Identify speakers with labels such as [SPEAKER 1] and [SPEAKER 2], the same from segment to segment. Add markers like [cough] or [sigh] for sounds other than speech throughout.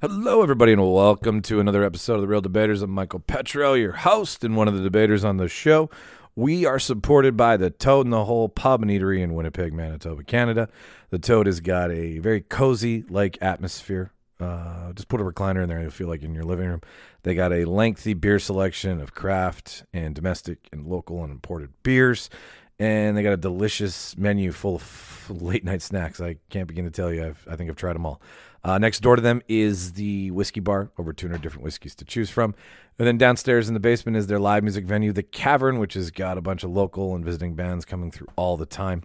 [SPEAKER 1] Hello, everybody, and welcome to another episode of The Real Debaters. I'm Michael Petro, your host and one of the debaters on the show. We are supported by the Toad in the Hole Pub and Eatery in Winnipeg, Manitoba, Canada. The Toad has got a very cozy, like atmosphere. Uh, just put a recliner in there, you'll feel like in your living room. They got a lengthy beer selection of craft and domestic and local and imported beers. And they got a delicious menu full of f- late night snacks. I can't begin to tell you. I've, I think I've tried them all. Uh, next door to them is the whiskey bar, over 200 different whiskeys to choose from. And then downstairs in the basement is their live music venue, The Cavern, which has got a bunch of local and visiting bands coming through all the time.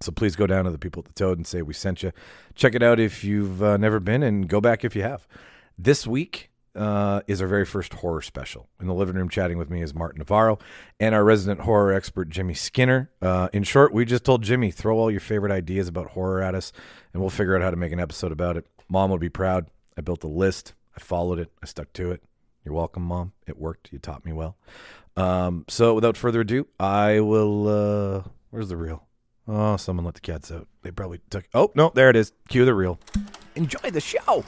[SPEAKER 1] So please go down to the people at the Toad and say we sent you. Check it out if you've uh, never been, and go back if you have. This week uh, is our very first horror special. In the living room, chatting with me is Martin Navarro and our resident horror expert Jimmy Skinner. Uh, in short, we just told Jimmy throw all your favorite ideas about horror at us, and we'll figure out how to make an episode about it. Mom would be proud. I built a list. I followed it. I stuck to it. You're welcome, Mom. It worked. You taught me well. Um, so without further ado, I will. Uh, where's the reel? Oh, someone let the cats out. They probably took. Oh no, there it is. Cue the reel. Enjoy the show.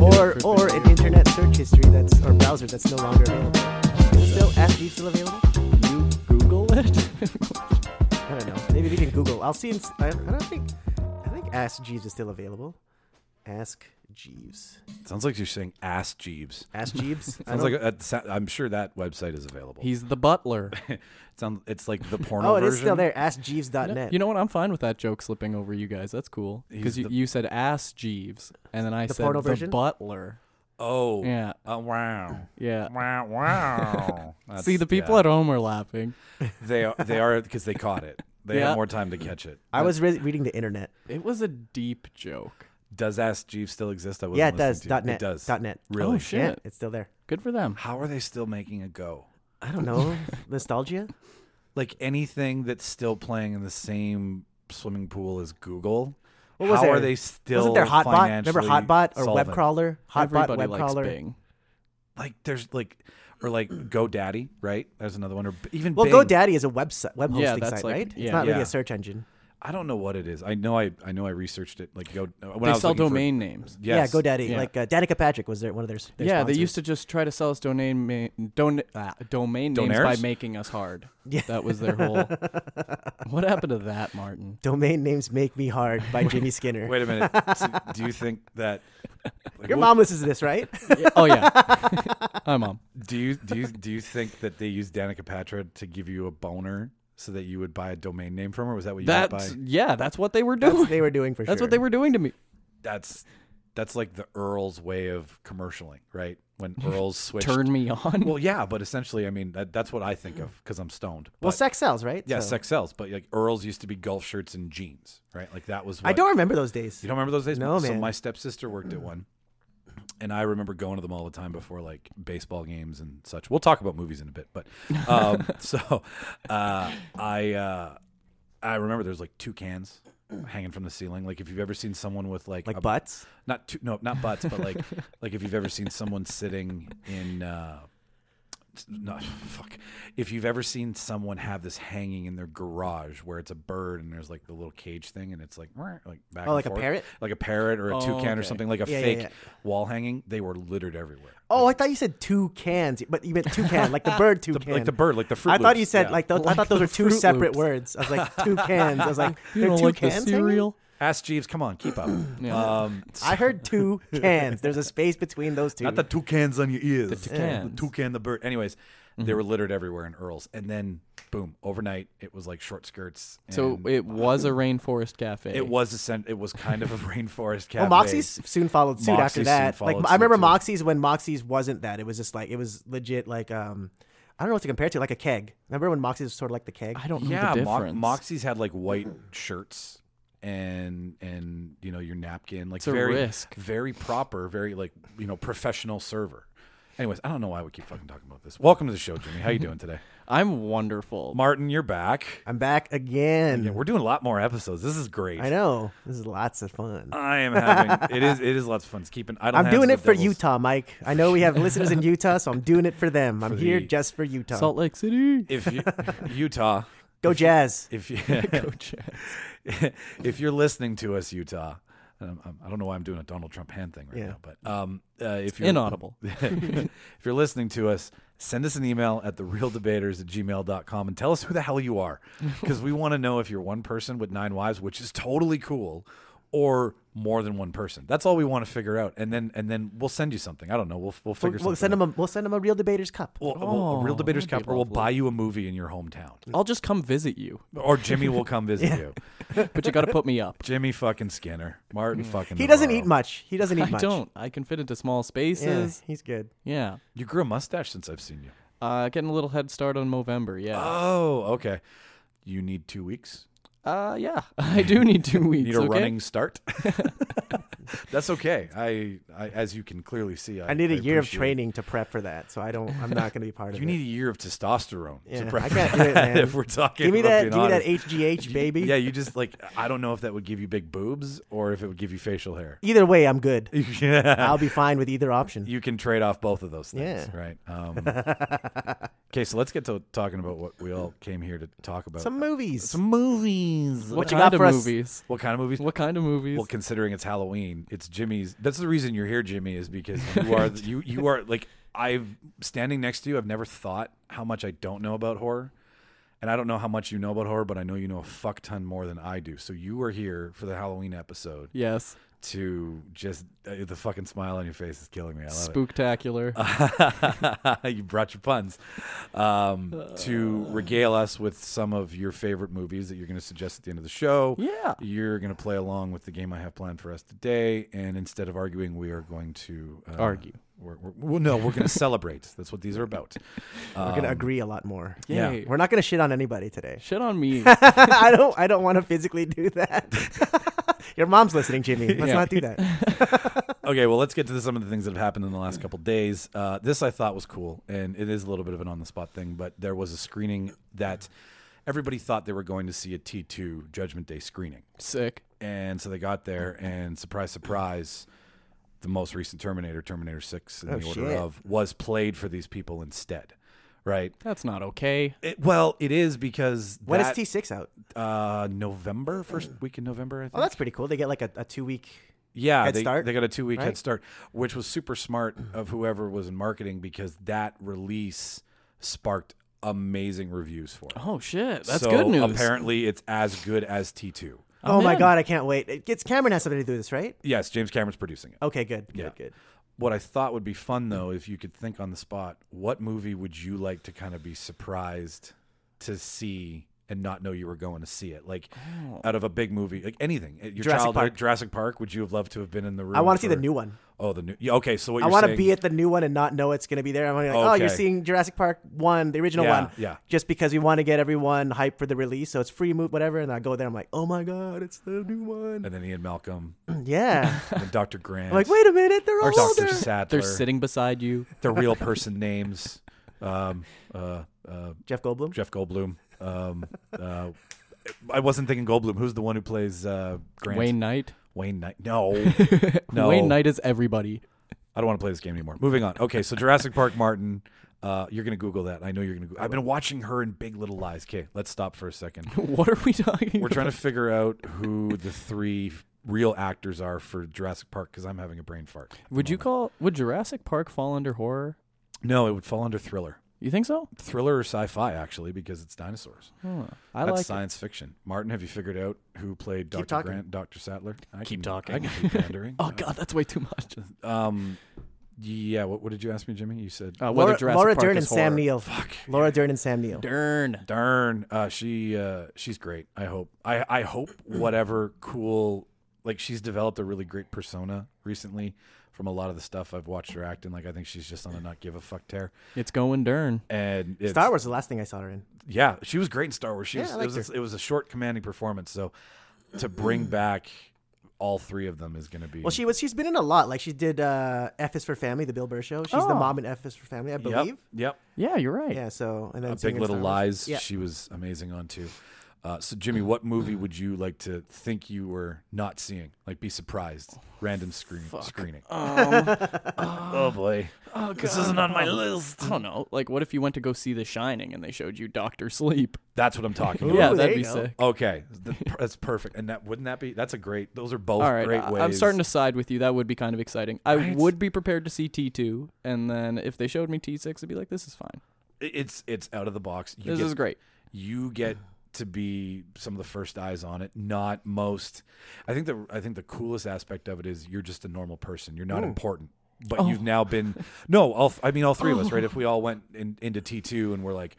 [SPEAKER 2] or or an internet search history that's or browser that's no longer available. Is it still FG still available?
[SPEAKER 3] you Google
[SPEAKER 1] [laughs]
[SPEAKER 3] it?
[SPEAKER 2] I don't know. Maybe we can Google. I'll see. And, s- I, I don't think. I think Ask Jeeves is still available. Ask Jeeves.
[SPEAKER 1] Sounds like you're saying ass Jeeves. [laughs]
[SPEAKER 2] Ask Jeeves. I
[SPEAKER 1] Sounds
[SPEAKER 2] don't-
[SPEAKER 1] like a, a- I'm sure that website is available.
[SPEAKER 3] He's the butler.
[SPEAKER 1] Sound, it's like the
[SPEAKER 2] [laughs]
[SPEAKER 1] porno
[SPEAKER 2] oh, it
[SPEAKER 1] version.
[SPEAKER 2] is still there. AskJeeves.net.
[SPEAKER 3] No, you know what? I'm fine with that joke slipping over you guys. That's cool.
[SPEAKER 1] He's
[SPEAKER 3] Because you,
[SPEAKER 1] the-
[SPEAKER 3] you said ass Jeeves, and then I
[SPEAKER 2] The
[SPEAKER 3] said
[SPEAKER 2] porno
[SPEAKER 3] the
[SPEAKER 2] version?
[SPEAKER 3] butler.
[SPEAKER 1] Oh,
[SPEAKER 3] Yeah.
[SPEAKER 1] Oh, wow.
[SPEAKER 3] Yeah.
[SPEAKER 1] Wow, wow.
[SPEAKER 2] [laughs]
[SPEAKER 3] See, the people at home are laughing.
[SPEAKER 1] they are they are because they caught it. They had
[SPEAKER 3] Yeah.
[SPEAKER 1] more time to catch it.
[SPEAKER 2] I was re- reading the internet.
[SPEAKER 3] It was a deep joke.
[SPEAKER 1] Does Ask Jeeves still exist? I wasn't
[SPEAKER 2] Yeah, it does.
[SPEAKER 1] listening to you.
[SPEAKER 2] Dot net.
[SPEAKER 1] It does.
[SPEAKER 2] Dot net.
[SPEAKER 1] Really?
[SPEAKER 3] Oh, shit.
[SPEAKER 2] Yeah, it's still there.
[SPEAKER 3] Good for them.
[SPEAKER 1] How are they still making a go?
[SPEAKER 2] I [laughs] don't know. Nostalgia.
[SPEAKER 1] Like anything that's still playing in the same swimming pool as Google.
[SPEAKER 2] What was
[SPEAKER 1] how are
[SPEAKER 2] there?
[SPEAKER 1] they still?
[SPEAKER 2] Wasn't there Hotbot? Remember
[SPEAKER 1] financially
[SPEAKER 2] Hotbot or
[SPEAKER 1] solvent?
[SPEAKER 2] WebCrawler? Hotbot,
[SPEAKER 3] Everybody likes
[SPEAKER 2] WebCrawler.
[SPEAKER 3] Bing.
[SPEAKER 1] Like there's like, or like GoDaddy, right? There's another one, or b- even
[SPEAKER 2] Well,
[SPEAKER 1] Bing.
[SPEAKER 2] GoDaddy is a website, web hosting
[SPEAKER 3] Yeah, that's
[SPEAKER 2] site,
[SPEAKER 3] like-
[SPEAKER 2] right?
[SPEAKER 3] yeah.
[SPEAKER 2] it's not really
[SPEAKER 1] Yeah.
[SPEAKER 2] a search engine.
[SPEAKER 1] I don't know what it is. I know I I know I researched it. Like Go when I
[SPEAKER 3] They
[SPEAKER 1] was
[SPEAKER 3] sell
[SPEAKER 1] looking for-
[SPEAKER 3] domain names.
[SPEAKER 1] Yes.
[SPEAKER 2] Yeah, GoDaddy.
[SPEAKER 3] Yeah.
[SPEAKER 2] Like uh, Danica Patrick was there one of their. s- their
[SPEAKER 3] yeah,
[SPEAKER 2] sponsors.
[SPEAKER 3] they used to just try to sell us domain ma- don- ah, domain names by
[SPEAKER 1] Donairs?
[SPEAKER 3] making us hard.
[SPEAKER 2] Yeah.
[SPEAKER 3] That was their
[SPEAKER 2] [laughs]
[SPEAKER 3] whole. what happened to that, Martin?
[SPEAKER 2] [laughs] Domain names make me hard by Jimmy Skinner.
[SPEAKER 1] Wait a
[SPEAKER 2] [laughs]
[SPEAKER 1] minute. So do you think that like,
[SPEAKER 2] Your
[SPEAKER 1] what-
[SPEAKER 2] mom listens to this, right?
[SPEAKER 3] Yeah, Oh
[SPEAKER 2] [laughs]
[SPEAKER 3] yeah, hi mom.
[SPEAKER 1] Do you do you do you think that they used Danica Patra to give you a boner so that you would buy a domain name from her? Was that what you meant
[SPEAKER 3] That's
[SPEAKER 1] by?
[SPEAKER 3] yeah. That's what they were
[SPEAKER 2] That's
[SPEAKER 3] doing.
[SPEAKER 2] what they were doing for sure.
[SPEAKER 3] That's what they were doing to me.
[SPEAKER 1] That's that's like the Earl's way of commercialing, right?
[SPEAKER 2] [laughs]
[SPEAKER 1] When Earl's switched.
[SPEAKER 3] Turn me on.
[SPEAKER 1] Well, yeah, but essentially, I mean, that, that's what I think of because I'm stoned.
[SPEAKER 2] Well,
[SPEAKER 1] But-
[SPEAKER 2] sex sells, right?
[SPEAKER 1] yeah,
[SPEAKER 2] So-
[SPEAKER 1] sex sells. But like Earl's used to be golf shirts and jeans, right? Like that was. What,
[SPEAKER 2] I don't remember those days.
[SPEAKER 1] You don't remember those days?
[SPEAKER 2] No,
[SPEAKER 1] So
[SPEAKER 2] man.
[SPEAKER 1] my stepsister worked at one. And I remember going to them all the time before like baseball games and such. We'll talk about movies in a bit, but
[SPEAKER 2] [laughs]
[SPEAKER 1] um, so uh, I uh, I remember there's like two cans hanging from the ceiling. Like if you've ever seen someone with like
[SPEAKER 2] like
[SPEAKER 1] a-
[SPEAKER 2] butts.
[SPEAKER 1] not two, no, not butts, but like [laughs] like if you've ever seen someone sitting in uh, no [laughs] fuck, if you've ever seen someone have this hanging in their garage where it's a bird and there's like the little cage thing and it's like [laughs] "Meow," like back
[SPEAKER 2] Oh,
[SPEAKER 1] and
[SPEAKER 2] like a
[SPEAKER 1] forth.
[SPEAKER 2] parrot?
[SPEAKER 1] like a parrot or a
[SPEAKER 3] Oh,
[SPEAKER 1] toucan or
[SPEAKER 3] okay.
[SPEAKER 1] something like a
[SPEAKER 2] Yeah, yeah,
[SPEAKER 1] fake
[SPEAKER 2] yeah.
[SPEAKER 1] wall hanging. They were littered everywhere.
[SPEAKER 2] Oh, I thought you said two cans, but you meant two can, like the bird two
[SPEAKER 1] The-
[SPEAKER 2] can.
[SPEAKER 1] like the bird, like the fruit.
[SPEAKER 2] I thought
[SPEAKER 1] Loops,
[SPEAKER 2] you said
[SPEAKER 1] yeah.
[SPEAKER 2] like those. I
[SPEAKER 3] Like
[SPEAKER 2] thought those
[SPEAKER 3] the
[SPEAKER 2] were two
[SPEAKER 3] Fruit
[SPEAKER 2] separate
[SPEAKER 3] Loops.
[SPEAKER 2] words. I was like two cans. I was like,
[SPEAKER 3] [laughs] You
[SPEAKER 2] there are
[SPEAKER 3] don't
[SPEAKER 2] two
[SPEAKER 3] like the
[SPEAKER 2] cans. hanging?
[SPEAKER 3] cereal?
[SPEAKER 1] ask Jeeves. Come on, keep
[SPEAKER 2] [clears throat]
[SPEAKER 1] up.
[SPEAKER 3] Yeah.
[SPEAKER 1] um,
[SPEAKER 2] I heard two cans. There's a space between those two.
[SPEAKER 1] Not the toucans on your ears. The
[SPEAKER 3] toucans.
[SPEAKER 1] The toucan, the bird. Anyways, they were littered everywhere in Earl's. And then, boom, overnight, it was like short skirts.
[SPEAKER 3] So
[SPEAKER 1] and
[SPEAKER 3] it was a rainforest cafe.
[SPEAKER 1] it was a sen- it was kind
[SPEAKER 3] [laughs]
[SPEAKER 1] of a rainforest cafe.
[SPEAKER 3] Oh,
[SPEAKER 2] Well, Moxie's soon followed suit
[SPEAKER 1] Moxie's soon
[SPEAKER 2] after that. Like
[SPEAKER 1] followed
[SPEAKER 2] I remember
[SPEAKER 1] suit, too.
[SPEAKER 2] Moxie's when Moxie's wasn't that. It was just like it was legit like um I don't know what to compare it to like a keg. Remember when Moxie's was sort of like the keg?
[SPEAKER 3] I don't know
[SPEAKER 1] Yeah,
[SPEAKER 3] the
[SPEAKER 1] Mo-
[SPEAKER 3] difference.
[SPEAKER 1] Moxie's had like white shirts and and you know your napkin, like
[SPEAKER 3] a
[SPEAKER 1] very
[SPEAKER 3] risk.
[SPEAKER 1] very proper, very like you know professional server. Anyways, I don't know why we keep fucking talking about this. Welcome to the show, Jimmy. How you doing
[SPEAKER 3] [laughs]
[SPEAKER 1] today,
[SPEAKER 3] I'm wonderful.
[SPEAKER 1] Martin? You're back.
[SPEAKER 2] I'm back again.
[SPEAKER 1] Yeah, we're doing a lot more episodes. This is great.
[SPEAKER 2] I know. This is lots of fun.
[SPEAKER 1] I am having it is it is lots of fun. It's keeping. I don't
[SPEAKER 2] I'm
[SPEAKER 1] have
[SPEAKER 2] doing
[SPEAKER 1] the
[SPEAKER 2] it for
[SPEAKER 1] devil's-
[SPEAKER 2] Utah, Mike. I know we have listeners in Utah, so I'm doing it for them. I'm
[SPEAKER 1] For
[SPEAKER 2] here
[SPEAKER 1] the-
[SPEAKER 2] just for Utah.
[SPEAKER 3] Salt Lake City.
[SPEAKER 1] If
[SPEAKER 2] [laughs]
[SPEAKER 1] you, Utah,
[SPEAKER 2] Go Jazz.
[SPEAKER 1] if you
[SPEAKER 2] [laughs]
[SPEAKER 1] [laughs] if you're listening to us, Utah, um, um, I don't know why I'm doing a Donald Trump hand thing right
[SPEAKER 2] Yeah.
[SPEAKER 1] now, but um, uh, if you're
[SPEAKER 3] Inaudible.
[SPEAKER 1] [laughs] if you're listening to us, send us an email at therealdebaters at gmail.com and tell us who the hell you are. Because we want to know if you're one person with nine wives, which is totally cool, or more than one person. That's all we want to figure out. And then and then we'll send you something. I don't know. We'll we'll figure
[SPEAKER 2] We'll
[SPEAKER 1] something
[SPEAKER 2] send them a we'll send them a real debaters cup.
[SPEAKER 1] out. We'll, we'll- a real
[SPEAKER 3] Oh,
[SPEAKER 1] debaters
[SPEAKER 3] that'd be
[SPEAKER 1] cup, or we'll
[SPEAKER 3] lovely.
[SPEAKER 1] buy you a movie in your hometown,
[SPEAKER 3] I'll just come visit you,
[SPEAKER 1] or Jimmy will come
[SPEAKER 2] [laughs]
[SPEAKER 1] visit you.
[SPEAKER 3] but you got to put
[SPEAKER 1] [laughs]
[SPEAKER 3] me up.
[SPEAKER 1] Jimmy fucking Skinner, Martin fucking.
[SPEAKER 2] Mm. He doesn't
[SPEAKER 1] Navarro.
[SPEAKER 2] eat much. He doesn't eat
[SPEAKER 3] I
[SPEAKER 2] much.
[SPEAKER 3] don't. I can fit into small
[SPEAKER 2] Yeah,
[SPEAKER 3] spaces.
[SPEAKER 2] he's good.
[SPEAKER 3] Yeah.
[SPEAKER 1] You grew a mustache since I've seen you.
[SPEAKER 3] Uh, getting a little head start on Movember. Yeah.
[SPEAKER 1] Oh, okay. You need two weeks.
[SPEAKER 3] Uh, yeah. [laughs] I do
[SPEAKER 1] [laughs]
[SPEAKER 3] need two weeks.
[SPEAKER 1] Need a
[SPEAKER 3] okay?
[SPEAKER 1] running
[SPEAKER 2] [laughs]
[SPEAKER 1] start. [laughs] That's okay. I, I, as you can clearly see, I,
[SPEAKER 2] I need
[SPEAKER 1] a
[SPEAKER 2] a year of training to prep for that, so I don't. I'm not going to be part of
[SPEAKER 1] [laughs] You
[SPEAKER 2] it.
[SPEAKER 1] need a year of testosterone. to
[SPEAKER 2] Yeah,
[SPEAKER 1] prep
[SPEAKER 2] I
[SPEAKER 1] for
[SPEAKER 2] can't do it,
[SPEAKER 1] that,
[SPEAKER 2] man.
[SPEAKER 1] [laughs] If we're talking,
[SPEAKER 2] give me
[SPEAKER 1] about
[SPEAKER 2] that.
[SPEAKER 1] being
[SPEAKER 2] Give me that
[SPEAKER 1] honest.
[SPEAKER 2] HGH,
[SPEAKER 1] You-
[SPEAKER 2] baby.
[SPEAKER 1] Yeah, you just like I don't know if that would give you big boobs or if it would give you facial hair. [laughs]
[SPEAKER 2] Either way, I'm good.
[SPEAKER 1] yeah.
[SPEAKER 2] I'll be fine with either option.
[SPEAKER 1] you can trade off both of those things,
[SPEAKER 2] Yeah.
[SPEAKER 1] right?
[SPEAKER 2] [laughs]
[SPEAKER 1] Um, okay, so let's get to talking about what we all came here to talk about.
[SPEAKER 2] Some movies.
[SPEAKER 1] Some movies.
[SPEAKER 3] What
[SPEAKER 2] you
[SPEAKER 3] kind
[SPEAKER 2] got
[SPEAKER 3] of
[SPEAKER 2] for us?
[SPEAKER 3] movies?
[SPEAKER 1] What kind of movies?
[SPEAKER 3] What kind of movies?
[SPEAKER 1] Well, considering it's Halloween, it's Jimmy's. That's the reason you're here, Jimmy, is
[SPEAKER 2] [laughs]
[SPEAKER 1] because you are you you are like I've standing next to you. I've never thought how much I don't know about horror, and I don't know how much you know about horror, but I know you know a fuck ton more than I do. So you were here for the Halloween episode
[SPEAKER 3] yes.
[SPEAKER 1] to just uh, the fucking smile on your face is killing me. I love it. Uh,
[SPEAKER 3] Spooktacular.
[SPEAKER 1] [laughs] you brought your puns um, to regale us with some of your favorite movies that you're going to suggest at the end of the show.
[SPEAKER 3] Yeah.
[SPEAKER 1] You're going to play along with the game I have planned for us today. And instead of arguing, we are going to uh,
[SPEAKER 3] Argue.
[SPEAKER 1] We're, we're, well, no, we're going to [laughs] celebrate. That's what these are about.
[SPEAKER 2] We're going to agree a lot
[SPEAKER 1] um,
[SPEAKER 2] more.
[SPEAKER 1] yeah.
[SPEAKER 3] Yay.
[SPEAKER 2] We're not going to shit on anybody today. [laughs]
[SPEAKER 3] Shit on [laughs] me.
[SPEAKER 2] I don't. I don't want to physically do that. [laughs] Your mom's listening, Jimmy. Let's
[SPEAKER 3] Yeah.
[SPEAKER 2] not do
[SPEAKER 1] [laughs]
[SPEAKER 2] that.
[SPEAKER 1] Okay, well, let's get to some of the things that have happened in the last couple days. Uh, this I thought was cool, and it is a little bit of an on the spot thing, but there was a screening that everybody thought they were going to see a T2 Judgment Day screening.
[SPEAKER 3] Sick.
[SPEAKER 1] And so they got there, and surprise, surprise, the most recent Terminator, Terminator 6, in
[SPEAKER 2] Oh,
[SPEAKER 1] the order
[SPEAKER 2] shit.
[SPEAKER 1] of, was played for these people instead, right?
[SPEAKER 3] That's not okay.
[SPEAKER 1] It, well, it is because
[SPEAKER 2] When is
[SPEAKER 1] that,
[SPEAKER 2] T six out?
[SPEAKER 1] uh, November, first week in November, I think.
[SPEAKER 2] Oh, that's pretty cool. They get like a, a two week.
[SPEAKER 1] Yeah,
[SPEAKER 2] Head
[SPEAKER 1] they,
[SPEAKER 2] start,
[SPEAKER 1] they got a two week head
[SPEAKER 2] right?
[SPEAKER 1] start, which was super smart of whoever was in marketing because that release sparked amazing reviews for it.
[SPEAKER 3] Oh shit. That's
[SPEAKER 1] so
[SPEAKER 3] good news.
[SPEAKER 1] Apparently, it's as good as T2.
[SPEAKER 2] Oh my
[SPEAKER 3] in.
[SPEAKER 2] god, I can't wait. It gets Cameron has something to do with this, right?
[SPEAKER 1] Yes, James Cameron's producing it.
[SPEAKER 2] Okay, good, good,
[SPEAKER 1] Yeah.
[SPEAKER 2] good.
[SPEAKER 1] What I thought would be
[SPEAKER 2] Hmm.
[SPEAKER 1] fun though, if you could think on the spot, what movie would you like to kind of be surprised to see and not know you were going to see it? Like out of a big movie, like anything, your
[SPEAKER 2] Oh. Jurassic
[SPEAKER 1] childhood,
[SPEAKER 2] Park.
[SPEAKER 1] Jurassic Park. Would you have loved to have been in the room?
[SPEAKER 2] I want to see the
[SPEAKER 1] for-
[SPEAKER 2] new one.
[SPEAKER 1] Oh, the new. Yeah, okay, so what
[SPEAKER 2] I
[SPEAKER 1] you're
[SPEAKER 2] want to
[SPEAKER 1] saying-
[SPEAKER 2] be at the new one and not know it's going to be there. I'm like, oh, you're
[SPEAKER 1] Okay.
[SPEAKER 2] seeing Jurassic Park one, the original
[SPEAKER 1] Yeah,
[SPEAKER 2] one,
[SPEAKER 1] yeah.
[SPEAKER 2] just because we want to get everyone hyped for the release, so it's free move, whatever. And I go there, I'm like, oh my god, it's the new one.
[SPEAKER 1] and then Ian
[SPEAKER 2] [laughs]
[SPEAKER 1] Malcolm,
[SPEAKER 2] [clears throat]
[SPEAKER 1] [laughs]
[SPEAKER 2] yeah,
[SPEAKER 1] and Dr. Grant.
[SPEAKER 2] I'm like, wait a minute, they're all
[SPEAKER 1] Dr.
[SPEAKER 2] older.
[SPEAKER 1] Sadler.
[SPEAKER 3] They're sitting beside you.
[SPEAKER 1] Their
[SPEAKER 3] [laughs]
[SPEAKER 1] real person names. Um, uh, uh,
[SPEAKER 2] Jeff Goldblum.
[SPEAKER 1] Jeff Goldblum. Um, uh, I wasn't thinking Goldblum. Who's the one who plays uh, Grant?
[SPEAKER 3] Wayne Knight.
[SPEAKER 1] Wayne Knight. No.
[SPEAKER 3] [laughs]
[SPEAKER 1] no.
[SPEAKER 3] Wayne Knight is everybody. [laughs]
[SPEAKER 1] I don't want to play this game anymore. Moving on. Okay, so Jurassic Park Martin. Uh, you're gonna Google that. I know you're gonna. Go- I've been watching her in Big Little Lies. Okay, let's stop for a second.
[SPEAKER 3] What are we talking?
[SPEAKER 1] We're
[SPEAKER 3] about?
[SPEAKER 1] trying to figure out who the three real actors are for Jurassic Park because I'm having a brain fart. at the
[SPEAKER 3] Would you
[SPEAKER 1] moment.
[SPEAKER 3] call? Would Jurassic Park fall under horror?
[SPEAKER 1] No, it would fall under thriller.
[SPEAKER 3] You think so?
[SPEAKER 1] Thriller or sci-fi, actually, because it's dinosaurs.
[SPEAKER 3] Huh. I
[SPEAKER 1] That's
[SPEAKER 3] like.
[SPEAKER 1] science fiction. Martin, have you figured out who played Dr.
[SPEAKER 2] talking.
[SPEAKER 1] Grant, Dr. Sattler? I can-
[SPEAKER 3] Keep talking.
[SPEAKER 1] I can keep pandering.
[SPEAKER 3] It. [laughs] Oh god, that's way too much.
[SPEAKER 1] [laughs]
[SPEAKER 3] Uh,
[SPEAKER 1] Um, yeah. What, what did you ask me, Jimmy? You said
[SPEAKER 3] Uh, whether
[SPEAKER 2] Laura,
[SPEAKER 3] Jurassic
[SPEAKER 2] Laura
[SPEAKER 3] Park
[SPEAKER 2] Dern
[SPEAKER 3] is
[SPEAKER 2] and
[SPEAKER 3] horror.
[SPEAKER 2] Sam Neill.
[SPEAKER 1] fuck.
[SPEAKER 2] Laura Dern and Sam Neill.
[SPEAKER 3] Dern.
[SPEAKER 1] Darn. Uh, she uh, she's great. I hope. I I
[SPEAKER 2] [clears throat]
[SPEAKER 1] hope whatever cool like she's developed a really great persona recently from a lot of the stuff I've watched her act in. Like I think she's just on a not give a fuck tear.
[SPEAKER 3] It's going Dern.
[SPEAKER 1] And it's,
[SPEAKER 2] Star Wars, is the last thing I saw her in.
[SPEAKER 1] Yeah, she was great in Star Wars. She
[SPEAKER 2] Yeah,
[SPEAKER 1] was,
[SPEAKER 2] I
[SPEAKER 1] it,
[SPEAKER 2] liked
[SPEAKER 1] was a, it was a short, commanding performance. So to
[SPEAKER 2] [clears throat]
[SPEAKER 1] bring back all three of them is going to be.
[SPEAKER 2] Well, she was. She's been in a lot. Like she did uh, F is for Family, the Bill Burr show. She's the
[SPEAKER 3] Oh.
[SPEAKER 2] mom in F is for Family, I
[SPEAKER 1] yep,
[SPEAKER 2] believe.
[SPEAKER 1] yep.
[SPEAKER 3] Yeah, you're right.
[SPEAKER 2] Yeah. So and then
[SPEAKER 1] Uh, Big
[SPEAKER 2] singing in
[SPEAKER 1] Little
[SPEAKER 2] Star Wars.
[SPEAKER 1] Lies.
[SPEAKER 2] Yeah.
[SPEAKER 1] She was amazing on too. Uh, so Jimmy,
[SPEAKER 3] Mm-hmm.
[SPEAKER 1] what movie would you like to think you were not seeing? Like, be surprised, random screen screening.
[SPEAKER 3] Um,
[SPEAKER 1] [laughs]
[SPEAKER 3] [laughs]
[SPEAKER 1] oh boy,
[SPEAKER 3] Oh,
[SPEAKER 1] this isn't on my list.
[SPEAKER 3] I don't know. Like, what if you went to go see The Shining and they showed you Doctor Sleep?
[SPEAKER 1] That's what I'm talking
[SPEAKER 2] Ooh,
[SPEAKER 1] about.
[SPEAKER 3] yeah,
[SPEAKER 2] there
[SPEAKER 3] that'd be
[SPEAKER 2] you go.
[SPEAKER 3] sick.
[SPEAKER 1] Okay, th- that's perfect. And that wouldn't that be? That's a great. Those are both
[SPEAKER 3] All right,
[SPEAKER 1] great
[SPEAKER 3] I-
[SPEAKER 1] ways.
[SPEAKER 3] I'm starting to side with you. That would be kind of exciting. I
[SPEAKER 1] Right?
[SPEAKER 3] would be prepared to see T2, and then if they showed me T6, I'd be like, "This is fine.
[SPEAKER 1] It- It's it's out of the box. You
[SPEAKER 3] This
[SPEAKER 1] get,
[SPEAKER 3] is great."
[SPEAKER 1] You get to be some of the first eyes on it. Not most. I think the I think the coolest aspect of it is you're just a normal person. You're not important. But you've now been no. All I mean, all three of us, right? If we all went in, into T two and we're like,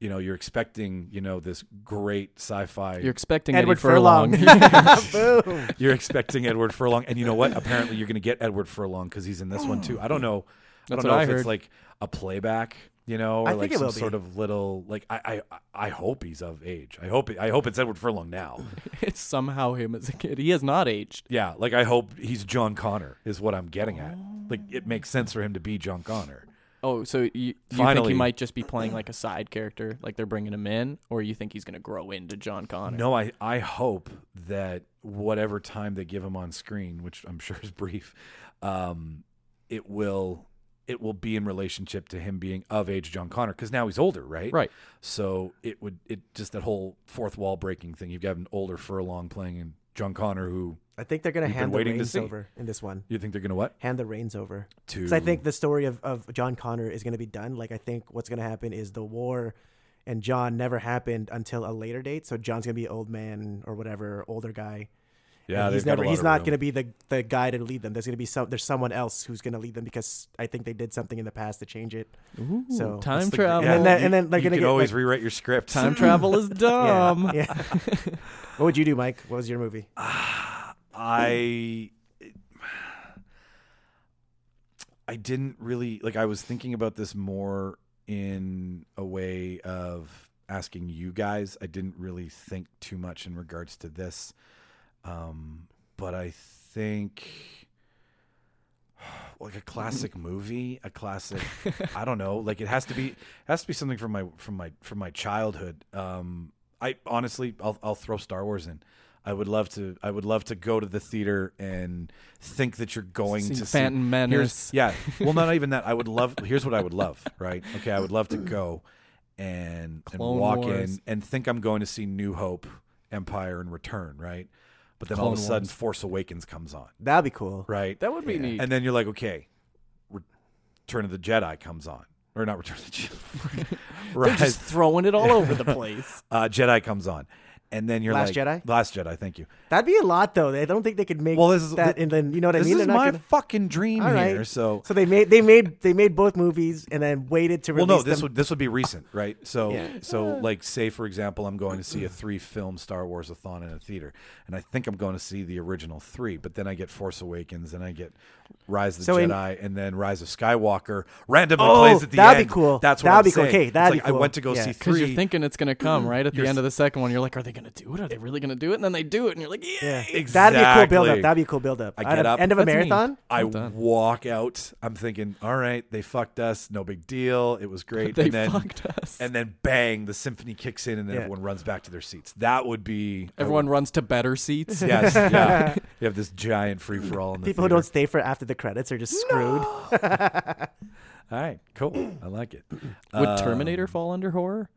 [SPEAKER 1] you know, you're expecting, you know, this great sci-fi.
[SPEAKER 3] You're expecting
[SPEAKER 2] Edward
[SPEAKER 3] Eddie Furlong.
[SPEAKER 1] [laughs]
[SPEAKER 2] [laughs] Boom.
[SPEAKER 1] You're expecting Edward Furlong, and you know what? Apparently, you're going to get Edward Furlong because he's in this one too. I don't know. I
[SPEAKER 3] That's
[SPEAKER 1] don't know
[SPEAKER 3] what I
[SPEAKER 1] if it's
[SPEAKER 3] heard.
[SPEAKER 1] like a playback, you know, or
[SPEAKER 2] I
[SPEAKER 1] like
[SPEAKER 2] think it
[SPEAKER 1] some
[SPEAKER 2] will be.
[SPEAKER 1] sort of little like. I, I I hope he's of age. I hope I hope it's Edward Furlong
[SPEAKER 3] [laughs]
[SPEAKER 1] now.
[SPEAKER 3] [laughs] it's somehow him as a kid. He has not aged.
[SPEAKER 1] yeah, like I hope he's John Connor is what I'm getting at. Like it makes sense for him to be John Connor.
[SPEAKER 3] Oh, so you, you think
[SPEAKER 1] Finally.
[SPEAKER 3] he might just be playing like a side character, like they're bringing him in, or you think he's gonna grow into John Connor?
[SPEAKER 1] No, I I hope that whatever time they give him on screen, which I'm [laughs] sure is brief, um, it will it will be in relationship to him being of age John Connor because now he's older, right?
[SPEAKER 3] Right.
[SPEAKER 1] So it would it just that whole fourth wall breaking thing. You've got an older Furlong playing in John Connor, who
[SPEAKER 2] I think they're gonna
[SPEAKER 1] We've been
[SPEAKER 2] hand the
[SPEAKER 1] waiting to
[SPEAKER 2] reins
[SPEAKER 1] see.
[SPEAKER 2] over in this one.
[SPEAKER 1] you think they're gonna what
[SPEAKER 2] Hand the reins over.
[SPEAKER 1] to?
[SPEAKER 2] Because I think the story of, of John Connor is going to be done. Like, I think what's going to happen is the war and John never happened until a later date. So John's going to be old man or whatever, older guy.
[SPEAKER 1] yeah,
[SPEAKER 2] and he's
[SPEAKER 1] they've got a
[SPEAKER 2] never
[SPEAKER 1] lot
[SPEAKER 2] he's
[SPEAKER 1] of
[SPEAKER 2] not
[SPEAKER 1] room.
[SPEAKER 2] going to be the the guy to lead them. There's going to be some there's someone else who's going to lead them because I think they did something in the past to change it. so
[SPEAKER 3] Time
[SPEAKER 1] It's the-
[SPEAKER 3] travel.
[SPEAKER 1] yeah,
[SPEAKER 2] And then-
[SPEAKER 1] you-
[SPEAKER 2] and then they're
[SPEAKER 1] you
[SPEAKER 2] gonna
[SPEAKER 1] could
[SPEAKER 2] get,
[SPEAKER 1] always
[SPEAKER 2] like-
[SPEAKER 1] rewrite your script.
[SPEAKER 3] Time travel
[SPEAKER 1] [laughs]
[SPEAKER 3] is
[SPEAKER 2] Yeah,
[SPEAKER 1] Um.
[SPEAKER 3] dumb.
[SPEAKER 2] yeah. [laughs] what would you do, Mike? What was your movie?
[SPEAKER 1] I I didn't really like I was thinking about this more in a way of asking you guys. I didn't really think too much in regards to this. Um but I think [sighs] like a classic movie, a classic I don't know, like it has to be it has to be something from my from my from my childhood. Um I honestly I'll I'll throw Star Wars in. I would love to I would love to go to the theater and think that you're going
[SPEAKER 3] See
[SPEAKER 1] to see
[SPEAKER 3] Phantom
[SPEAKER 1] Here's,
[SPEAKER 3] Menace.
[SPEAKER 1] yeah. Well, not
[SPEAKER 3] [laughs]
[SPEAKER 1] even that. I would love. Here's what I would love. Right. Okay. I would love to go and, and
[SPEAKER 3] Clone
[SPEAKER 1] walk
[SPEAKER 3] Wars.
[SPEAKER 1] in and think I'm going to see New Hope, Empire, and Return. Right. But then all of a
[SPEAKER 3] Clone
[SPEAKER 1] sudden,
[SPEAKER 3] Wars.
[SPEAKER 1] Force Awakens comes on.
[SPEAKER 2] That'd be cool.
[SPEAKER 1] Right.
[SPEAKER 3] That would be neat.
[SPEAKER 1] and then you're like, okay, Return of the Jedi comes on, or not Return of the Jedi. [laughs]
[SPEAKER 3] They're
[SPEAKER 1] right.
[SPEAKER 3] just throwing it all
[SPEAKER 1] [laughs]
[SPEAKER 3] over the place.
[SPEAKER 1] uh, Jedi comes on, and then you're
[SPEAKER 2] Last
[SPEAKER 1] like,
[SPEAKER 2] Jedi?
[SPEAKER 1] Last Jedi. Thank you.
[SPEAKER 2] That'd be a lot though. I don't think they could make
[SPEAKER 1] Well, this is-
[SPEAKER 2] that and then you know what I
[SPEAKER 1] This
[SPEAKER 2] mean?
[SPEAKER 1] is
[SPEAKER 2] They're not
[SPEAKER 1] my
[SPEAKER 2] gonna-
[SPEAKER 1] fucking dream
[SPEAKER 2] All right.
[SPEAKER 1] here. So
[SPEAKER 2] So they made they made they made both movies and then waited to
[SPEAKER 1] Well, no,
[SPEAKER 2] release
[SPEAKER 1] this
[SPEAKER 2] them.
[SPEAKER 1] would this would be recent, right? So,
[SPEAKER 2] Yeah.
[SPEAKER 1] so like, say for example, I'm going to see a three film Star Wars a thon in a theater, and I think I'm going to see the original three, but then I get Force Awakens, and I get Rise of the
[SPEAKER 2] So in-
[SPEAKER 1] Jedi, and then Rise of Skywalker randomly
[SPEAKER 2] Oh,
[SPEAKER 1] plays at the
[SPEAKER 2] that'd be
[SPEAKER 1] end.
[SPEAKER 2] cool.
[SPEAKER 1] That's what
[SPEAKER 2] That'd
[SPEAKER 1] I'm
[SPEAKER 2] be cool.
[SPEAKER 1] saying.
[SPEAKER 2] Okay,
[SPEAKER 1] It's
[SPEAKER 2] that'd be
[SPEAKER 1] like, I
[SPEAKER 2] cool.
[SPEAKER 1] went to go
[SPEAKER 2] Yeah.
[SPEAKER 1] see
[SPEAKER 3] Because
[SPEAKER 1] 3
[SPEAKER 3] you're thinking it's gonna come right at the
[SPEAKER 1] You're
[SPEAKER 3] end
[SPEAKER 1] s-
[SPEAKER 3] of the second one. You're like, are they gonna do it? Are they really gonna do it? And then they do it, and you're like,
[SPEAKER 2] yeah.
[SPEAKER 3] yeah.
[SPEAKER 2] That'd be a cool build
[SPEAKER 1] Exactly.
[SPEAKER 2] up. That'd be a cool build up.
[SPEAKER 1] I get up.
[SPEAKER 2] End of
[SPEAKER 3] That's
[SPEAKER 2] a
[SPEAKER 3] neat.
[SPEAKER 2] marathon?
[SPEAKER 1] I
[SPEAKER 3] Well done.
[SPEAKER 1] walk out. I'm thinking, all right, they fucked us. No big deal. It was great.
[SPEAKER 3] [laughs] They
[SPEAKER 1] and then,
[SPEAKER 3] fucked us.
[SPEAKER 1] And then bang, the symphony kicks in, and then
[SPEAKER 2] Yeah.
[SPEAKER 1] everyone runs back to their seats. That would be I
[SPEAKER 3] [laughs] Everyone runs to better
[SPEAKER 1] [laughs]
[SPEAKER 3] seats.
[SPEAKER 1] Yes,
[SPEAKER 2] [laughs]
[SPEAKER 1] yeah. you have this giant free for all. The
[SPEAKER 2] People who don't stay for after the credits are just screwed.
[SPEAKER 1] All right, cool. I like it.
[SPEAKER 3] [laughs]
[SPEAKER 1] uh,
[SPEAKER 3] Would Terminator fall under horror?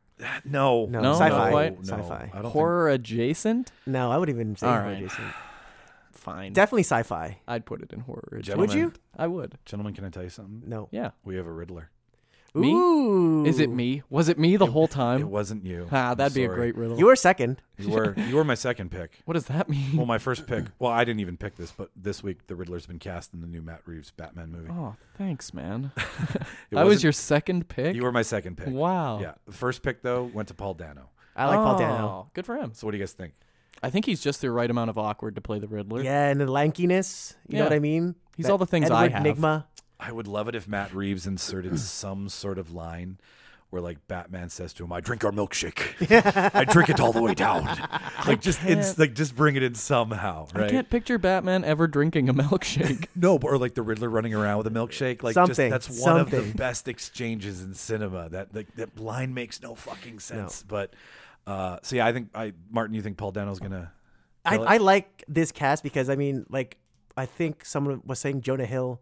[SPEAKER 1] No,
[SPEAKER 2] No,
[SPEAKER 3] No,
[SPEAKER 2] sci-fi.
[SPEAKER 3] not quite.
[SPEAKER 1] no.
[SPEAKER 2] Sci-fi.
[SPEAKER 1] I don't
[SPEAKER 3] Horror adjacent?
[SPEAKER 2] No, I wouldn't even say
[SPEAKER 3] All
[SPEAKER 2] horror
[SPEAKER 3] right.
[SPEAKER 2] adjacent.
[SPEAKER 3] Fine.
[SPEAKER 2] Definitely sci-fi.
[SPEAKER 3] I'd put it in horror adjacent.
[SPEAKER 1] Gentlemen.
[SPEAKER 2] Would you?
[SPEAKER 3] I would.
[SPEAKER 1] Think, gentlemen, can I tell you something?
[SPEAKER 2] No.
[SPEAKER 3] Yeah.
[SPEAKER 1] We have a Riddler.
[SPEAKER 3] Me?
[SPEAKER 2] Ooh.
[SPEAKER 3] Is it me? Was it me the whole
[SPEAKER 1] it
[SPEAKER 3] time?
[SPEAKER 1] wasn't you.
[SPEAKER 3] Ah,
[SPEAKER 1] I'm
[SPEAKER 3] that'd be a
[SPEAKER 1] sorry.
[SPEAKER 3] great riddle.
[SPEAKER 2] You were second.
[SPEAKER 1] You
[SPEAKER 3] [laughs]
[SPEAKER 1] were you were my second pick.
[SPEAKER 3] what does that mean? [laughs]
[SPEAKER 1] Well, my first pick. Well, I didn't even pick this, but this week the Riddler's been cast in the new Matt Reeves Batman movie.
[SPEAKER 3] oh, thanks, man.
[SPEAKER 1] [laughs] It
[SPEAKER 3] that was
[SPEAKER 1] wasn't-
[SPEAKER 3] your second pick.
[SPEAKER 1] You were my second pick.
[SPEAKER 3] Wow.
[SPEAKER 1] Yeah. The first pick though went to Paul Dano.
[SPEAKER 2] I like Paul Dano.
[SPEAKER 3] Oh, Good for him.
[SPEAKER 1] So what do you guys think?
[SPEAKER 3] I think he's just the right amount of awkward to play the Riddler.
[SPEAKER 2] Yeah, and the lankiness. You know
[SPEAKER 3] Yeah.
[SPEAKER 2] what I mean?
[SPEAKER 3] He's all the things
[SPEAKER 2] Edward
[SPEAKER 3] I have.
[SPEAKER 2] Nigma.
[SPEAKER 1] I would love it if Matt Reeves inserted some sort of line where like Batman says to him, "I drink our milkshake. I drink it all the way
[SPEAKER 2] [laughs]
[SPEAKER 1] down." Like just in,
[SPEAKER 3] can't-
[SPEAKER 1] like just bring it in somehow,
[SPEAKER 3] I
[SPEAKER 1] right?
[SPEAKER 3] can't picture Batman ever drinking a [laughs] milkshake.
[SPEAKER 1] No, but- or like the Riddler running around with a milkshake. Like
[SPEAKER 2] Something,
[SPEAKER 1] just that's one of
[SPEAKER 2] something.
[SPEAKER 1] the best exchanges in cinema. That like that line makes no fucking sense. But uh so yeah, I think I Martin, you think Paul Dano's gonna
[SPEAKER 2] I,
[SPEAKER 1] kill it?
[SPEAKER 2] I like this cast because I mean, like, I think someone was saying Jonah Hill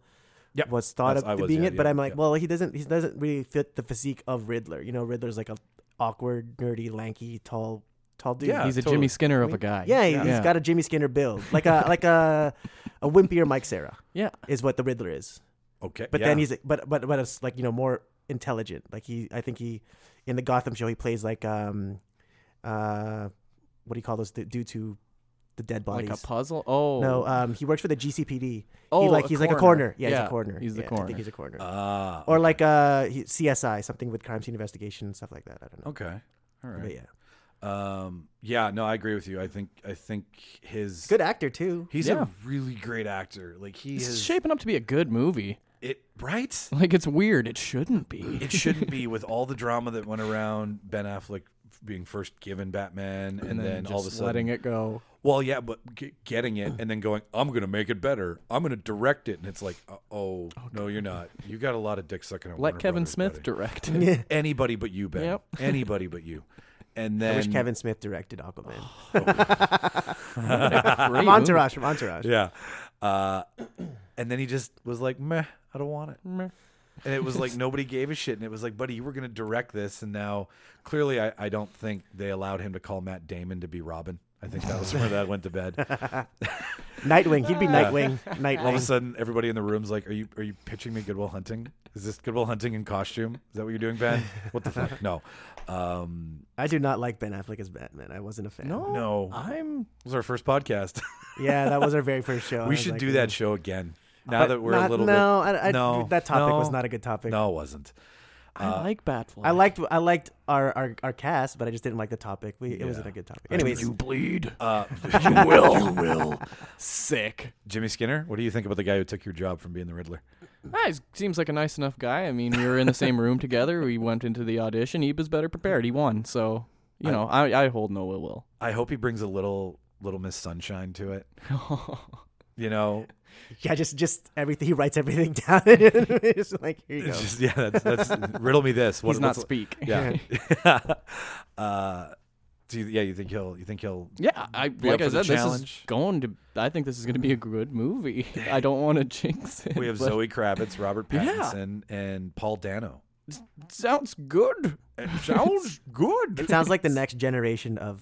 [SPEAKER 1] Yep.
[SPEAKER 2] was thought
[SPEAKER 1] That's- I
[SPEAKER 2] of
[SPEAKER 1] was,
[SPEAKER 2] being
[SPEAKER 1] yeah,
[SPEAKER 2] it, but
[SPEAKER 1] yeah,
[SPEAKER 2] I'm like,
[SPEAKER 1] yeah.
[SPEAKER 2] well, he doesn't he doesn't really fit the physique of Riddler. You know, Riddler's like a awkward, nerdy, lanky, tall, tall dude.
[SPEAKER 1] Yeah,
[SPEAKER 2] He's-
[SPEAKER 3] He's a
[SPEAKER 1] totally.
[SPEAKER 3] Jimmy Skinner of a guy.
[SPEAKER 2] yeah, he-
[SPEAKER 1] yeah.
[SPEAKER 2] he's got a Jimmy Skinner build,
[SPEAKER 1] [laughs]
[SPEAKER 2] like a like a a wimpier Mike Sarah
[SPEAKER 3] Yeah.
[SPEAKER 2] is what the Riddler is.
[SPEAKER 1] Okay.
[SPEAKER 2] But
[SPEAKER 1] yeah.
[SPEAKER 2] then he's but but but it's like you know more intelligent. Like he, I think he in the Gotham show he plays like um uh what do you call those d- dudes who the dead bodies
[SPEAKER 3] Like a puzzle. Oh.
[SPEAKER 2] no, um, he works for the GCPD.
[SPEAKER 3] oh,
[SPEAKER 2] he like he's like a coroner. Yeah, he's a coroner.
[SPEAKER 3] corner. He's the
[SPEAKER 2] yeah, I
[SPEAKER 3] corner.
[SPEAKER 2] think he's a coroner.
[SPEAKER 1] Ah,
[SPEAKER 2] or
[SPEAKER 1] okay.
[SPEAKER 2] like uh he, CSI, something with crime scene investigation and stuff like that. I don't know.
[SPEAKER 1] Okay. All
[SPEAKER 2] But
[SPEAKER 1] right.
[SPEAKER 2] yeah,
[SPEAKER 1] Um yeah, no, I agree with you. I think I think his
[SPEAKER 2] good actor too.
[SPEAKER 1] He's
[SPEAKER 3] Yeah.
[SPEAKER 1] a really great actor. Like he
[SPEAKER 3] This
[SPEAKER 1] is
[SPEAKER 3] is shaping up to be a good movie. [laughs]
[SPEAKER 1] it right?
[SPEAKER 3] Like it's weird. It shouldn't [laughs] be.
[SPEAKER 1] It shouldn't be with all the drama that went around Ben Affleck being first given Batman and, then, all of a
[SPEAKER 3] just
[SPEAKER 1] sudden
[SPEAKER 3] letting it go.
[SPEAKER 1] Well, yeah, but g- getting it and then going, I'm going to make it better. I'm going to direct it, and it's like, uh, oh no, you're not. You got a lot of dick sucking. At
[SPEAKER 3] Let
[SPEAKER 1] Warner
[SPEAKER 3] Kevin
[SPEAKER 1] Brothers,
[SPEAKER 3] Smith
[SPEAKER 1] buddy.
[SPEAKER 2] [laughs]
[SPEAKER 3] direct it.
[SPEAKER 1] Anybody but you, Ben.
[SPEAKER 3] Yep. [laughs]
[SPEAKER 1] Anybody but you. And then
[SPEAKER 2] I wish Kevin Smith directed
[SPEAKER 1] [sighs]
[SPEAKER 2] Aquaman.
[SPEAKER 3] [laughs] Great
[SPEAKER 2] From Entourage, from Entourage.
[SPEAKER 1] Yeah. Uh, and then he just was like, meh, I don't want it.
[SPEAKER 3] movie.
[SPEAKER 1] And it was like
[SPEAKER 3] [laughs]
[SPEAKER 1] nobody gave a shit. And it was like, buddy, you were going to direct this, and now clearly, I, I don't think they allowed him to call Matt Damon to be Robin. I think that was where that went to
[SPEAKER 3] [laughs]
[SPEAKER 1] bed.
[SPEAKER 2] Nightwing, he'd be
[SPEAKER 1] [laughs]
[SPEAKER 2] Nightwing.
[SPEAKER 1] All of a
[SPEAKER 2] Nightwing.
[SPEAKER 1] sudden, everybody in the room's like, "Are you are you pitching me Goodwill Hunting? Is this Goodwill Hunting in costume? Is that what you're doing, Ben? What the
[SPEAKER 3] [laughs]
[SPEAKER 1] fuck? No, um,
[SPEAKER 2] I do not like Ben Affleck as Batman. I wasn't a fan.
[SPEAKER 3] No.
[SPEAKER 1] no. It
[SPEAKER 3] I'm
[SPEAKER 1] was our first podcast. [laughs]
[SPEAKER 2] Yeah, that was our very first show. I
[SPEAKER 1] we
[SPEAKER 2] was
[SPEAKER 1] should
[SPEAKER 2] like,
[SPEAKER 1] do
[SPEAKER 2] "Ooh."
[SPEAKER 1] that show again.
[SPEAKER 3] Uh,
[SPEAKER 1] Now
[SPEAKER 2] But
[SPEAKER 1] that we're
[SPEAKER 2] not-
[SPEAKER 1] a little
[SPEAKER 2] no, I, I,
[SPEAKER 1] no,
[SPEAKER 2] that topic was
[SPEAKER 1] no,
[SPEAKER 2] not a good
[SPEAKER 1] bit.
[SPEAKER 2] topic.
[SPEAKER 1] No, it wasn't. Uh,
[SPEAKER 3] I like Batfly.
[SPEAKER 2] I liked I liked our, our our cast, but I just didn't like the topic. We, It wasn't a good topic. Anyways,
[SPEAKER 3] bleed.
[SPEAKER 1] Uh,
[SPEAKER 3] [laughs]
[SPEAKER 1] [laughs]
[SPEAKER 3] you will. you will. Sick.
[SPEAKER 1] Jimmy Skinner, what do you think about the guy who took your job from being the Riddler?
[SPEAKER 3] Ah, he seems like a nice enough guy. I mean, we were in the same room together. We went into the audition. He was better prepared. He won. So, you know, I, I hold no ill will.
[SPEAKER 1] I hope he brings a little little Miss Sunshine to it. You know,
[SPEAKER 2] yeah, just just everything. He writes everything [laughs] down. it's like here you go.
[SPEAKER 1] it's just yeah. That's that's
[SPEAKER 3] [laughs]
[SPEAKER 1] riddle me this. [laughs] What,
[SPEAKER 3] He's not
[SPEAKER 1] what's-
[SPEAKER 3] speak.
[SPEAKER 1] Yeah. [laughs] uh, do you, yeah, you think he'll you think he'll
[SPEAKER 3] [laughs] Yeah, I
[SPEAKER 1] Be
[SPEAKER 3] like
[SPEAKER 1] up
[SPEAKER 3] I
[SPEAKER 1] for the
[SPEAKER 3] said, this
[SPEAKER 1] challenge.
[SPEAKER 3] is going to. I think this is going to be a
[SPEAKER 1] [laughs]
[SPEAKER 3] good movie. I don't want to jinx it.
[SPEAKER 1] We have
[SPEAKER 3] [laughs] but
[SPEAKER 1] Zoe Kravitz, Robert
[SPEAKER 3] [laughs] Yeah.
[SPEAKER 1] Pattinson, and Paul Dano.
[SPEAKER 3] it Sounds good.
[SPEAKER 1] It sounds good. [laughs]
[SPEAKER 2] It sounds like the next generation of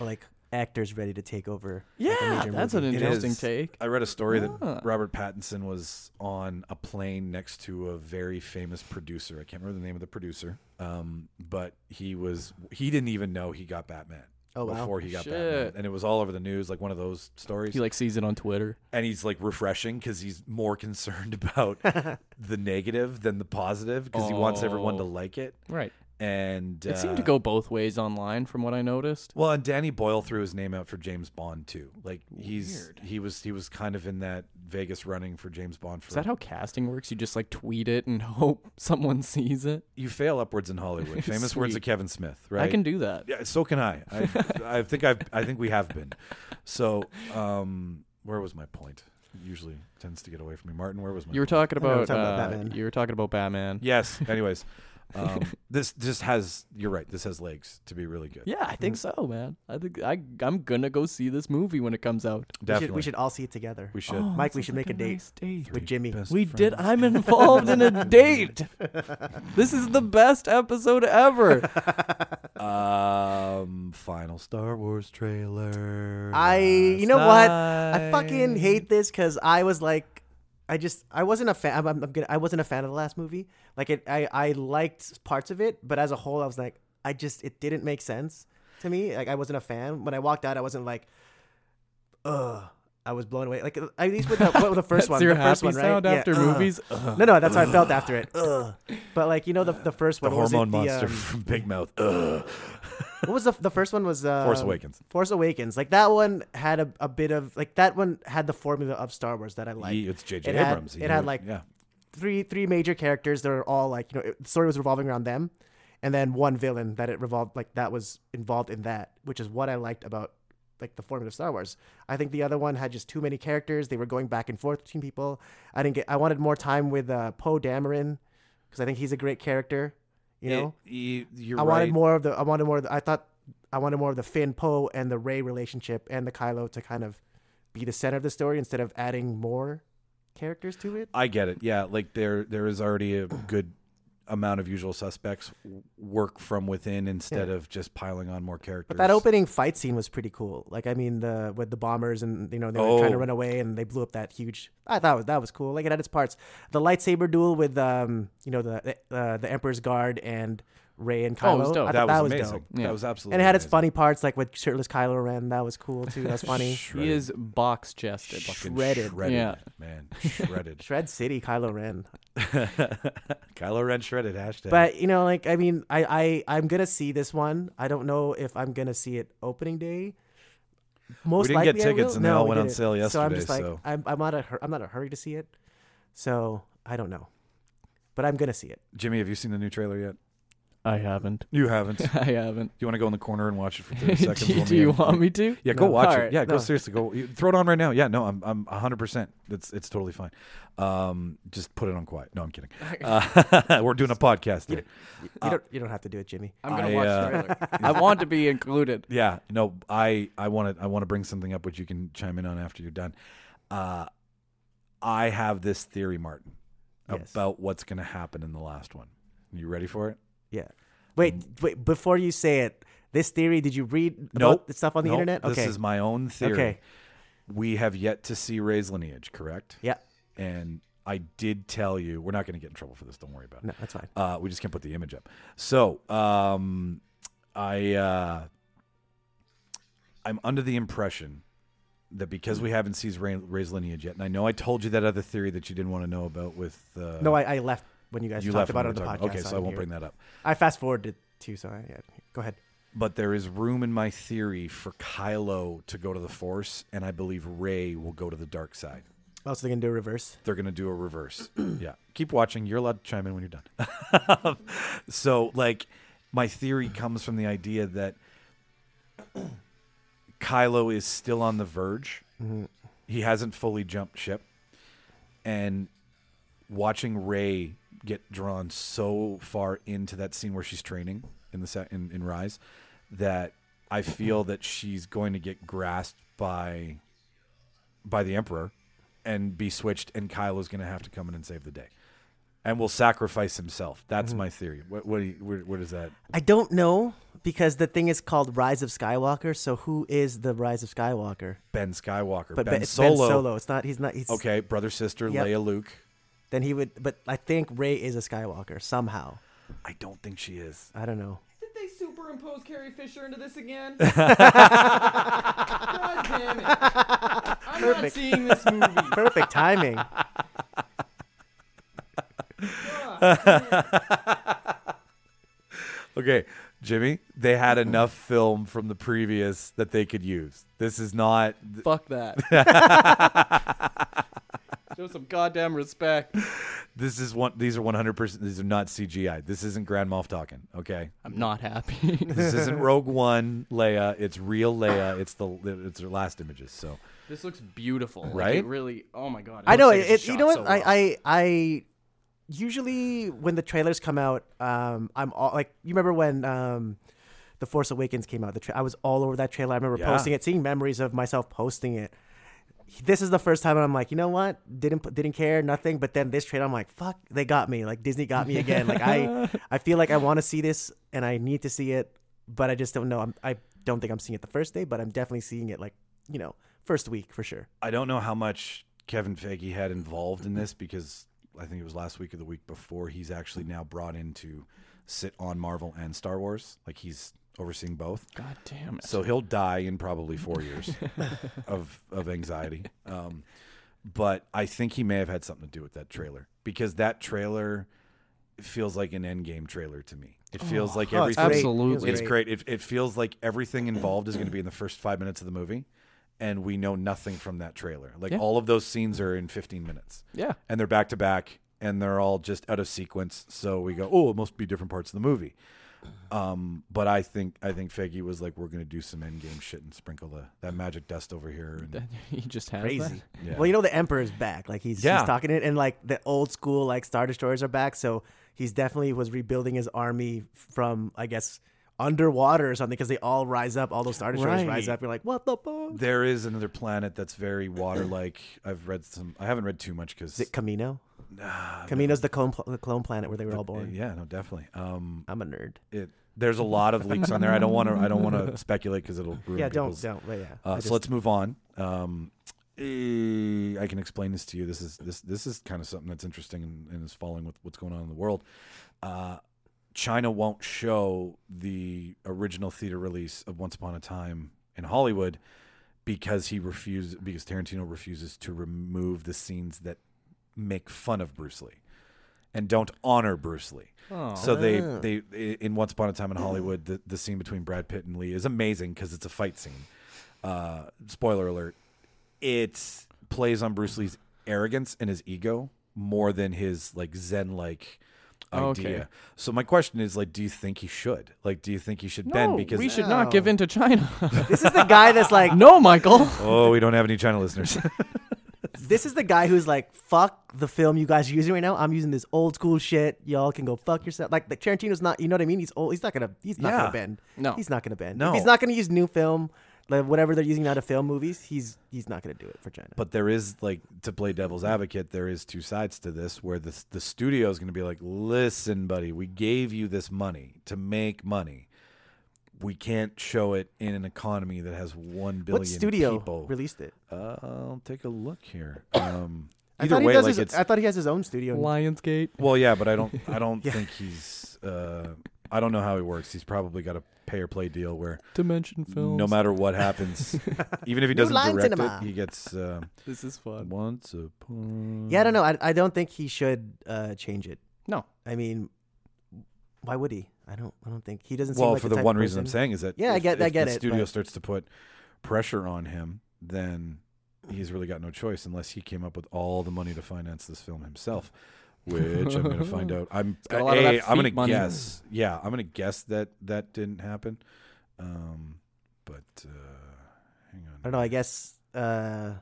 [SPEAKER 2] like actors ready to take over. like, a
[SPEAKER 3] Yeah,
[SPEAKER 2] major
[SPEAKER 3] that's
[SPEAKER 2] movie.
[SPEAKER 3] an
[SPEAKER 1] It
[SPEAKER 3] interesting
[SPEAKER 1] is.
[SPEAKER 3] take.
[SPEAKER 1] [laughs] I read a story
[SPEAKER 3] Ah.
[SPEAKER 1] that Robert Pattinson was on a plane next to a very famous producer. I can't remember the name of the producer, um, but he was he didn't even know he got Batman
[SPEAKER 2] Oh, wow.
[SPEAKER 1] before he got
[SPEAKER 3] Shit.
[SPEAKER 1] Batman, and it was all over the news, like one of those stories.
[SPEAKER 3] He like sees it on Twitter.
[SPEAKER 1] and he's like refreshing because he's more [laughs] concerned
[SPEAKER 3] [laughs]
[SPEAKER 1] about the negative than the positive because he wants everyone to
[SPEAKER 3] Oh.
[SPEAKER 1] like it.
[SPEAKER 3] Right.
[SPEAKER 1] And
[SPEAKER 3] It seemed to
[SPEAKER 1] uh,
[SPEAKER 3] go both ways online, from what I noticed.
[SPEAKER 1] Well, and Danny Boyle threw his name out for James Bond too. Like he's
[SPEAKER 3] Weird.
[SPEAKER 1] he was he was kind of in that Vegas running for James Bond. For
[SPEAKER 3] Is that how casting works? You just like tweet it and [laughs] hope someone sees it.
[SPEAKER 1] you fail upwards in Hollywood? Famous words of
[SPEAKER 3] [laughs] Sweet.
[SPEAKER 1] Kevin Smith, right?
[SPEAKER 3] I can do that.
[SPEAKER 1] Yeah, so can I.
[SPEAKER 3] [laughs]
[SPEAKER 1] I, I think I've I think we have been. So, um, where was my point? It usually tends to get away from me. Martin, where was my?
[SPEAKER 3] You were
[SPEAKER 1] point?
[SPEAKER 3] talking
[SPEAKER 2] I know, we're
[SPEAKER 3] about,
[SPEAKER 2] talking about
[SPEAKER 3] uh,
[SPEAKER 2] Batman.
[SPEAKER 3] you were talking about Batman.
[SPEAKER 2] [laughs]
[SPEAKER 1] Yes. Anyways, um, this this has you're right. This has legs to be really good.
[SPEAKER 3] Yeah, I think
[SPEAKER 2] Mm.
[SPEAKER 3] so, man. I think I I'm gonna go see this movie when it comes out.
[SPEAKER 2] we should,
[SPEAKER 1] definitely.
[SPEAKER 2] we should all see it together
[SPEAKER 1] We should.
[SPEAKER 2] Oh, Mike, we should make a date. with Jimmy.
[SPEAKER 1] Best
[SPEAKER 3] We did.
[SPEAKER 1] friends. [laughs]
[SPEAKER 3] I'm involved in
[SPEAKER 2] [laughs]
[SPEAKER 3] a date. This is the best episode ever.
[SPEAKER 1] Um, final Star Wars trailer.
[SPEAKER 2] I, [laughs] you know what? I fucking hate this because I was like, I just, I wasn't a fan. I'm, I'm gonna, I wasn't a fan of the last movie. Like it, I, I liked parts of it, but as a whole, I was like, I just, it didn't make sense to me. Like I wasn't a fan. When I walked out, I wasn't like, ugh. I was blown away. Like at least with the,
[SPEAKER 3] [laughs]
[SPEAKER 2] with the
[SPEAKER 3] That's
[SPEAKER 2] first one,
[SPEAKER 3] your
[SPEAKER 2] the first
[SPEAKER 3] happy
[SPEAKER 2] one, right?
[SPEAKER 3] sound
[SPEAKER 2] Yeah,
[SPEAKER 3] after
[SPEAKER 2] ugh.
[SPEAKER 3] movies.
[SPEAKER 2] No, no, that's how I
[SPEAKER 3] [laughs]
[SPEAKER 2] felt after it. Ugh. But like you know, the the first
[SPEAKER 1] The
[SPEAKER 2] one what was it?
[SPEAKER 1] hormone
[SPEAKER 2] The,
[SPEAKER 1] monster [laughs]
[SPEAKER 2] um,
[SPEAKER 1] from Big Mouth. Ugh.
[SPEAKER 2] [laughs] what was the the first one was uh,
[SPEAKER 1] Force Awakens.
[SPEAKER 2] Force Awakens. Like that one had a, a bit of like that one had the formula of Star Wars that I like.
[SPEAKER 1] Ye- it's J.J.
[SPEAKER 2] it had-
[SPEAKER 1] Abrams. He
[SPEAKER 2] it
[SPEAKER 1] knew
[SPEAKER 2] had, like,
[SPEAKER 1] yeah.
[SPEAKER 2] Three three major characters that are all like you know it- the story was revolving around them, and then one villain that it revolved like that was involved in that, which is what I liked about like the formative Star Wars. I think the other one had just too many characters. They were going back and forth between people. I didn't get. I wanted more time with uh, Poe Dameron because I think he's a great character. You know,
[SPEAKER 1] It- you, you're
[SPEAKER 2] I
[SPEAKER 1] right.
[SPEAKER 2] wanted more of the. I wanted more. Of the, I thought I wanted more of the Finn Poe and the Ray relationship and the Kylo to kind of be the center of the story instead of adding more characters to it.
[SPEAKER 1] I get it. Yeah, like there there is already a good amount of usual suspects w- work from within instead of just piling on more characters.
[SPEAKER 2] That opening fight scene was pretty cool. Like, I mean, the with the bombers and you know they were trying to
[SPEAKER 1] Oh.
[SPEAKER 2] run away and they blew up that huge. I thought was, that was cool. Like it had its parts. The lightsaber duel with um you know the uh, the Emperor's Guard and Ray and Kylo.
[SPEAKER 3] Oh, it was dope.
[SPEAKER 2] I
[SPEAKER 1] that,
[SPEAKER 2] thought
[SPEAKER 1] was
[SPEAKER 2] that was,
[SPEAKER 1] amazing.
[SPEAKER 2] dope.
[SPEAKER 1] That
[SPEAKER 3] Yeah.
[SPEAKER 1] was absolutely.
[SPEAKER 2] And it had its
[SPEAKER 1] amazing.
[SPEAKER 2] funny parts, like with shirtless Kylo Ren. That was cool too. That
[SPEAKER 1] [laughs]
[SPEAKER 2] was funny.
[SPEAKER 3] He is box chested.
[SPEAKER 1] Fucking
[SPEAKER 2] shredded.
[SPEAKER 1] shredded,
[SPEAKER 3] Yeah. [laughs]
[SPEAKER 1] man, shredded.
[SPEAKER 2] Shred City, Kylo Ren.
[SPEAKER 1] Kylo Ren shredded hashtag.
[SPEAKER 2] But you know, like I mean, I I I'm gonna see this one. I don't know if I'm gonna see it opening day. Most
[SPEAKER 1] didn't
[SPEAKER 2] likely,
[SPEAKER 1] get
[SPEAKER 2] I
[SPEAKER 1] tickets
[SPEAKER 2] will.
[SPEAKER 1] and they
[SPEAKER 2] No,
[SPEAKER 1] all
[SPEAKER 2] we
[SPEAKER 1] went on
[SPEAKER 2] didn't.
[SPEAKER 1] sale
[SPEAKER 2] So I'm
[SPEAKER 1] yesterday,
[SPEAKER 2] just like,
[SPEAKER 1] so-
[SPEAKER 2] I'm I'm not a hur- I'm not in a hurry to see it. So I don't know, but I'm gonna see it.
[SPEAKER 1] Jimmy, have you seen the new trailer yet?
[SPEAKER 3] I haven't. [laughs]
[SPEAKER 1] You haven't. Do
[SPEAKER 3] I haven't.
[SPEAKER 1] you want to go in the corner and watch it for
[SPEAKER 3] do, [laughs]
[SPEAKER 1] thirty seconds? while
[SPEAKER 3] do
[SPEAKER 1] me
[SPEAKER 3] you
[SPEAKER 1] and-
[SPEAKER 3] want me to?
[SPEAKER 1] [laughs] Yeah, go
[SPEAKER 2] No.
[SPEAKER 1] watch
[SPEAKER 3] All
[SPEAKER 1] it.
[SPEAKER 3] right.
[SPEAKER 1] Yeah, go
[SPEAKER 2] No.
[SPEAKER 1] seriously. Go you- throw it on right now. Yeah, no, I'm I'm 100%. It's it's totally fine. Um, just put it on quiet. No, I'm kidding. Uh, [laughs] we're doing a podcast. Here.
[SPEAKER 2] You
[SPEAKER 1] Uh,
[SPEAKER 2] don't you don't have to do it, Jimmy.
[SPEAKER 3] I'm gonna
[SPEAKER 1] I,
[SPEAKER 3] watch
[SPEAKER 1] uh,
[SPEAKER 3] the trailer.
[SPEAKER 2] [laughs]
[SPEAKER 3] I want to be included.
[SPEAKER 1] Yeah, no, I I want to I want to bring something up which you can chime in on after you're done. Uh, I have this theory, Martin,
[SPEAKER 2] Yes.
[SPEAKER 1] about what's going to happen in the last one. You ready for it?
[SPEAKER 2] Yeah. Wait, wait. Before you say it, this theory. Did you read
[SPEAKER 1] Nope.
[SPEAKER 2] about the stuff on the
[SPEAKER 1] Nope,
[SPEAKER 2] internet? Okay.
[SPEAKER 1] This is my own theory.
[SPEAKER 2] Okay.
[SPEAKER 1] We have yet to see Ray's lineage, correct?
[SPEAKER 2] yeah.
[SPEAKER 1] And I did tell you, we're not going to get in trouble for this. Don't worry about it.
[SPEAKER 2] No, that's fine.
[SPEAKER 1] Uh, we just can't put the image up. So um, I uh, I'm under the impression that because we haven't seen Ray, Ray's lineage yet, and I know I told you that other theory that you didn't want to know about with uh,
[SPEAKER 2] No, I, I left when you guys
[SPEAKER 1] you
[SPEAKER 2] talked
[SPEAKER 1] left
[SPEAKER 2] about it
[SPEAKER 1] when
[SPEAKER 2] on the
[SPEAKER 1] we were
[SPEAKER 2] podcast.
[SPEAKER 1] talking- Okay, so I
[SPEAKER 2] I'm
[SPEAKER 1] won't
[SPEAKER 2] here.
[SPEAKER 1] bring that up.
[SPEAKER 2] I fast forwarded too, so I, yeah. Go ahead.
[SPEAKER 1] But there is room in my theory for Kylo to go to the Force, and I believe Ray will go to the dark side.
[SPEAKER 2] Oh, so they're gonna do a reverse.
[SPEAKER 1] they're going to do a reverse. yeah. Keep watching. You're allowed to chime in when you're done. [laughs] so, like, my theory comes from the idea that [clears throat] Kylo is still on the verge. He hasn't fully jumped ship. And watching Ray get drawn so far into that scene where she's training in the set in, in Rise that I feel that she's going to get grasped by by the Emperor and be switched, and Kylo's going to have to come in and save the day, and will sacrifice himself. That's
[SPEAKER 2] Mm-hmm.
[SPEAKER 1] my theory. What, what do you, where, where does that?
[SPEAKER 2] I don't know because the thing is called Rise of Skywalker. So who is the Rise of Skywalker?
[SPEAKER 1] Ben Skywalker,
[SPEAKER 2] But
[SPEAKER 1] ben,
[SPEAKER 2] Ben, it's
[SPEAKER 1] Solo.
[SPEAKER 2] Ben Solo. It's not. He's not. He's
[SPEAKER 1] Okay, brother, sister,
[SPEAKER 2] Yep.
[SPEAKER 1] Leia, Luke.
[SPEAKER 2] Then he would. But I think Ray is a Skywalker somehow.
[SPEAKER 1] I don't think she is.
[SPEAKER 2] I don't know.
[SPEAKER 4] Did they superimpose Carrie Fisher into this again? God damn it. I'm not seeing this movie.
[SPEAKER 2] Perfect timing.
[SPEAKER 1] Okay, Jimmy, they had enough film from the previous that they could use. This is not.
[SPEAKER 3] Fuck
[SPEAKER 2] [laughs]
[SPEAKER 3] that. [laughs] Show some goddamn respect.
[SPEAKER 1] This is one. These are one hundred percent. These are not CGI. This isn't Grand Moff Talking. Okay,
[SPEAKER 3] I'm not happy.
[SPEAKER 2] [laughs]
[SPEAKER 1] this isn't Rogue One Leia. It's real Leia. It's the. It's her last images. So
[SPEAKER 3] this looks beautiful. Like,
[SPEAKER 1] Right?
[SPEAKER 3] it really. Oh my god.
[SPEAKER 2] I know.
[SPEAKER 3] looks like
[SPEAKER 2] It,
[SPEAKER 3] it's
[SPEAKER 2] you
[SPEAKER 3] shot
[SPEAKER 2] know what?
[SPEAKER 3] so well.
[SPEAKER 2] I, I I usually when the trailers come out, um, I'm all like, you remember when um, the Force Awakens came out? The tra- I was all over that trailer. I remember
[SPEAKER 1] Yeah.
[SPEAKER 2] posting it, seeing memories of myself posting it. This is the first time I'm like, you know what? Didn't didn't care, nothing. But then this trailer, I'm like, fuck, they got me. Like Disney got me again. like I I feel like I want to see this and I need to see it, but I just don't know. I'm, I don't think I'm seeing it the first day, but I'm definitely seeing it like you know first week for sure.
[SPEAKER 1] I don't know how much Kevin Feige had involved in this because I think it was last week or the week before he's actually now brought in to sit on Marvel and Star Wars. Like he's overseeing both.
[SPEAKER 3] God damn it.
[SPEAKER 1] So he'll die in probably four
[SPEAKER 2] [laughs]
[SPEAKER 1] years of of anxiety. Um, but I think he may have had something to do with that trailer because that trailer feels like an Endgame trailer to me. It feels like
[SPEAKER 2] Oh, it's
[SPEAKER 1] everything.
[SPEAKER 2] great.
[SPEAKER 3] Absolutely.
[SPEAKER 1] It's great. It, it feels like everything involved is going to be in the first five minutes of the movie, and we know nothing from that trailer. Like
[SPEAKER 3] Yeah.
[SPEAKER 1] all of those scenes are in 15 minutes,
[SPEAKER 2] [laughs]
[SPEAKER 3] Yeah.
[SPEAKER 1] and they're back to back, and they're all just out of sequence. So we go, oh, it must be different parts of the movie. Um, but I think I think Figgy was like, we're gonna do some end game shit and sprinkle the, that magic dust over here. And,
[SPEAKER 3] [laughs] he just has
[SPEAKER 2] Crazy.
[SPEAKER 1] yeah.
[SPEAKER 2] Well, you know the Emperor's back. Like he's,
[SPEAKER 1] Yeah.
[SPEAKER 2] he's talking it, and like the old school like Star Destroyers are back. So he's definitely was rebuilding his army from I guess underwater or something because they all rise up. All those Star Destroyers rise
[SPEAKER 1] Right.
[SPEAKER 2] up. You're like, what the fuck?
[SPEAKER 1] there is another planet that's very water-like. I've read some. I haven't read too much because
[SPEAKER 2] Is it Camino? Camino's the clone, pl- the clone planet where they were all born.
[SPEAKER 1] yeah, no, definitely. Um,
[SPEAKER 2] I'm a nerd.
[SPEAKER 1] it there's a lot of leaks on there. I don't want to. I don't want to speculate because it'll ruin.
[SPEAKER 2] Yeah, don't
[SPEAKER 1] people's-
[SPEAKER 2] don't. But yeah,
[SPEAKER 1] Uh,
[SPEAKER 2] I just-
[SPEAKER 1] so let's move on. Um, eh, I can explain this to you. This is this this is kind of something that's interesting and, and is following with what's going on in the world. Uh, China won't show the original theater release of Once Upon a Time in Hollywood because he refused because Tarantino refuses to remove the scenes that make fun of Bruce Lee and don't honor Bruce Lee.
[SPEAKER 3] Oh.
[SPEAKER 2] [laughs]
[SPEAKER 1] So they
[SPEAKER 2] Ah.
[SPEAKER 1] they in Once Upon a Time in Hollywood, the, the scene between Brad Pitt and Lee is amazing because it's a fight scene. Uh, spoiler alert: it plays on Bruce Lee's arrogance and his ego more than his like zen like
[SPEAKER 3] Oh,
[SPEAKER 1] idea.
[SPEAKER 3] okay.
[SPEAKER 1] So my question is like, do you think he should? Like, do you think he should
[SPEAKER 3] No,
[SPEAKER 1] bend? Because
[SPEAKER 3] we should not give in to China. [laughs]
[SPEAKER 2] this is the guy
[SPEAKER 1] [laughs]
[SPEAKER 2] that's like,
[SPEAKER 3] no,
[SPEAKER 2] [laughs]
[SPEAKER 3] Michael.
[SPEAKER 1] oh, we don't have any China listeners.
[SPEAKER 2] this is the guy who's like, fuck the film you guys are using right now. I'm using this old school shit. Y'all can go fuck yourself. Like the Tarantino's not, you know what I mean? He's old. He's not gonna. He's not
[SPEAKER 1] Yeah.
[SPEAKER 2] gonna bend.
[SPEAKER 3] No.
[SPEAKER 2] he's not gonna bend.
[SPEAKER 1] No.
[SPEAKER 2] if he's not gonna use new film, like whatever they're using now to film movies. He's he's not gonna do it for China.
[SPEAKER 1] But there is like to play devil's advocate, there is two sides to this where the the studio is going to be like, "Listen, buddy, we gave you this money to make money. We can't show it in an economy that has 1 billion
[SPEAKER 2] what studio
[SPEAKER 1] people."
[SPEAKER 2] released it?
[SPEAKER 1] Uh, I'll take a look here. Um
[SPEAKER 2] [coughs] I
[SPEAKER 1] either
[SPEAKER 2] thought he
[SPEAKER 1] way
[SPEAKER 2] does
[SPEAKER 1] like
[SPEAKER 2] his,
[SPEAKER 1] it's
[SPEAKER 2] I thought he has his own studio. in-
[SPEAKER 3] Lionsgate.
[SPEAKER 1] Well, yeah, but I don't I don't
[SPEAKER 2] [laughs] Yeah.
[SPEAKER 1] think he's uh I don't know how he works. He's probably got a pay or play deal where
[SPEAKER 3] Dimension Films.
[SPEAKER 1] no matter what happens, even if he
[SPEAKER 2] New
[SPEAKER 1] doesn't
[SPEAKER 2] Line
[SPEAKER 1] direct
[SPEAKER 2] Cinema.
[SPEAKER 1] it, he gets uh,
[SPEAKER 3] This is fun.
[SPEAKER 1] once upon
[SPEAKER 2] Yeah, I don't know. I, I don't think he should uh, change it.
[SPEAKER 3] No.
[SPEAKER 2] I mean, why would he? I don't. I don't think he doesn't. seem
[SPEAKER 1] Well,
[SPEAKER 2] like
[SPEAKER 1] for
[SPEAKER 2] the,
[SPEAKER 1] the
[SPEAKER 2] type of
[SPEAKER 1] one reason I'm
[SPEAKER 2] person-
[SPEAKER 1] saying is that
[SPEAKER 2] Yeah, I
[SPEAKER 1] if-
[SPEAKER 2] get- I
[SPEAKER 1] if
[SPEAKER 2] get
[SPEAKER 1] the
[SPEAKER 2] it,
[SPEAKER 1] studio
[SPEAKER 2] but-
[SPEAKER 1] starts to put pressure on him, then he's really got no choice unless he came up with all the money to finance this film himself. Which I'm going to
[SPEAKER 2] [laughs]
[SPEAKER 1] find out. I'm
[SPEAKER 3] got a lot of
[SPEAKER 1] A,
[SPEAKER 3] that
[SPEAKER 1] I'm going
[SPEAKER 3] feet
[SPEAKER 1] to
[SPEAKER 3] money.
[SPEAKER 1] guess. Yeah, I'm going to guess that that didn't happen. Um, but uh, hang on.
[SPEAKER 2] I don't know. I guess. Uh,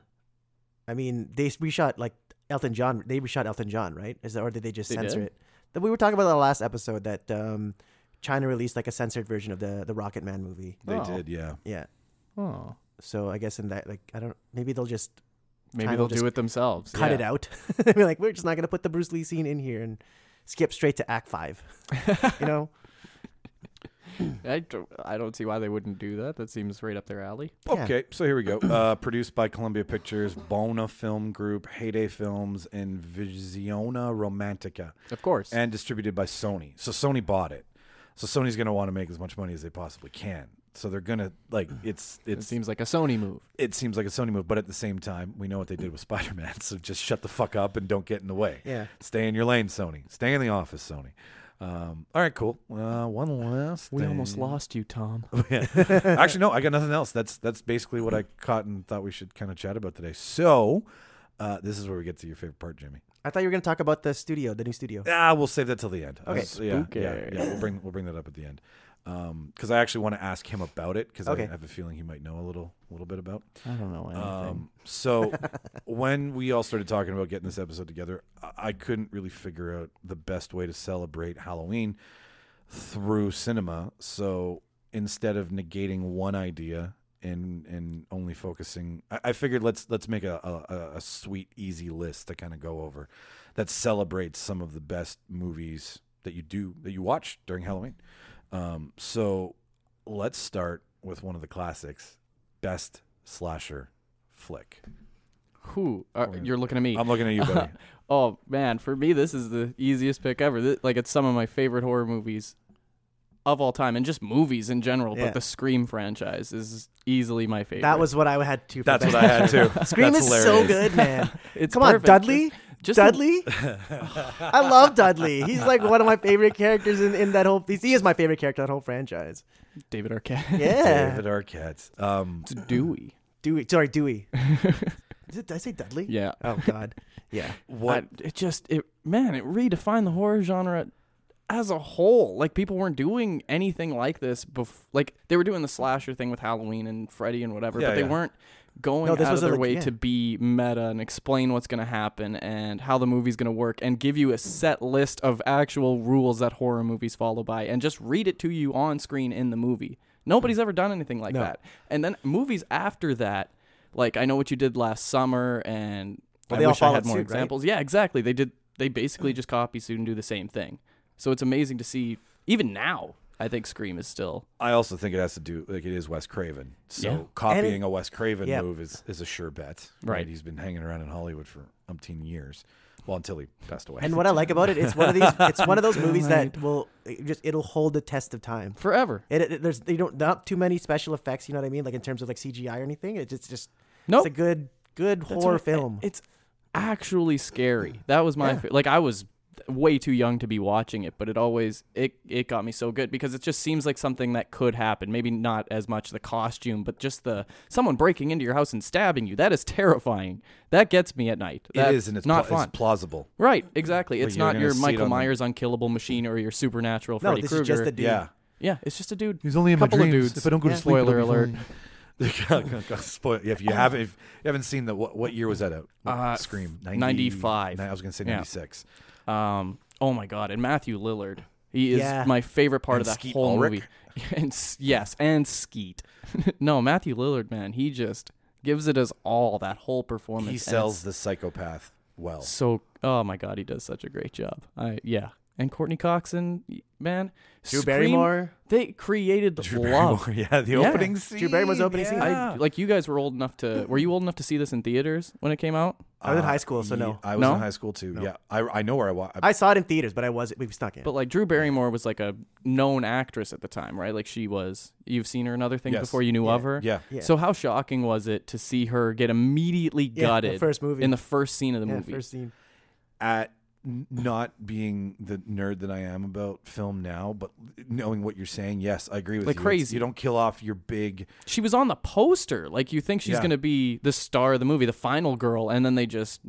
[SPEAKER 2] I mean, they reshot like Elton John. They reshot Elton John, right? Is that, or did they just
[SPEAKER 3] They
[SPEAKER 2] censor
[SPEAKER 3] did.
[SPEAKER 2] it? That we were talking about that last episode that um, China released like a censored version of the the Rocket Man movie.
[SPEAKER 1] They
[SPEAKER 3] Oh.
[SPEAKER 1] did. Yeah.
[SPEAKER 2] Yeah.
[SPEAKER 3] Oh.
[SPEAKER 2] So I guess in that, like, I don't. Maybe they'll just
[SPEAKER 3] Maybe
[SPEAKER 2] China
[SPEAKER 3] they'll
[SPEAKER 2] will just
[SPEAKER 3] do it themselves.
[SPEAKER 2] cut
[SPEAKER 3] yeah.
[SPEAKER 2] it out. [laughs] I mean, like, we're just not gonna put the Bruce Lee scene in here and skip straight to Act Five. [laughs] you know?
[SPEAKER 3] [laughs] I don't, I don't see why they wouldn't do that. That seems right up their alley.
[SPEAKER 2] Yeah.
[SPEAKER 1] Okay, so here we go. Uh, [coughs] produced by Columbia Pictures, Bona Film Group, Heyday Films, and Visiona Romantica.
[SPEAKER 3] Of course.
[SPEAKER 1] and distributed by Sony. So Sony bought it. So Sony's going to want to make as much money as they possibly can. So they're going to like it's
[SPEAKER 3] it
[SPEAKER 1] it's
[SPEAKER 3] Hmm. seems like a Sony move.
[SPEAKER 1] it seems like a Sony move, but at the same time, we know what they did with [laughs] Spider-Man, so just shut the fuck up and don't get in the way.
[SPEAKER 2] Yeah.
[SPEAKER 1] Stay in your lane, Sony. Stay in the office, Sony. Um, all right, cool. Uh, one last
[SPEAKER 3] We almost
[SPEAKER 1] thing.
[SPEAKER 3] lost you, Tom.
[SPEAKER 1] [laughs] Actually, no, I got nothing else. That's that's basically what I caught and thought we should kind of chat about today. So, uh, this is where we get to your favorite part, Jimmy.
[SPEAKER 2] I thought you were gonna talk about the studio, the new studio.
[SPEAKER 1] Ah, we'll save that till the end. I
[SPEAKER 2] Okay.
[SPEAKER 1] was- yeah, yeah,
[SPEAKER 3] Spooky.
[SPEAKER 1] yeah. We'll bring we'll bring that up at the end. Um 'cause because I actually want to ask him about it because
[SPEAKER 2] Okay.
[SPEAKER 1] I have a feeling he might know a little little bit about.
[SPEAKER 3] I don't know anything.
[SPEAKER 1] Um, so [laughs] when we all started talking about getting this episode together, I, I couldn't really figure out the best way to celebrate Halloween through cinema. So instead of negating one idea and and only focusing, I, I figured let's let's make a, a- a a sweet easy list to kind of go over that celebrates some of the best movies that you do that you watch during Halloween. Um, so let's start with one of the classics, best slasher flick.
[SPEAKER 3] Who? Are,
[SPEAKER 1] We're-
[SPEAKER 3] uh, you're looking at me.
[SPEAKER 1] I'm looking at you, buddy.
[SPEAKER 3] oh, man. For me, this is the easiest pick ever. Thi- like, it's some of my favorite horror movies of all time and just movies in general.
[SPEAKER 2] Yeah.
[SPEAKER 3] But the Scream franchise is easily my favorite.
[SPEAKER 2] That was what I had to. for
[SPEAKER 1] That's
[SPEAKER 2] best
[SPEAKER 1] what I had
[SPEAKER 2] picture.
[SPEAKER 1] too.
[SPEAKER 2] [laughs] Scream
[SPEAKER 1] That's
[SPEAKER 2] is so
[SPEAKER 1] hilarious.
[SPEAKER 2] good, man.
[SPEAKER 1] [laughs]
[SPEAKER 3] It's
[SPEAKER 2] Come on,
[SPEAKER 3] perfect.
[SPEAKER 2] Dudley.
[SPEAKER 3] Just the- [laughs]
[SPEAKER 2] Dudley. I love Dudley. He's like one of my favorite characters in, in that whole. He is my favorite character in that
[SPEAKER 3] [laughs]
[SPEAKER 2] whole franchise.
[SPEAKER 3] David Arquette.
[SPEAKER 2] [laughs] Yeah.
[SPEAKER 1] David Arquette. Um,
[SPEAKER 3] [laughs] It's Dewey.
[SPEAKER 2] Dewey.
[SPEAKER 3] [laughs]
[SPEAKER 2] Sorry, Dewey. Is it, did I say Dudley?
[SPEAKER 3] Yeah.
[SPEAKER 2] Oh God. Yeah.
[SPEAKER 3] [laughs]
[SPEAKER 1] what?
[SPEAKER 3] I- it just it man, it redefined the horror genre as a whole, like people weren't doing anything like this before. Like they were doing the slasher thing with Halloween and Freddy and whatever,
[SPEAKER 1] Yeah,
[SPEAKER 3] but they
[SPEAKER 1] yeah.
[SPEAKER 3] weren't going
[SPEAKER 2] No, this
[SPEAKER 3] out
[SPEAKER 2] was
[SPEAKER 3] of
[SPEAKER 2] a,
[SPEAKER 3] their
[SPEAKER 2] like,
[SPEAKER 3] way
[SPEAKER 2] yeah.
[SPEAKER 3] to be meta and explain what's going to happen and how the movie's going to work and give you a set list of actual rules that horror movies follow by and just read it to you on screen in the movie. Nobody's ever done anything like
[SPEAKER 2] No.
[SPEAKER 3] that. And then movies after that, like I know what you did last summer and
[SPEAKER 2] Well,
[SPEAKER 3] I
[SPEAKER 2] they all
[SPEAKER 3] wish I
[SPEAKER 2] followed
[SPEAKER 3] had more
[SPEAKER 2] suit, right?
[SPEAKER 3] examples. Yeah, exactly. They did. They basically just copy suit and do the same thing. So it's amazing to see. Even now, I think Scream is still.
[SPEAKER 1] I also think it has to do like it is Wes Craven. So
[SPEAKER 3] Yeah.
[SPEAKER 1] copying a Wes Craven
[SPEAKER 2] yeah.
[SPEAKER 1] move is, is a sure bet.
[SPEAKER 3] Right.
[SPEAKER 1] He's been hanging around in Hollywood for umpteen years. Well, until he passed away.
[SPEAKER 2] And what I like about it, it's one of these. It's one of those movies that will it just it'll hold the test of time.
[SPEAKER 3] Forever.
[SPEAKER 2] It, it there's you don't not too many special effects. You know what I mean? Like in terms of like CGI or anything. It's just, just
[SPEAKER 3] Nope.
[SPEAKER 2] it's a good good
[SPEAKER 3] That's
[SPEAKER 2] horror
[SPEAKER 3] what-
[SPEAKER 2] film.
[SPEAKER 3] It's actually scary. That was my fe- like I was way too young to be watching it, but it always it it got me so good because it just seems like something that could happen. Maybe not as much the costume, but just the someone breaking into your house and stabbing you. That is terrifying. That gets me at night.
[SPEAKER 1] it
[SPEAKER 3] That-
[SPEAKER 1] is, and it's,
[SPEAKER 3] not
[SPEAKER 1] pla-
[SPEAKER 3] fun.
[SPEAKER 1] it's plausible.
[SPEAKER 3] Right, exactly. It's
[SPEAKER 1] you're
[SPEAKER 3] not
[SPEAKER 1] gonna
[SPEAKER 3] your
[SPEAKER 1] see it
[SPEAKER 3] Michael
[SPEAKER 1] on the-
[SPEAKER 3] Myers unkillable machine or your supernatural
[SPEAKER 2] no,
[SPEAKER 3] Freddy
[SPEAKER 2] this
[SPEAKER 3] Krueger.
[SPEAKER 2] is just a dude.
[SPEAKER 1] Yeah.
[SPEAKER 3] yeah, it's just a dude.
[SPEAKER 1] He's only in
[SPEAKER 3] Couple
[SPEAKER 1] my
[SPEAKER 3] of
[SPEAKER 1] dreams.
[SPEAKER 3] dudes.
[SPEAKER 1] If I don't go
[SPEAKER 3] Yeah.
[SPEAKER 1] to sleep,
[SPEAKER 3] Spoiler
[SPEAKER 1] it'll be
[SPEAKER 3] alert.
[SPEAKER 1] [laughs] fine. Spoil- if you haven't, if you haven't seen the what, what year was that out? What-
[SPEAKER 3] Uh,
[SPEAKER 1] Scream 90,
[SPEAKER 3] 95.
[SPEAKER 1] I was gonna say
[SPEAKER 3] Yeah.
[SPEAKER 1] ninety six.
[SPEAKER 3] Um, oh my god, and Matthew Lillard. He is
[SPEAKER 2] Yeah.
[SPEAKER 3] my favorite part
[SPEAKER 1] And
[SPEAKER 3] of that
[SPEAKER 1] Skeet
[SPEAKER 3] whole
[SPEAKER 1] Ulrich.
[SPEAKER 3] movie. [laughs] And s- yes, and Skeet. [laughs] no, Matthew Lillard, man, he just gives it his all. That whole performance.
[SPEAKER 1] He
[SPEAKER 3] and
[SPEAKER 1] sells
[SPEAKER 3] it's
[SPEAKER 1] the psychopath well.
[SPEAKER 3] So, oh my god, he does such a great job. I yeah. And Courtney Cox and man,
[SPEAKER 2] Drew
[SPEAKER 3] Scream-
[SPEAKER 2] Barrymore.
[SPEAKER 3] They created the
[SPEAKER 1] Drew
[SPEAKER 3] love.
[SPEAKER 1] Barrymore, yeah, the
[SPEAKER 3] Yeah.
[SPEAKER 1] opening scene.
[SPEAKER 2] Drew Barrymore's opening scene.
[SPEAKER 1] yeah.
[SPEAKER 3] I like you guys were old enough to. Were you old enough to see this in theaters when it came out?
[SPEAKER 2] I was in
[SPEAKER 1] Uh,
[SPEAKER 2] high school, so
[SPEAKER 1] ye-
[SPEAKER 2] no.
[SPEAKER 1] I was
[SPEAKER 3] No?
[SPEAKER 1] in high school too. Yeah, I, I know where I was.
[SPEAKER 2] I saw it in theaters, but I was we snuck in.
[SPEAKER 3] But like Drew Barrymore was like a known actress at the time, right? Like she was. You've seen her in other things
[SPEAKER 1] Yes.
[SPEAKER 3] before. You knew of her.
[SPEAKER 1] yeah,
[SPEAKER 2] Yeah.
[SPEAKER 3] So how shocking was it to see her get immediately
[SPEAKER 2] Yeah, the
[SPEAKER 3] gutted
[SPEAKER 2] first movie.
[SPEAKER 3] in the first scene of the
[SPEAKER 2] yeah,
[SPEAKER 3] movie?
[SPEAKER 2] first scene.
[SPEAKER 1] at n- not being the nerd that I am about film now, but knowing what you're saying, yes, I agree with
[SPEAKER 3] Like
[SPEAKER 1] you. It's-
[SPEAKER 3] crazy.
[SPEAKER 1] you don't kill off your big.
[SPEAKER 3] She was on the poster. Like you think she's
[SPEAKER 1] Yeah.
[SPEAKER 3] gonna be the star of the movie, the final girl, and then they just,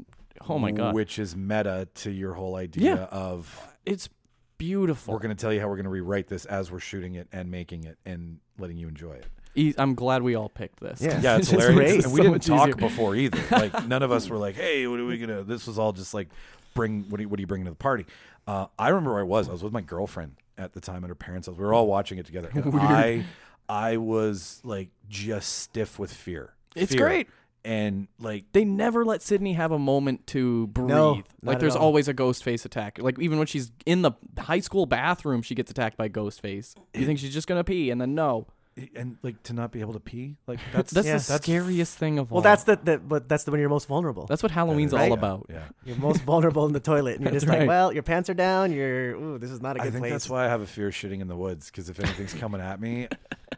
[SPEAKER 3] oh my god,
[SPEAKER 1] Which is meta to your whole idea
[SPEAKER 3] Yeah.
[SPEAKER 1] of
[SPEAKER 3] it's beautiful.
[SPEAKER 1] we're going to tell you how we're going to rewrite this as we're shooting it and making it and letting you enjoy it.
[SPEAKER 3] E- I'm glad we all picked this.
[SPEAKER 2] Yeah.
[SPEAKER 1] [laughs] Yeah, it's
[SPEAKER 3] It's
[SPEAKER 1] hilarious.
[SPEAKER 2] great.
[SPEAKER 1] And we
[SPEAKER 3] [laughs] So
[SPEAKER 1] didn't
[SPEAKER 3] much
[SPEAKER 1] talk
[SPEAKER 3] easier.
[SPEAKER 1] before either. Like none of us were like, "Hey, what are we gonna?" This was all just like, "Bring what are you, what are you bringing to the party?" Uh, I remember where I was. I was with my girlfriend at the time at her parents' house. We were all watching it together. And I I was like just stiff with fear.
[SPEAKER 3] It's
[SPEAKER 1] Fear.
[SPEAKER 3] great.
[SPEAKER 1] And like
[SPEAKER 3] They never let Sydney have a moment to breathe.
[SPEAKER 2] No, not
[SPEAKER 3] like
[SPEAKER 2] at
[SPEAKER 3] there's
[SPEAKER 2] all.
[SPEAKER 3] always a ghost face attack. Like even when she's in the high school bathroom, she gets attacked by ghost face. You think she's just gonna pee, and then no.
[SPEAKER 1] and like to not be able to pee.
[SPEAKER 3] [laughs]
[SPEAKER 1] Like that's
[SPEAKER 3] That's
[SPEAKER 2] Yeah.
[SPEAKER 3] the scariest thing of all.
[SPEAKER 2] Well, that's the, the but that's the when you're most vulnerable.
[SPEAKER 3] that's what Halloween's all
[SPEAKER 2] Right?
[SPEAKER 3] about.
[SPEAKER 1] Yeah.
[SPEAKER 2] you're most vulnerable in the toilet, and you're
[SPEAKER 3] That's
[SPEAKER 2] just
[SPEAKER 3] right.
[SPEAKER 2] like, well, your pants are down. You're ooh, this is not a good
[SPEAKER 1] I think
[SPEAKER 2] place.
[SPEAKER 1] that's why I have a fear of shitting in the woods because if anything's coming at
[SPEAKER 3] [laughs]
[SPEAKER 1] me,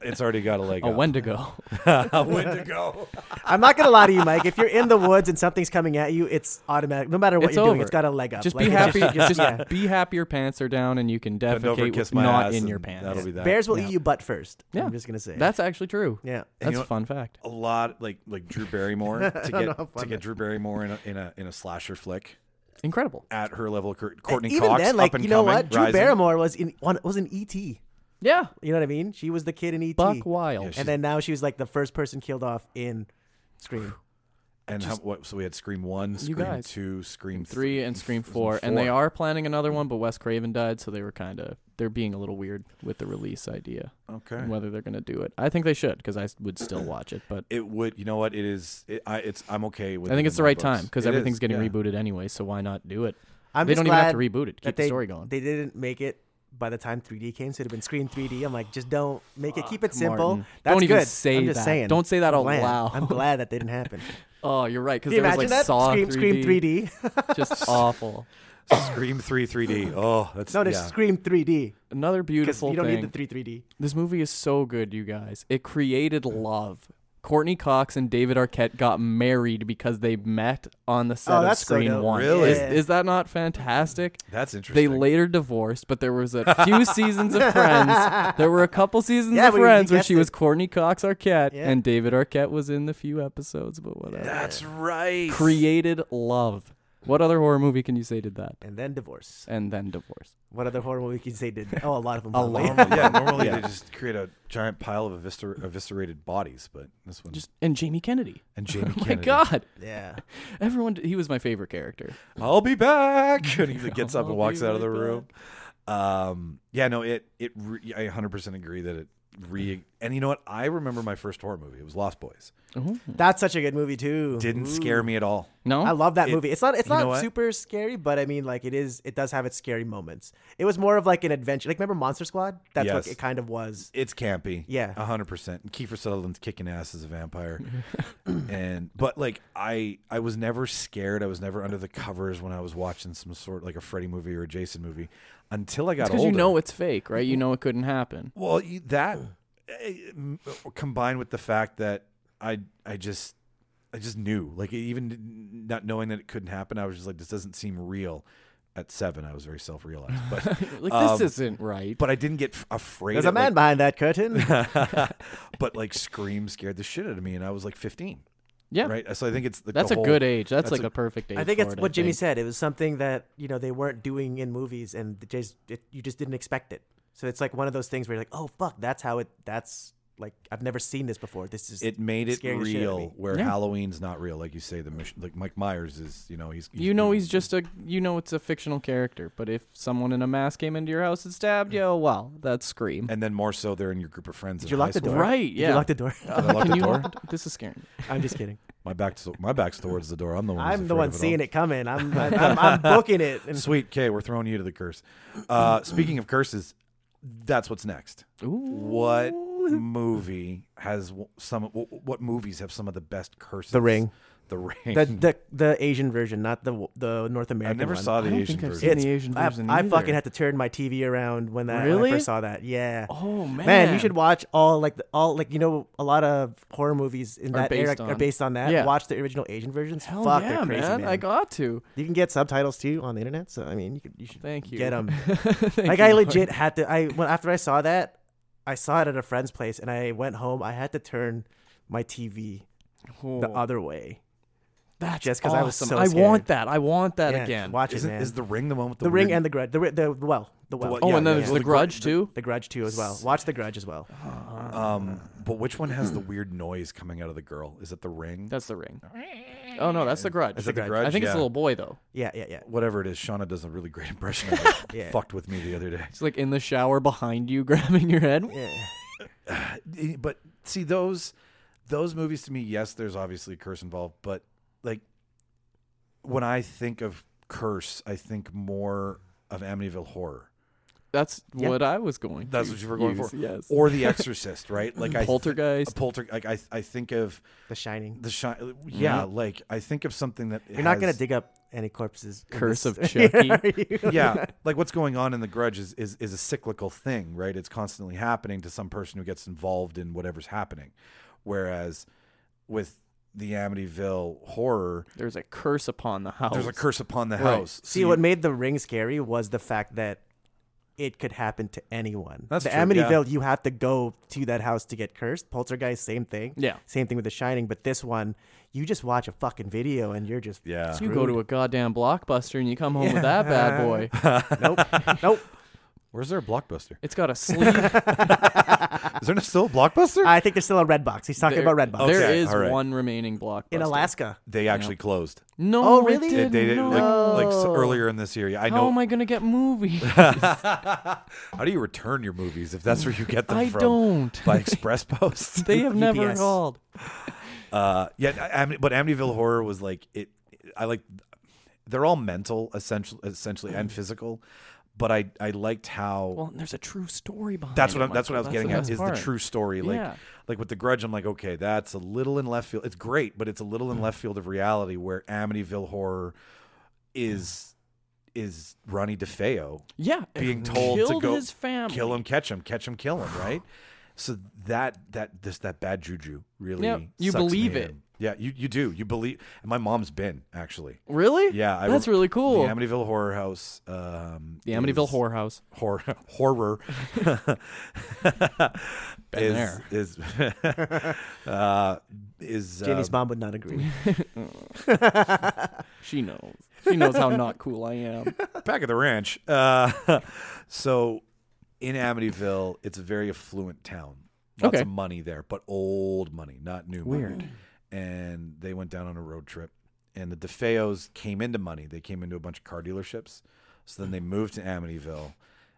[SPEAKER 1] it's already got a leg.
[SPEAKER 3] A
[SPEAKER 1] up.
[SPEAKER 3] Wendigo.
[SPEAKER 1] [laughs] a Wendigo.
[SPEAKER 2] I'm not gonna lie to you, Mike. If you're in the woods and something's coming at you, it's automatic. No matter what
[SPEAKER 3] It's
[SPEAKER 2] you're doing,
[SPEAKER 3] over.
[SPEAKER 2] it's got a leg up.
[SPEAKER 3] Just
[SPEAKER 2] Like,
[SPEAKER 3] be
[SPEAKER 2] it
[SPEAKER 3] happy. Just,
[SPEAKER 2] [laughs] yeah.
[SPEAKER 3] be happy. Your pants are down, and you can
[SPEAKER 1] Bend over,
[SPEAKER 3] defecate
[SPEAKER 1] kiss
[SPEAKER 3] with
[SPEAKER 1] my
[SPEAKER 3] not
[SPEAKER 1] ass,
[SPEAKER 3] in your
[SPEAKER 1] and
[SPEAKER 3] pants.
[SPEAKER 1] That'll be that.
[SPEAKER 2] Bears will
[SPEAKER 3] Yeah.
[SPEAKER 2] eat you butt first.
[SPEAKER 3] Yeah.
[SPEAKER 2] I'm just gonna say
[SPEAKER 3] That's actually true.
[SPEAKER 2] yeah.
[SPEAKER 3] That's
[SPEAKER 1] you know
[SPEAKER 3] a fun fact.
[SPEAKER 1] a lot like like Drew
[SPEAKER 2] [laughs]
[SPEAKER 1] Barrymore to
[SPEAKER 2] don't know
[SPEAKER 1] get
[SPEAKER 2] how
[SPEAKER 1] to
[SPEAKER 2] fun
[SPEAKER 1] get
[SPEAKER 2] that-
[SPEAKER 1] Drew Barrymore in a in a in a slasher flick
[SPEAKER 3] Incredible.
[SPEAKER 1] at her level. Cur- Courtney
[SPEAKER 2] Even
[SPEAKER 1] Cox
[SPEAKER 2] then, like
[SPEAKER 1] up and
[SPEAKER 2] you know
[SPEAKER 1] coming,
[SPEAKER 2] what, Drew
[SPEAKER 1] rising.
[SPEAKER 2] Barrymore was in one was in ET. You
[SPEAKER 3] Yeah.
[SPEAKER 2] know what I mean? She was the kid in ET,
[SPEAKER 3] Buck Wild.
[SPEAKER 1] Yeah, she-
[SPEAKER 2] and then now she was like the first person killed off in Scream.
[SPEAKER 1] And how, what, so we had Scream one, Scream
[SPEAKER 3] guys.
[SPEAKER 1] two, Scream
[SPEAKER 3] Three and Scream four, and they are planning another one, but Wes Craven died, so they were kind of they're being a little weird with the release idea,
[SPEAKER 1] okay.
[SPEAKER 3] and whether they're gonna do it. I think they should because I s- would still watch it, but
[SPEAKER 1] It would, you know what? It is. It, I, it's. I'm okay with.
[SPEAKER 3] I think
[SPEAKER 1] it
[SPEAKER 3] it's
[SPEAKER 1] in
[SPEAKER 3] the
[SPEAKER 1] my
[SPEAKER 3] right
[SPEAKER 1] books.
[SPEAKER 3] time because
[SPEAKER 1] It is,
[SPEAKER 3] everything's getting
[SPEAKER 1] yeah.
[SPEAKER 3] rebooted anyway, so why not do it?
[SPEAKER 2] I'm
[SPEAKER 3] they
[SPEAKER 2] just
[SPEAKER 3] don't even have to
[SPEAKER 2] glad
[SPEAKER 3] reboot it.
[SPEAKER 2] that
[SPEAKER 3] Keep the
[SPEAKER 2] they-
[SPEAKER 3] story going.
[SPEAKER 2] They didn't make it by the time 3D came, so it'd have been Screen 3D. I'm like, just don't make
[SPEAKER 1] Ah,
[SPEAKER 2] it. Keep it simple.
[SPEAKER 3] Martin.
[SPEAKER 2] That's
[SPEAKER 3] Don't
[SPEAKER 2] good.
[SPEAKER 3] even say
[SPEAKER 2] I'm just
[SPEAKER 3] that.
[SPEAKER 2] saying.
[SPEAKER 3] Don't say that out
[SPEAKER 2] glad.
[SPEAKER 3] loud.
[SPEAKER 2] I'm glad
[SPEAKER 3] [laughs]
[SPEAKER 2] that didn't happen.
[SPEAKER 3] oh, you're right because
[SPEAKER 2] Can you
[SPEAKER 3] there was
[SPEAKER 2] imagine
[SPEAKER 3] like
[SPEAKER 2] that?
[SPEAKER 3] Saw
[SPEAKER 2] Scream,
[SPEAKER 3] 3D,
[SPEAKER 2] Scream 3D.
[SPEAKER 3] just awful.
[SPEAKER 1] Scream three 3D. Oh, that's
[SPEAKER 2] [laughs] no,
[SPEAKER 1] yeah.
[SPEAKER 2] just Scream 3D
[SPEAKER 3] Another
[SPEAKER 2] because
[SPEAKER 3] beautiful
[SPEAKER 2] you don't
[SPEAKER 3] thing.
[SPEAKER 2] need the 3 3D.
[SPEAKER 3] This movie is so good, you guys. It created love. Courtney Cox and David Arquette got married because they met on the set
[SPEAKER 2] Oh,
[SPEAKER 3] of
[SPEAKER 2] that's so
[SPEAKER 3] Screen
[SPEAKER 2] dope.
[SPEAKER 3] One.
[SPEAKER 1] Really?
[SPEAKER 3] Is, is that not fantastic?
[SPEAKER 1] That's
[SPEAKER 3] They
[SPEAKER 1] interesting.
[SPEAKER 3] later divorced, but there was a
[SPEAKER 2] [laughs]
[SPEAKER 3] few seasons of Friends. There were a couple seasons
[SPEAKER 2] Yeah,
[SPEAKER 3] of
[SPEAKER 2] but you- you
[SPEAKER 3] Friends where she
[SPEAKER 2] guessed
[SPEAKER 3] was
[SPEAKER 2] it.
[SPEAKER 3] Courtney Cox Arquette,
[SPEAKER 2] Yeah.
[SPEAKER 3] and David Arquette was in the few episodes, but whatever.
[SPEAKER 1] That's right.
[SPEAKER 3] Created love. What other horror movie can you say did that?
[SPEAKER 2] and then divorce.
[SPEAKER 3] And then divorce.
[SPEAKER 2] What other horror movie can you say did? Oh, a lot of them.
[SPEAKER 1] A
[SPEAKER 2] probably.
[SPEAKER 1] long- yeah,
[SPEAKER 3] [laughs]
[SPEAKER 1] normally they just create a giant pile of eviscer- eviscerated bodies, but this one
[SPEAKER 3] Just and Jamie Kennedy. [laughs]
[SPEAKER 1] and Jamie
[SPEAKER 3] Oh my
[SPEAKER 1] Kennedy.
[SPEAKER 3] God,
[SPEAKER 2] yeah.
[SPEAKER 3] everyone. He was my favorite character.
[SPEAKER 1] I'll be back. [laughs] And he gets up
[SPEAKER 3] I'll
[SPEAKER 1] and walks
[SPEAKER 3] be
[SPEAKER 1] out of the
[SPEAKER 3] right
[SPEAKER 1] room. Um, yeah, no, it it re- I 100% agree that it re And you know what? I remember my first horror movie. It was Lost Boys.
[SPEAKER 2] That's such a good movie too.
[SPEAKER 1] Didn't scare me at all.
[SPEAKER 3] No,
[SPEAKER 2] I love that
[SPEAKER 1] It-
[SPEAKER 2] movie. It's not it's
[SPEAKER 1] you know
[SPEAKER 2] not
[SPEAKER 1] what?
[SPEAKER 2] super scary, but I mean like it is it does have its scary moments. It was more of like an adventure. Like remember Monster Squad? That's
[SPEAKER 1] Yes.
[SPEAKER 2] what it kind of was.
[SPEAKER 1] It's campy.
[SPEAKER 2] Yeah.
[SPEAKER 1] 100%. And Kiefer Sutherland's kicking ass as a vampire. [coughs] and but like I I was never scared. I was never under the covers when I was watching some sort like a Freddy movie or a Jason movie until I got
[SPEAKER 3] because
[SPEAKER 1] older.
[SPEAKER 3] you know it's fake, right? You know it couldn't happen.
[SPEAKER 1] Well, you- that
[SPEAKER 3] Hmm.
[SPEAKER 1] eh, m- combined with the fact that I I just I just knew, like e, even not knowing that it couldn't happen, I was just like, this doesn't seem real. At seven, I was very self-realized,
[SPEAKER 3] [laughs]
[SPEAKER 1] but
[SPEAKER 3] Like this
[SPEAKER 1] Um,
[SPEAKER 3] isn't right.
[SPEAKER 1] but I didn't get f- afraid.
[SPEAKER 2] There's
[SPEAKER 1] it,
[SPEAKER 2] a man
[SPEAKER 1] like-
[SPEAKER 2] behind that curtain.
[SPEAKER 1] [laughs]
[SPEAKER 3] [laughs]
[SPEAKER 1] but like scream scared the shit out of me, and I was like fifteen,
[SPEAKER 3] yeah,
[SPEAKER 1] right? So I think it's like
[SPEAKER 3] that's
[SPEAKER 1] the
[SPEAKER 3] a
[SPEAKER 1] whole-
[SPEAKER 3] good age.
[SPEAKER 1] that's
[SPEAKER 3] That's, like
[SPEAKER 1] a-
[SPEAKER 3] a, perfect age.
[SPEAKER 2] I think
[SPEAKER 3] for
[SPEAKER 2] it's
[SPEAKER 3] it,
[SPEAKER 2] what
[SPEAKER 3] I
[SPEAKER 2] Jimmy
[SPEAKER 3] think.
[SPEAKER 2] said. It was something that you know they weren't doing in movies, and they just, it, you just didn't expect it. So it's like one of those things where you're like, oh fuck, that's how it. That's like I've never seen this before. This is
[SPEAKER 1] It made it
[SPEAKER 2] scaring the shit out of
[SPEAKER 1] real,
[SPEAKER 2] me.
[SPEAKER 1] where
[SPEAKER 3] Yeah.
[SPEAKER 1] Halloween's not real, like you say. The mission, like Mike Myers is, you know, he's,
[SPEAKER 3] You know he's just a you know it's a fictional character, but if someone in a mask came into your house and stabbed you, oh well, that's scream.
[SPEAKER 1] and then more so they're in your group of friends.
[SPEAKER 2] Did
[SPEAKER 1] in
[SPEAKER 2] you
[SPEAKER 1] high
[SPEAKER 2] lock the
[SPEAKER 1] school.
[SPEAKER 2] door?
[SPEAKER 3] Right,
[SPEAKER 2] Did
[SPEAKER 3] yeah.
[SPEAKER 2] You lock the door.
[SPEAKER 1] Did I lock
[SPEAKER 3] [laughs] Can
[SPEAKER 1] the
[SPEAKER 3] you
[SPEAKER 1] door?
[SPEAKER 3] lock- This is scaring. me.
[SPEAKER 2] [laughs] I'm [laughs] just kidding.
[SPEAKER 1] My back's my back's towards the door. I'm the one. who's
[SPEAKER 2] I'm the
[SPEAKER 1] afraid
[SPEAKER 2] one
[SPEAKER 1] of it all.
[SPEAKER 2] seeing it coming. I'm I'm, I'm, I'm booking it. Mm. And
[SPEAKER 1] Sweet K, we're throwing you to the curse. Uh, speaking of curses, that's what's next. What movie has w- some? w- What movies have some of the best curses?
[SPEAKER 2] The Ring.
[SPEAKER 1] The Ring. [laughs]
[SPEAKER 2] the, the the Asian version, not the the North
[SPEAKER 1] I
[SPEAKER 2] American.
[SPEAKER 1] never
[SPEAKER 2] one.
[SPEAKER 1] saw the
[SPEAKER 3] I don't
[SPEAKER 1] Asian
[SPEAKER 3] think I've
[SPEAKER 1] version.
[SPEAKER 3] seen
[SPEAKER 2] It's-
[SPEAKER 3] the Asian
[SPEAKER 2] I,
[SPEAKER 3] version
[SPEAKER 2] I fucking
[SPEAKER 3] either.
[SPEAKER 2] had to turn my TV around when that when I
[SPEAKER 3] Really?
[SPEAKER 2] first saw that. Yeah.
[SPEAKER 3] Oh man,
[SPEAKER 2] man, you should watch all like the, all like you know a lot of horror movies in
[SPEAKER 3] Are
[SPEAKER 2] that era
[SPEAKER 3] based
[SPEAKER 2] are
[SPEAKER 3] on-
[SPEAKER 2] based on that.
[SPEAKER 3] Yeah.
[SPEAKER 2] Watch the original Asian versions.
[SPEAKER 3] Hell
[SPEAKER 2] Fuck,
[SPEAKER 3] yeah, uh,
[SPEAKER 2] they're crazy, man.
[SPEAKER 3] I got to.
[SPEAKER 2] you can get subtitles too on the internet, so I mean, you, could, you
[SPEAKER 3] [laughs]
[SPEAKER 2] should
[SPEAKER 3] Thank you.
[SPEAKER 2] get them.
[SPEAKER 3] Thank
[SPEAKER 2] [laughs] like
[SPEAKER 3] you,
[SPEAKER 2] I
[SPEAKER 3] Lord.
[SPEAKER 2] legit had to. I when after I saw that, I saw it at a friend's place, and I went home. I had to turn my TV
[SPEAKER 3] Oh,
[SPEAKER 2] the other way.
[SPEAKER 3] that's
[SPEAKER 2] just 'cause I was
[SPEAKER 3] awesome.
[SPEAKER 2] so
[SPEAKER 3] I
[SPEAKER 2] scared.
[SPEAKER 3] want that. I want that
[SPEAKER 2] Yeah,
[SPEAKER 3] again.
[SPEAKER 2] watch
[SPEAKER 1] Isn't-
[SPEAKER 2] it, man.
[SPEAKER 1] is the Ring the one with the
[SPEAKER 2] the Ring
[SPEAKER 1] weird-
[SPEAKER 2] and the Grudge. The ri- the well, the well.
[SPEAKER 1] Well,
[SPEAKER 3] oh,
[SPEAKER 1] yeah,
[SPEAKER 3] and then
[SPEAKER 1] yeah,
[SPEAKER 3] there's
[SPEAKER 1] yeah.
[SPEAKER 3] the
[SPEAKER 1] The-
[SPEAKER 3] Grudge
[SPEAKER 1] the-
[SPEAKER 3] too.
[SPEAKER 2] The Grudge too as well. Watch The Grudge as well.
[SPEAKER 1] um, but which one has the
[SPEAKER 2] [clears throat]
[SPEAKER 1] weird noise coming out of the girl? Is it the Ring?
[SPEAKER 3] That's the Ring. Oh no, that's the Grudge.
[SPEAKER 1] Is it The Grudge?
[SPEAKER 3] I think it's
[SPEAKER 1] Yeah.
[SPEAKER 3] a little boy though.
[SPEAKER 2] Yeah, yeah, yeah.
[SPEAKER 1] Whatever it is, Shauna does a really great [laughs] impression. of it.
[SPEAKER 2] Yeah.
[SPEAKER 1] Fucked with me the other day.
[SPEAKER 3] It's like in the shower behind you, [laughs] grabbing your head.
[SPEAKER 2] yeah.
[SPEAKER 1] Eh, but see those those movies to me yes there's obviously a curse involved but like when i think of curse i think more of amityville horror
[SPEAKER 3] That's
[SPEAKER 2] Yeah.
[SPEAKER 3] what I was going.
[SPEAKER 1] that's
[SPEAKER 3] to
[SPEAKER 1] what you were going
[SPEAKER 3] use,
[SPEAKER 1] for
[SPEAKER 3] Yes.
[SPEAKER 1] or
[SPEAKER 2] [laughs]
[SPEAKER 1] the exorcist right like i [laughs]
[SPEAKER 3] Poltergeist.
[SPEAKER 1] a polter like i i think of
[SPEAKER 2] The Shining.
[SPEAKER 1] the shine yeah like i think of something that
[SPEAKER 2] Mm-hmm. You're not gonna
[SPEAKER 1] has-
[SPEAKER 2] dig up any corpses. in
[SPEAKER 3] Curse
[SPEAKER 2] this- [laughs]
[SPEAKER 3] of Chucky.
[SPEAKER 2] Are
[SPEAKER 1] [laughs]
[SPEAKER 3] [laughs]
[SPEAKER 2] you? [laughs]
[SPEAKER 1] yeah like what's going on in the grudge is, is is a cyclical thing right it's constantly happening to some person who gets involved in whatever's happening whereas with the amityville horror
[SPEAKER 3] There's a curse upon the house.
[SPEAKER 1] there's a curse upon the
[SPEAKER 3] Right.
[SPEAKER 1] house
[SPEAKER 2] See, what made the ring scary was the fact that it could happen to anyone.
[SPEAKER 1] That's
[SPEAKER 2] the
[SPEAKER 1] true,
[SPEAKER 2] Amityville, you have to go to that house to get cursed. Poltergeist, same thing.
[SPEAKER 3] Yeah.
[SPEAKER 2] Same thing with The Shining, but this one, you just watch a fucking video and you're just
[SPEAKER 1] yeah
[SPEAKER 3] You go to a goddamn blockbuster and you come home with that bad
[SPEAKER 1] [laughs]
[SPEAKER 3] boy.
[SPEAKER 2] nope,
[SPEAKER 3] [laughs]
[SPEAKER 2] nope.
[SPEAKER 1] where's there a blockbuster
[SPEAKER 3] It's got
[SPEAKER 1] [laughs]
[SPEAKER 3] a sleeve.
[SPEAKER 1] is there still a blockbuster
[SPEAKER 2] I think there's still a red box. He's talking
[SPEAKER 3] There-
[SPEAKER 2] about red box
[SPEAKER 3] There
[SPEAKER 1] Okay,
[SPEAKER 3] is
[SPEAKER 1] all right.
[SPEAKER 3] one remaining blockbuster
[SPEAKER 2] in Alaska.
[SPEAKER 1] they actually closed
[SPEAKER 3] No,
[SPEAKER 2] Oh,
[SPEAKER 3] it
[SPEAKER 2] really? They-
[SPEAKER 1] they,
[SPEAKER 3] didn't.
[SPEAKER 1] they did like,
[SPEAKER 3] No.
[SPEAKER 1] like s- earlier in this year i
[SPEAKER 3] How
[SPEAKER 1] know
[SPEAKER 3] am I gonna
[SPEAKER 1] [laughs]
[SPEAKER 3] get movies?
[SPEAKER 1] how do you return your movies if that's where you get them
[SPEAKER 3] I
[SPEAKER 1] from E- [laughs]
[SPEAKER 3] don't. [laughs]
[SPEAKER 1] by express post
[SPEAKER 3] they have never
[SPEAKER 2] UPS.
[SPEAKER 3] called.
[SPEAKER 1] [laughs] Uh, yeah, I, Am- but Amityville Horror was like it. I like they're all mental, essentially, essentially and physical. But I I liked how
[SPEAKER 3] Mm. Well, and there's a true story behind.
[SPEAKER 1] that's what
[SPEAKER 3] it,
[SPEAKER 1] I'm, that's what I was
[SPEAKER 3] Michael.
[SPEAKER 1] getting
[SPEAKER 3] the
[SPEAKER 1] at
[SPEAKER 3] best
[SPEAKER 1] is
[SPEAKER 3] part.
[SPEAKER 1] the true story. Like
[SPEAKER 3] Yeah.
[SPEAKER 1] like with the Grudge, I'm like okay, that's a little in left field. It's great, but it's a little in left field of reality. Where Amityville Horror is is Ronnie DeFeo
[SPEAKER 3] Yeah, it
[SPEAKER 1] being told to
[SPEAKER 3] killed
[SPEAKER 1] go
[SPEAKER 3] his family.
[SPEAKER 1] kill him, catch him, catch him, kill him, right? So that that this that bad juju really
[SPEAKER 3] Yep, you
[SPEAKER 1] sucks me
[SPEAKER 3] believe it.
[SPEAKER 1] in. Yeah, you, you do. You believe and my mom's been actually.
[SPEAKER 3] Really?
[SPEAKER 1] Yeah, I
[SPEAKER 3] that's
[SPEAKER 1] rem-
[SPEAKER 3] really cool.
[SPEAKER 1] The Amityville Horror House um
[SPEAKER 3] The Amityville
[SPEAKER 1] is-
[SPEAKER 3] Horror House.
[SPEAKER 1] hor- [laughs]
[SPEAKER 3] [laughs]
[SPEAKER 1] horror is
[SPEAKER 3] there.
[SPEAKER 1] is [laughs] uh is
[SPEAKER 2] Jenny's
[SPEAKER 1] um,
[SPEAKER 2] mom would not agree.
[SPEAKER 3] She knows. She knows how not cool I am.
[SPEAKER 1] back at the ranch. Uh, [laughs] so in Amityville, it's a very affluent town. Lots
[SPEAKER 3] Okay.
[SPEAKER 1] of money there, but old money, not new Weird. money. And they went down on a road trip, and the DeFeos came into money. They came into a bunch of car dealerships. So then they moved to Amityville,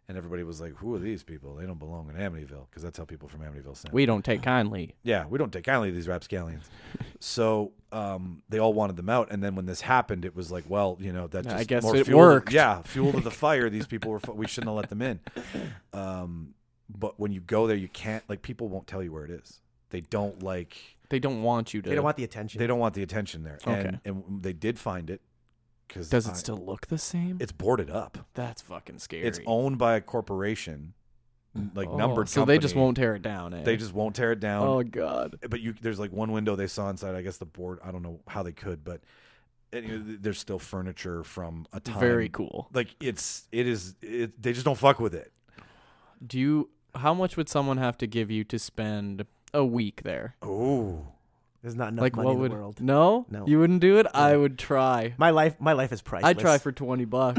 [SPEAKER 1] and everybody was like, "Who are these people? They don't belong in Amityville." Because that's how people from Amityville sound.
[SPEAKER 3] [laughs] We don't take kindly.
[SPEAKER 1] Yeah, we don't take kindly to these rapscallions. so um, they all wanted them out, and then when this happened, it was like, well, you know, that
[SPEAKER 3] I
[SPEAKER 1] just
[SPEAKER 3] guess
[SPEAKER 1] more
[SPEAKER 3] it
[SPEAKER 1] fuel
[SPEAKER 3] worked.
[SPEAKER 1] yeah, fuel to
[SPEAKER 3] [laughs]
[SPEAKER 1] the fire. These people were. fu- We shouldn't have let them in. Um, but when you go there, you can't. Like people won't tell you where it is. They don't like.
[SPEAKER 3] They don't want you to.
[SPEAKER 2] They don't want the attention.
[SPEAKER 1] They don't want the attention there.
[SPEAKER 3] Okay.
[SPEAKER 1] And, and they did find it because
[SPEAKER 3] Does it still look the same?
[SPEAKER 1] It's boarded up.
[SPEAKER 3] That's fucking scary.
[SPEAKER 1] It's owned by a corporation, like
[SPEAKER 3] Oh,
[SPEAKER 1] numbered.
[SPEAKER 3] So they just
[SPEAKER 1] company.
[SPEAKER 3] won't tear it down. Eh?
[SPEAKER 1] They just won't tear it down.
[SPEAKER 3] Oh god.
[SPEAKER 1] but you there's like one window they saw inside. I guess the board. I don't know how they could, but and, you know, th- there's still furniture from a time.
[SPEAKER 3] Very cool.
[SPEAKER 1] Like it's it is it, they just don't fuck with it.
[SPEAKER 3] Do you? How much would someone have to give you to spend a week there?
[SPEAKER 1] Oh,
[SPEAKER 2] There's not enough
[SPEAKER 3] like
[SPEAKER 2] money
[SPEAKER 3] what
[SPEAKER 2] in
[SPEAKER 3] would?
[SPEAKER 2] the world.
[SPEAKER 3] No,
[SPEAKER 2] No.
[SPEAKER 3] You wouldn't do it. I would try.
[SPEAKER 2] My life, my life is priceless.
[SPEAKER 3] I'd try for twenty
[SPEAKER 2] [laughs]
[SPEAKER 3] bucks.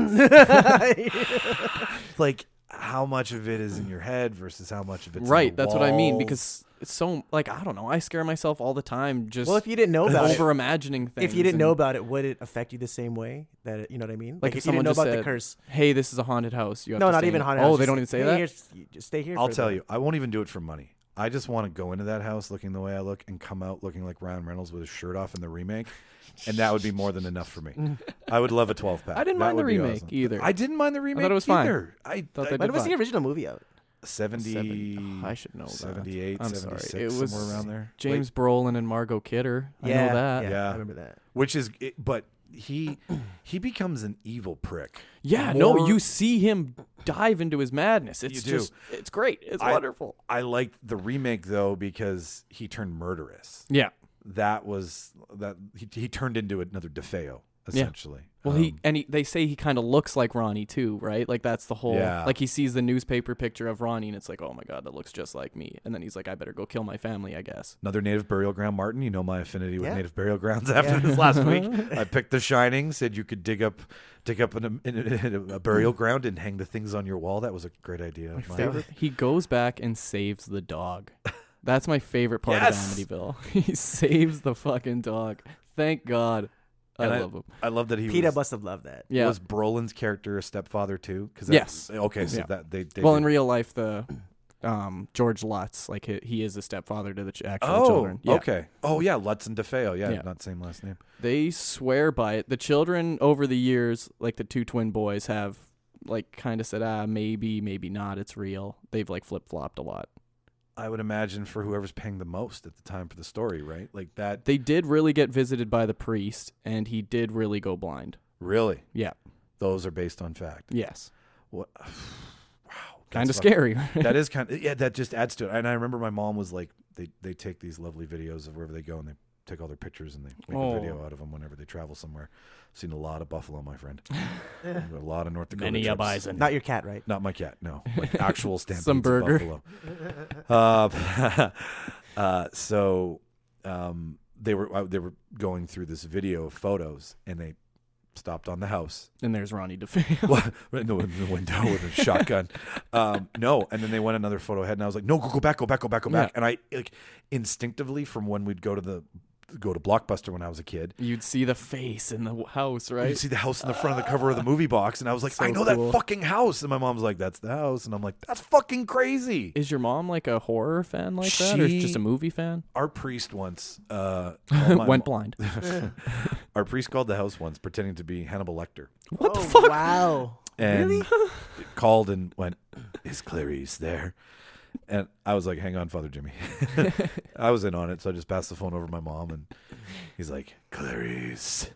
[SPEAKER 1] like how much of it is in your head versus how much of it's in
[SPEAKER 3] right.
[SPEAKER 1] the
[SPEAKER 3] That's what I mean
[SPEAKER 1] walls.
[SPEAKER 3] because it's so like I don't know. I scare myself all the time just
[SPEAKER 2] well, if you didn't know about it,
[SPEAKER 3] over imagining things.
[SPEAKER 2] if you didn't know
[SPEAKER 3] and,
[SPEAKER 2] about it, would it affect you the same way? That it, you know what I mean?
[SPEAKER 3] Like if
[SPEAKER 2] if you didn't
[SPEAKER 3] someone
[SPEAKER 2] know
[SPEAKER 3] just
[SPEAKER 2] about the
[SPEAKER 3] said,
[SPEAKER 2] curse.
[SPEAKER 3] hey, this is a haunted house. You have
[SPEAKER 2] No,
[SPEAKER 3] to
[SPEAKER 2] not
[SPEAKER 3] stay
[SPEAKER 2] even
[SPEAKER 3] in-
[SPEAKER 2] haunted.
[SPEAKER 3] Oh,
[SPEAKER 2] house,
[SPEAKER 3] they
[SPEAKER 2] just
[SPEAKER 3] don't even say
[SPEAKER 2] stay
[SPEAKER 3] that.
[SPEAKER 2] here, just- you just stay here.
[SPEAKER 1] I'll
[SPEAKER 2] for
[SPEAKER 1] tell
[SPEAKER 2] the-
[SPEAKER 1] you, I won't even do it for money. I just want to go into that house looking the way I look and come out looking like Ryan Reynolds with his shirt off in the remake, and that would be more than enough for
[SPEAKER 3] [laughs]
[SPEAKER 1] me. I would love a twelve pack.
[SPEAKER 3] I didn't
[SPEAKER 1] That
[SPEAKER 3] mind the
[SPEAKER 1] would be
[SPEAKER 3] remake
[SPEAKER 1] awesome.
[SPEAKER 3] either.
[SPEAKER 1] I didn't mind the remake
[SPEAKER 3] was fine.
[SPEAKER 1] either. I
[SPEAKER 3] Thought
[SPEAKER 1] I-
[SPEAKER 3] they
[SPEAKER 2] When was the
[SPEAKER 3] Fine.
[SPEAKER 2] original movie out?
[SPEAKER 1] 70,
[SPEAKER 3] Seventy-
[SPEAKER 1] Hmm.
[SPEAKER 3] oh, I should know that.
[SPEAKER 1] 78,
[SPEAKER 3] I'm sorry.
[SPEAKER 1] 76,
[SPEAKER 3] It was
[SPEAKER 1] somewhere around there.
[SPEAKER 3] James Brolin and Margot Kidder. I know that.
[SPEAKER 2] yeah,
[SPEAKER 1] Yeah.
[SPEAKER 2] I remember that.
[SPEAKER 1] which is it, but he he becomes an evil prick.
[SPEAKER 3] Yeah, no,
[SPEAKER 1] More-
[SPEAKER 3] you see him dive into his madness. It's
[SPEAKER 1] do.
[SPEAKER 3] just it's great. It's
[SPEAKER 1] I-
[SPEAKER 3] wonderful.
[SPEAKER 1] I liked the remake though because he turned murderous.
[SPEAKER 3] Yeah.
[SPEAKER 1] That was that he, he turned into another DeFeo essentially.
[SPEAKER 3] Well,
[SPEAKER 1] Um,
[SPEAKER 3] he and he, they say he kind of looks like Ronnie too, right? Like that's the whole.
[SPEAKER 1] Yeah.
[SPEAKER 3] Like he sees the newspaper picture of Ronnie, and it's like, oh my god, that looks just like me. And then he's like, I better go kill my family, I guess.
[SPEAKER 1] another native burial ground. Martin, you know my affinity with
[SPEAKER 2] Yeah.
[SPEAKER 1] native burial grounds. [laughs] After
[SPEAKER 2] Yeah.
[SPEAKER 1] this last
[SPEAKER 3] [laughs]
[SPEAKER 1] week, I picked The Shining. Said you could dig up dig up an, a burial ground and hang the things on your wall. That was a great idea. of mine.
[SPEAKER 3] He goes back and saves the
[SPEAKER 1] [laughs]
[SPEAKER 3] dog. That's my favorite part
[SPEAKER 1] Yes!
[SPEAKER 3] of Amityville. [laughs] he saves the fucking dog. Thank God. I
[SPEAKER 1] And
[SPEAKER 3] love him.
[SPEAKER 1] I love that he
[SPEAKER 2] Peter
[SPEAKER 1] was,
[SPEAKER 2] must have loved that.
[SPEAKER 3] Yeah.
[SPEAKER 1] Was Brolin's character a stepfather too? Because
[SPEAKER 3] Yes.
[SPEAKER 1] Okay, so
[SPEAKER 3] Yeah.
[SPEAKER 1] that they, they
[SPEAKER 3] well,
[SPEAKER 1] did-
[SPEAKER 3] in real life, the um, George Lutz, like he, he is the stepfather to the ch- actual
[SPEAKER 1] oh
[SPEAKER 3] children. Yeah.
[SPEAKER 1] okay oh yeah Lutz and DeFeo yeah,
[SPEAKER 3] Yeah.
[SPEAKER 1] not same last name
[SPEAKER 3] They swear by it. The children over the years, like the two twin boys, have like kind of said, ah, maybe, maybe not. It's real. They've like flip flopped a lot.
[SPEAKER 1] I would imagine for whoever's paying the most at the time for the story right like that
[SPEAKER 3] They did really get visited by the priest, and he did really go blind.
[SPEAKER 1] really
[SPEAKER 3] Yeah.
[SPEAKER 1] those are based on fact
[SPEAKER 3] Yes.
[SPEAKER 1] what [sighs] wow
[SPEAKER 3] Kind of
[SPEAKER 1] that's
[SPEAKER 3] scary.
[SPEAKER 1] fuck-
[SPEAKER 3] [laughs]
[SPEAKER 1] that is kind of yeah that just adds to it and I remember my mom was like they they take these lovely videos of wherever they go and they take all their pictures and they make a video
[SPEAKER 3] Oh.
[SPEAKER 1] out of them whenever they travel somewhere seen a lot of Buffalo my
[SPEAKER 3] [laughs]
[SPEAKER 1] friend a lot of North Dakota
[SPEAKER 3] Many a
[SPEAKER 1] trips.
[SPEAKER 3] bison.
[SPEAKER 2] Not your
[SPEAKER 1] [laughs]
[SPEAKER 2] cat, right?
[SPEAKER 1] Not my cat, no.
[SPEAKER 3] [laughs]
[SPEAKER 1] Like actual stampedes
[SPEAKER 3] Some
[SPEAKER 1] of
[SPEAKER 3] burger.
[SPEAKER 1] Buffalo. Uh, [laughs] uh, so um, they were uh, they were going through this video of photos, and they stopped on the
[SPEAKER 3] [laughs]
[SPEAKER 1] house [laughs]
[SPEAKER 3] and there's Ronnie DeFeo.
[SPEAKER 1] well, in, the, in the window with a shotgun. Um, no, and then they went another photo ahead, and I was like, no, go, go back, go back, go back, go back.
[SPEAKER 3] Yeah.
[SPEAKER 1] And I like instinctively from when we'd go to the go to Blockbuster when I was a kid.
[SPEAKER 3] You'd see the face in the w- house,
[SPEAKER 1] You'd
[SPEAKER 3] right?
[SPEAKER 1] see the house in the front of the cover of the movie box, and I was like,
[SPEAKER 3] So
[SPEAKER 1] "I know
[SPEAKER 3] cool.
[SPEAKER 1] that fucking house." And my mom's like, "That's the house," and I'm like, "That's fucking crazy."
[SPEAKER 3] Is your mom like a horror fan like that, or
[SPEAKER 1] She-
[SPEAKER 3] just a movie fan?
[SPEAKER 1] our priest once
[SPEAKER 2] [laughs]
[SPEAKER 1] uh, called my
[SPEAKER 3] Went
[SPEAKER 1] mo-
[SPEAKER 3] blind.
[SPEAKER 1] [laughs] our priest called the house once pretending to be Hannibal Lecter
[SPEAKER 2] What
[SPEAKER 1] Oh,
[SPEAKER 2] the fuck? Oh, Wow.
[SPEAKER 1] and called and went, "Is Clarice there?" And I was like, "Hang on, Father Jimmy." [laughs] I was in on it, so I just passed the phone over to my mom, and he's like, "Clarice."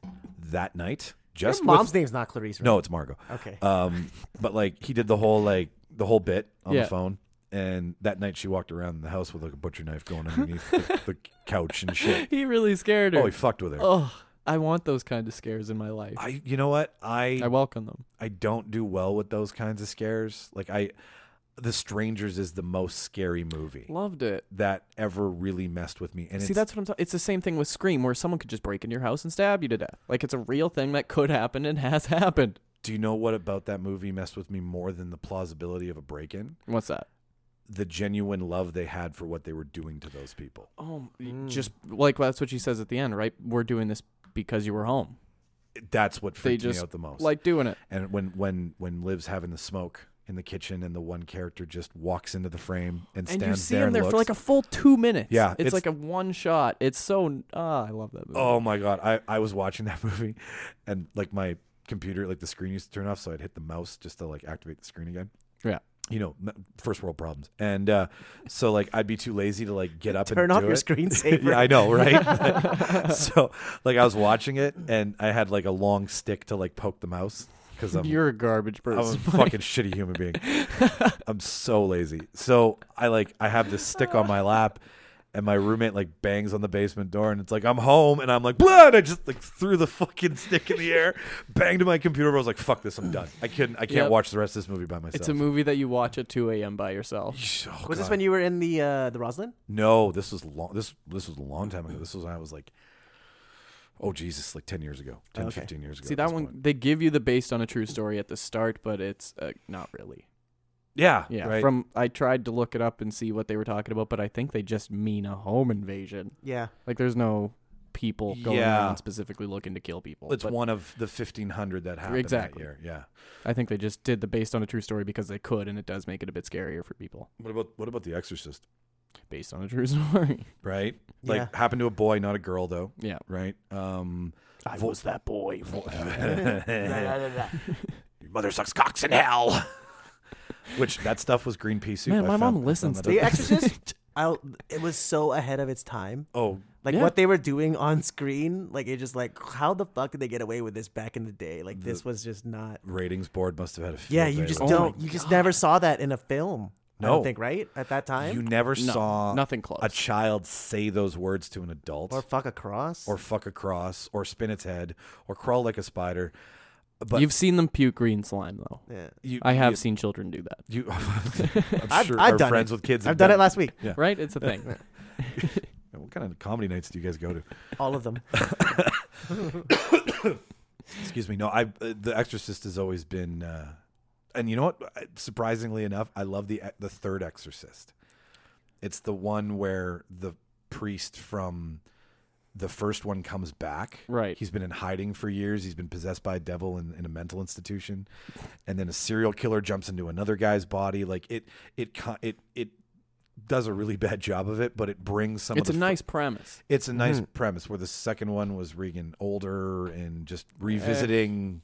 [SPEAKER 1] That night, just
[SPEAKER 2] Your mom's
[SPEAKER 1] with-
[SPEAKER 2] name's not Clarice.
[SPEAKER 1] [laughs]
[SPEAKER 2] Right?
[SPEAKER 1] no, it's Margot.
[SPEAKER 2] Okay.
[SPEAKER 1] Um, but like he did the whole like the whole bit on
[SPEAKER 3] Yeah.
[SPEAKER 1] the phone. And that night she walked around the house with like a butcher knife going underneath the, the couch and
[SPEAKER 2] [laughs]
[SPEAKER 1] shit.
[SPEAKER 3] [laughs] he really scared her.
[SPEAKER 1] Oh, he fucked with her.
[SPEAKER 3] Oh, I want those kind of scares in my life. I,
[SPEAKER 1] I you know what I
[SPEAKER 3] welcome them.
[SPEAKER 1] I don't do well with those kinds of scares. Like I The Strangers is the most scary movie
[SPEAKER 3] Loved it.
[SPEAKER 1] that ever really messed with me. And
[SPEAKER 3] See,
[SPEAKER 1] it's,
[SPEAKER 3] that's what I'm talking. It's the same thing with Scream, where someone could just break into your house and stab you to death. Like it's a real thing that could happen and has [laughs] happened.
[SPEAKER 1] do you know what about that movie messed with me more than the plausibility of a break in?
[SPEAKER 3] What's that?
[SPEAKER 1] The genuine love they had for what they were doing to those people.
[SPEAKER 3] Oh,
[SPEAKER 1] mm.
[SPEAKER 3] just like that's what she says at the end, right? We're doing this because you were home.
[SPEAKER 1] That's what
[SPEAKER 3] They
[SPEAKER 1] freaked me
[SPEAKER 3] just
[SPEAKER 1] out the most.
[SPEAKER 3] like doing it.
[SPEAKER 1] and when when when Liv's having the smoke in the kitchen, and the one character just walks into the frame and stands
[SPEAKER 3] and you see
[SPEAKER 1] there
[SPEAKER 3] him
[SPEAKER 1] and
[SPEAKER 3] there
[SPEAKER 1] looks.
[SPEAKER 3] for like a full two minutes.
[SPEAKER 1] Yeah,
[SPEAKER 3] it's,
[SPEAKER 1] it's-
[SPEAKER 3] like a one shot. It's so ah, I love that movie.
[SPEAKER 1] Oh my god, I I was watching [laughs] that movie, and like my computer, like the screen used to turn off, so I'd hit the mouse just to like activate the screen again.
[SPEAKER 3] yeah.
[SPEAKER 1] You know, m- first world problems, and uh, so like I'd be too lazy to like get up
[SPEAKER 2] Turn
[SPEAKER 1] and
[SPEAKER 2] off
[SPEAKER 1] do
[SPEAKER 2] your
[SPEAKER 1] it. [laughs]
[SPEAKER 2] screensaver.
[SPEAKER 1] yeah, I know,
[SPEAKER 2] [laughs]
[SPEAKER 1] right? [laughs] so like I was watching it, and I had like a long stick to like poke the mouse
[SPEAKER 2] [laughs]
[SPEAKER 1] because I'm
[SPEAKER 3] You're a garbage
[SPEAKER 1] I'm a
[SPEAKER 3] person.
[SPEAKER 1] fucking shitty human being. I'm so lazy. So I like I have this stick on my lap and my roommate like bangs on the basement door and it's like I'm home and I'm like blood I just like threw the fucking stick in the air, banged my computer, I was like, fuck this, I'm done. I couldn't I can't
[SPEAKER 3] Yep.
[SPEAKER 1] watch the rest of this movie by myself.
[SPEAKER 3] [laughs] It's a movie that you watch at 2 a.m. by yourself.
[SPEAKER 1] Oh,
[SPEAKER 2] Was this
[SPEAKER 1] God.
[SPEAKER 2] when you were in the uh, the Roslyn?
[SPEAKER 1] No, this was long this this was a long time ago. This was when I was like Oh Jesus, like 10 years ago. 10
[SPEAKER 2] Okay.
[SPEAKER 1] 15 years ago.
[SPEAKER 3] See
[SPEAKER 1] at this
[SPEAKER 3] that one?
[SPEAKER 1] point.
[SPEAKER 3] They give you the based on a true story at the start, but it's uh, not really.
[SPEAKER 1] Yeah.
[SPEAKER 3] Yeah.
[SPEAKER 1] right.
[SPEAKER 3] From I tried to look it up and see what they were talking about, but I think they just mean a home invasion.
[SPEAKER 2] Yeah.
[SPEAKER 3] Like there's no people going
[SPEAKER 1] Yeah.
[SPEAKER 3] around specifically looking to kill people.
[SPEAKER 1] it's
[SPEAKER 3] but
[SPEAKER 1] one of the 1500 that happened
[SPEAKER 3] Exactly.
[SPEAKER 1] that year. Yeah.
[SPEAKER 3] I think they just did the based on a true story because they could, and it does make it a bit scarier for people
[SPEAKER 1] What about what about The Exorcist?
[SPEAKER 3] based on a true [laughs] story.
[SPEAKER 1] Right? Like
[SPEAKER 2] Yeah.
[SPEAKER 1] happened to a boy, not a girl though.
[SPEAKER 3] yeah.
[SPEAKER 1] Right? Um
[SPEAKER 3] I
[SPEAKER 1] Vol-
[SPEAKER 3] was that boy.
[SPEAKER 1] Your [laughs]
[SPEAKER 2] [laughs]
[SPEAKER 1] mother sucks cocks in hell. [laughs] Which that stuff was Greenpeace soup.
[SPEAKER 3] Man,
[SPEAKER 1] I
[SPEAKER 3] my
[SPEAKER 1] found-
[SPEAKER 3] mom
[SPEAKER 1] I
[SPEAKER 3] listens
[SPEAKER 1] found
[SPEAKER 3] to
[SPEAKER 1] that [laughs]
[SPEAKER 2] The
[SPEAKER 1] out.
[SPEAKER 2] Exorcist. I it was so ahead of its time.
[SPEAKER 1] Oh,
[SPEAKER 2] Like
[SPEAKER 3] Yeah.
[SPEAKER 2] what they were doing on screen, like it just like how the fuck did they get away with this back in the day? Like this was just not.
[SPEAKER 1] ratings board must have had a field
[SPEAKER 2] Yeah, you
[SPEAKER 1] day
[SPEAKER 2] just
[SPEAKER 1] with
[SPEAKER 3] Oh my
[SPEAKER 2] don't. You just never saw that in a film. I
[SPEAKER 1] No.
[SPEAKER 2] don't think right at
[SPEAKER 1] that.
[SPEAKER 2] that time.
[SPEAKER 1] You never
[SPEAKER 3] No,
[SPEAKER 1] saw
[SPEAKER 3] nothing close.
[SPEAKER 1] a child say those words to an adult
[SPEAKER 2] or fuck across.
[SPEAKER 1] or fuck across or spin its head or crawl like a spider. But
[SPEAKER 3] You've seen them puke green slime though.
[SPEAKER 2] yeah.
[SPEAKER 1] you,
[SPEAKER 3] I have
[SPEAKER 1] you,
[SPEAKER 3] seen children do that.
[SPEAKER 1] [laughs] You, I'm
[SPEAKER 2] I've-
[SPEAKER 1] sure
[SPEAKER 2] I've
[SPEAKER 1] our
[SPEAKER 2] done
[SPEAKER 1] friends
[SPEAKER 2] it.
[SPEAKER 1] with kids. have
[SPEAKER 2] I've done it last week.
[SPEAKER 1] Yeah. [laughs]
[SPEAKER 3] Right? It's a thing.
[SPEAKER 1] What kind of comedy nights do you guys go to?
[SPEAKER 2] All of them.
[SPEAKER 1] Excuse me. No, I. Uh, the Exorcist has always been, uh, and you know what? I- Surprisingly enough, I love the e, the third Exorcist. It's the one where the priest from the first one comes back.
[SPEAKER 3] Right.
[SPEAKER 1] He's been in hiding for years. He's been possessed by a devil in, in a mental institution, and then a serial killer jumps into another guy's body. Like it, it, co- it, it does a really bad job of it, but it brings some.
[SPEAKER 3] it's a
[SPEAKER 1] of the fr-
[SPEAKER 3] nice premise.
[SPEAKER 1] it's a nice
[SPEAKER 2] Mm-hmm.
[SPEAKER 1] premise where the second one was Regan older and just
[SPEAKER 2] Eh.
[SPEAKER 1] revisiting,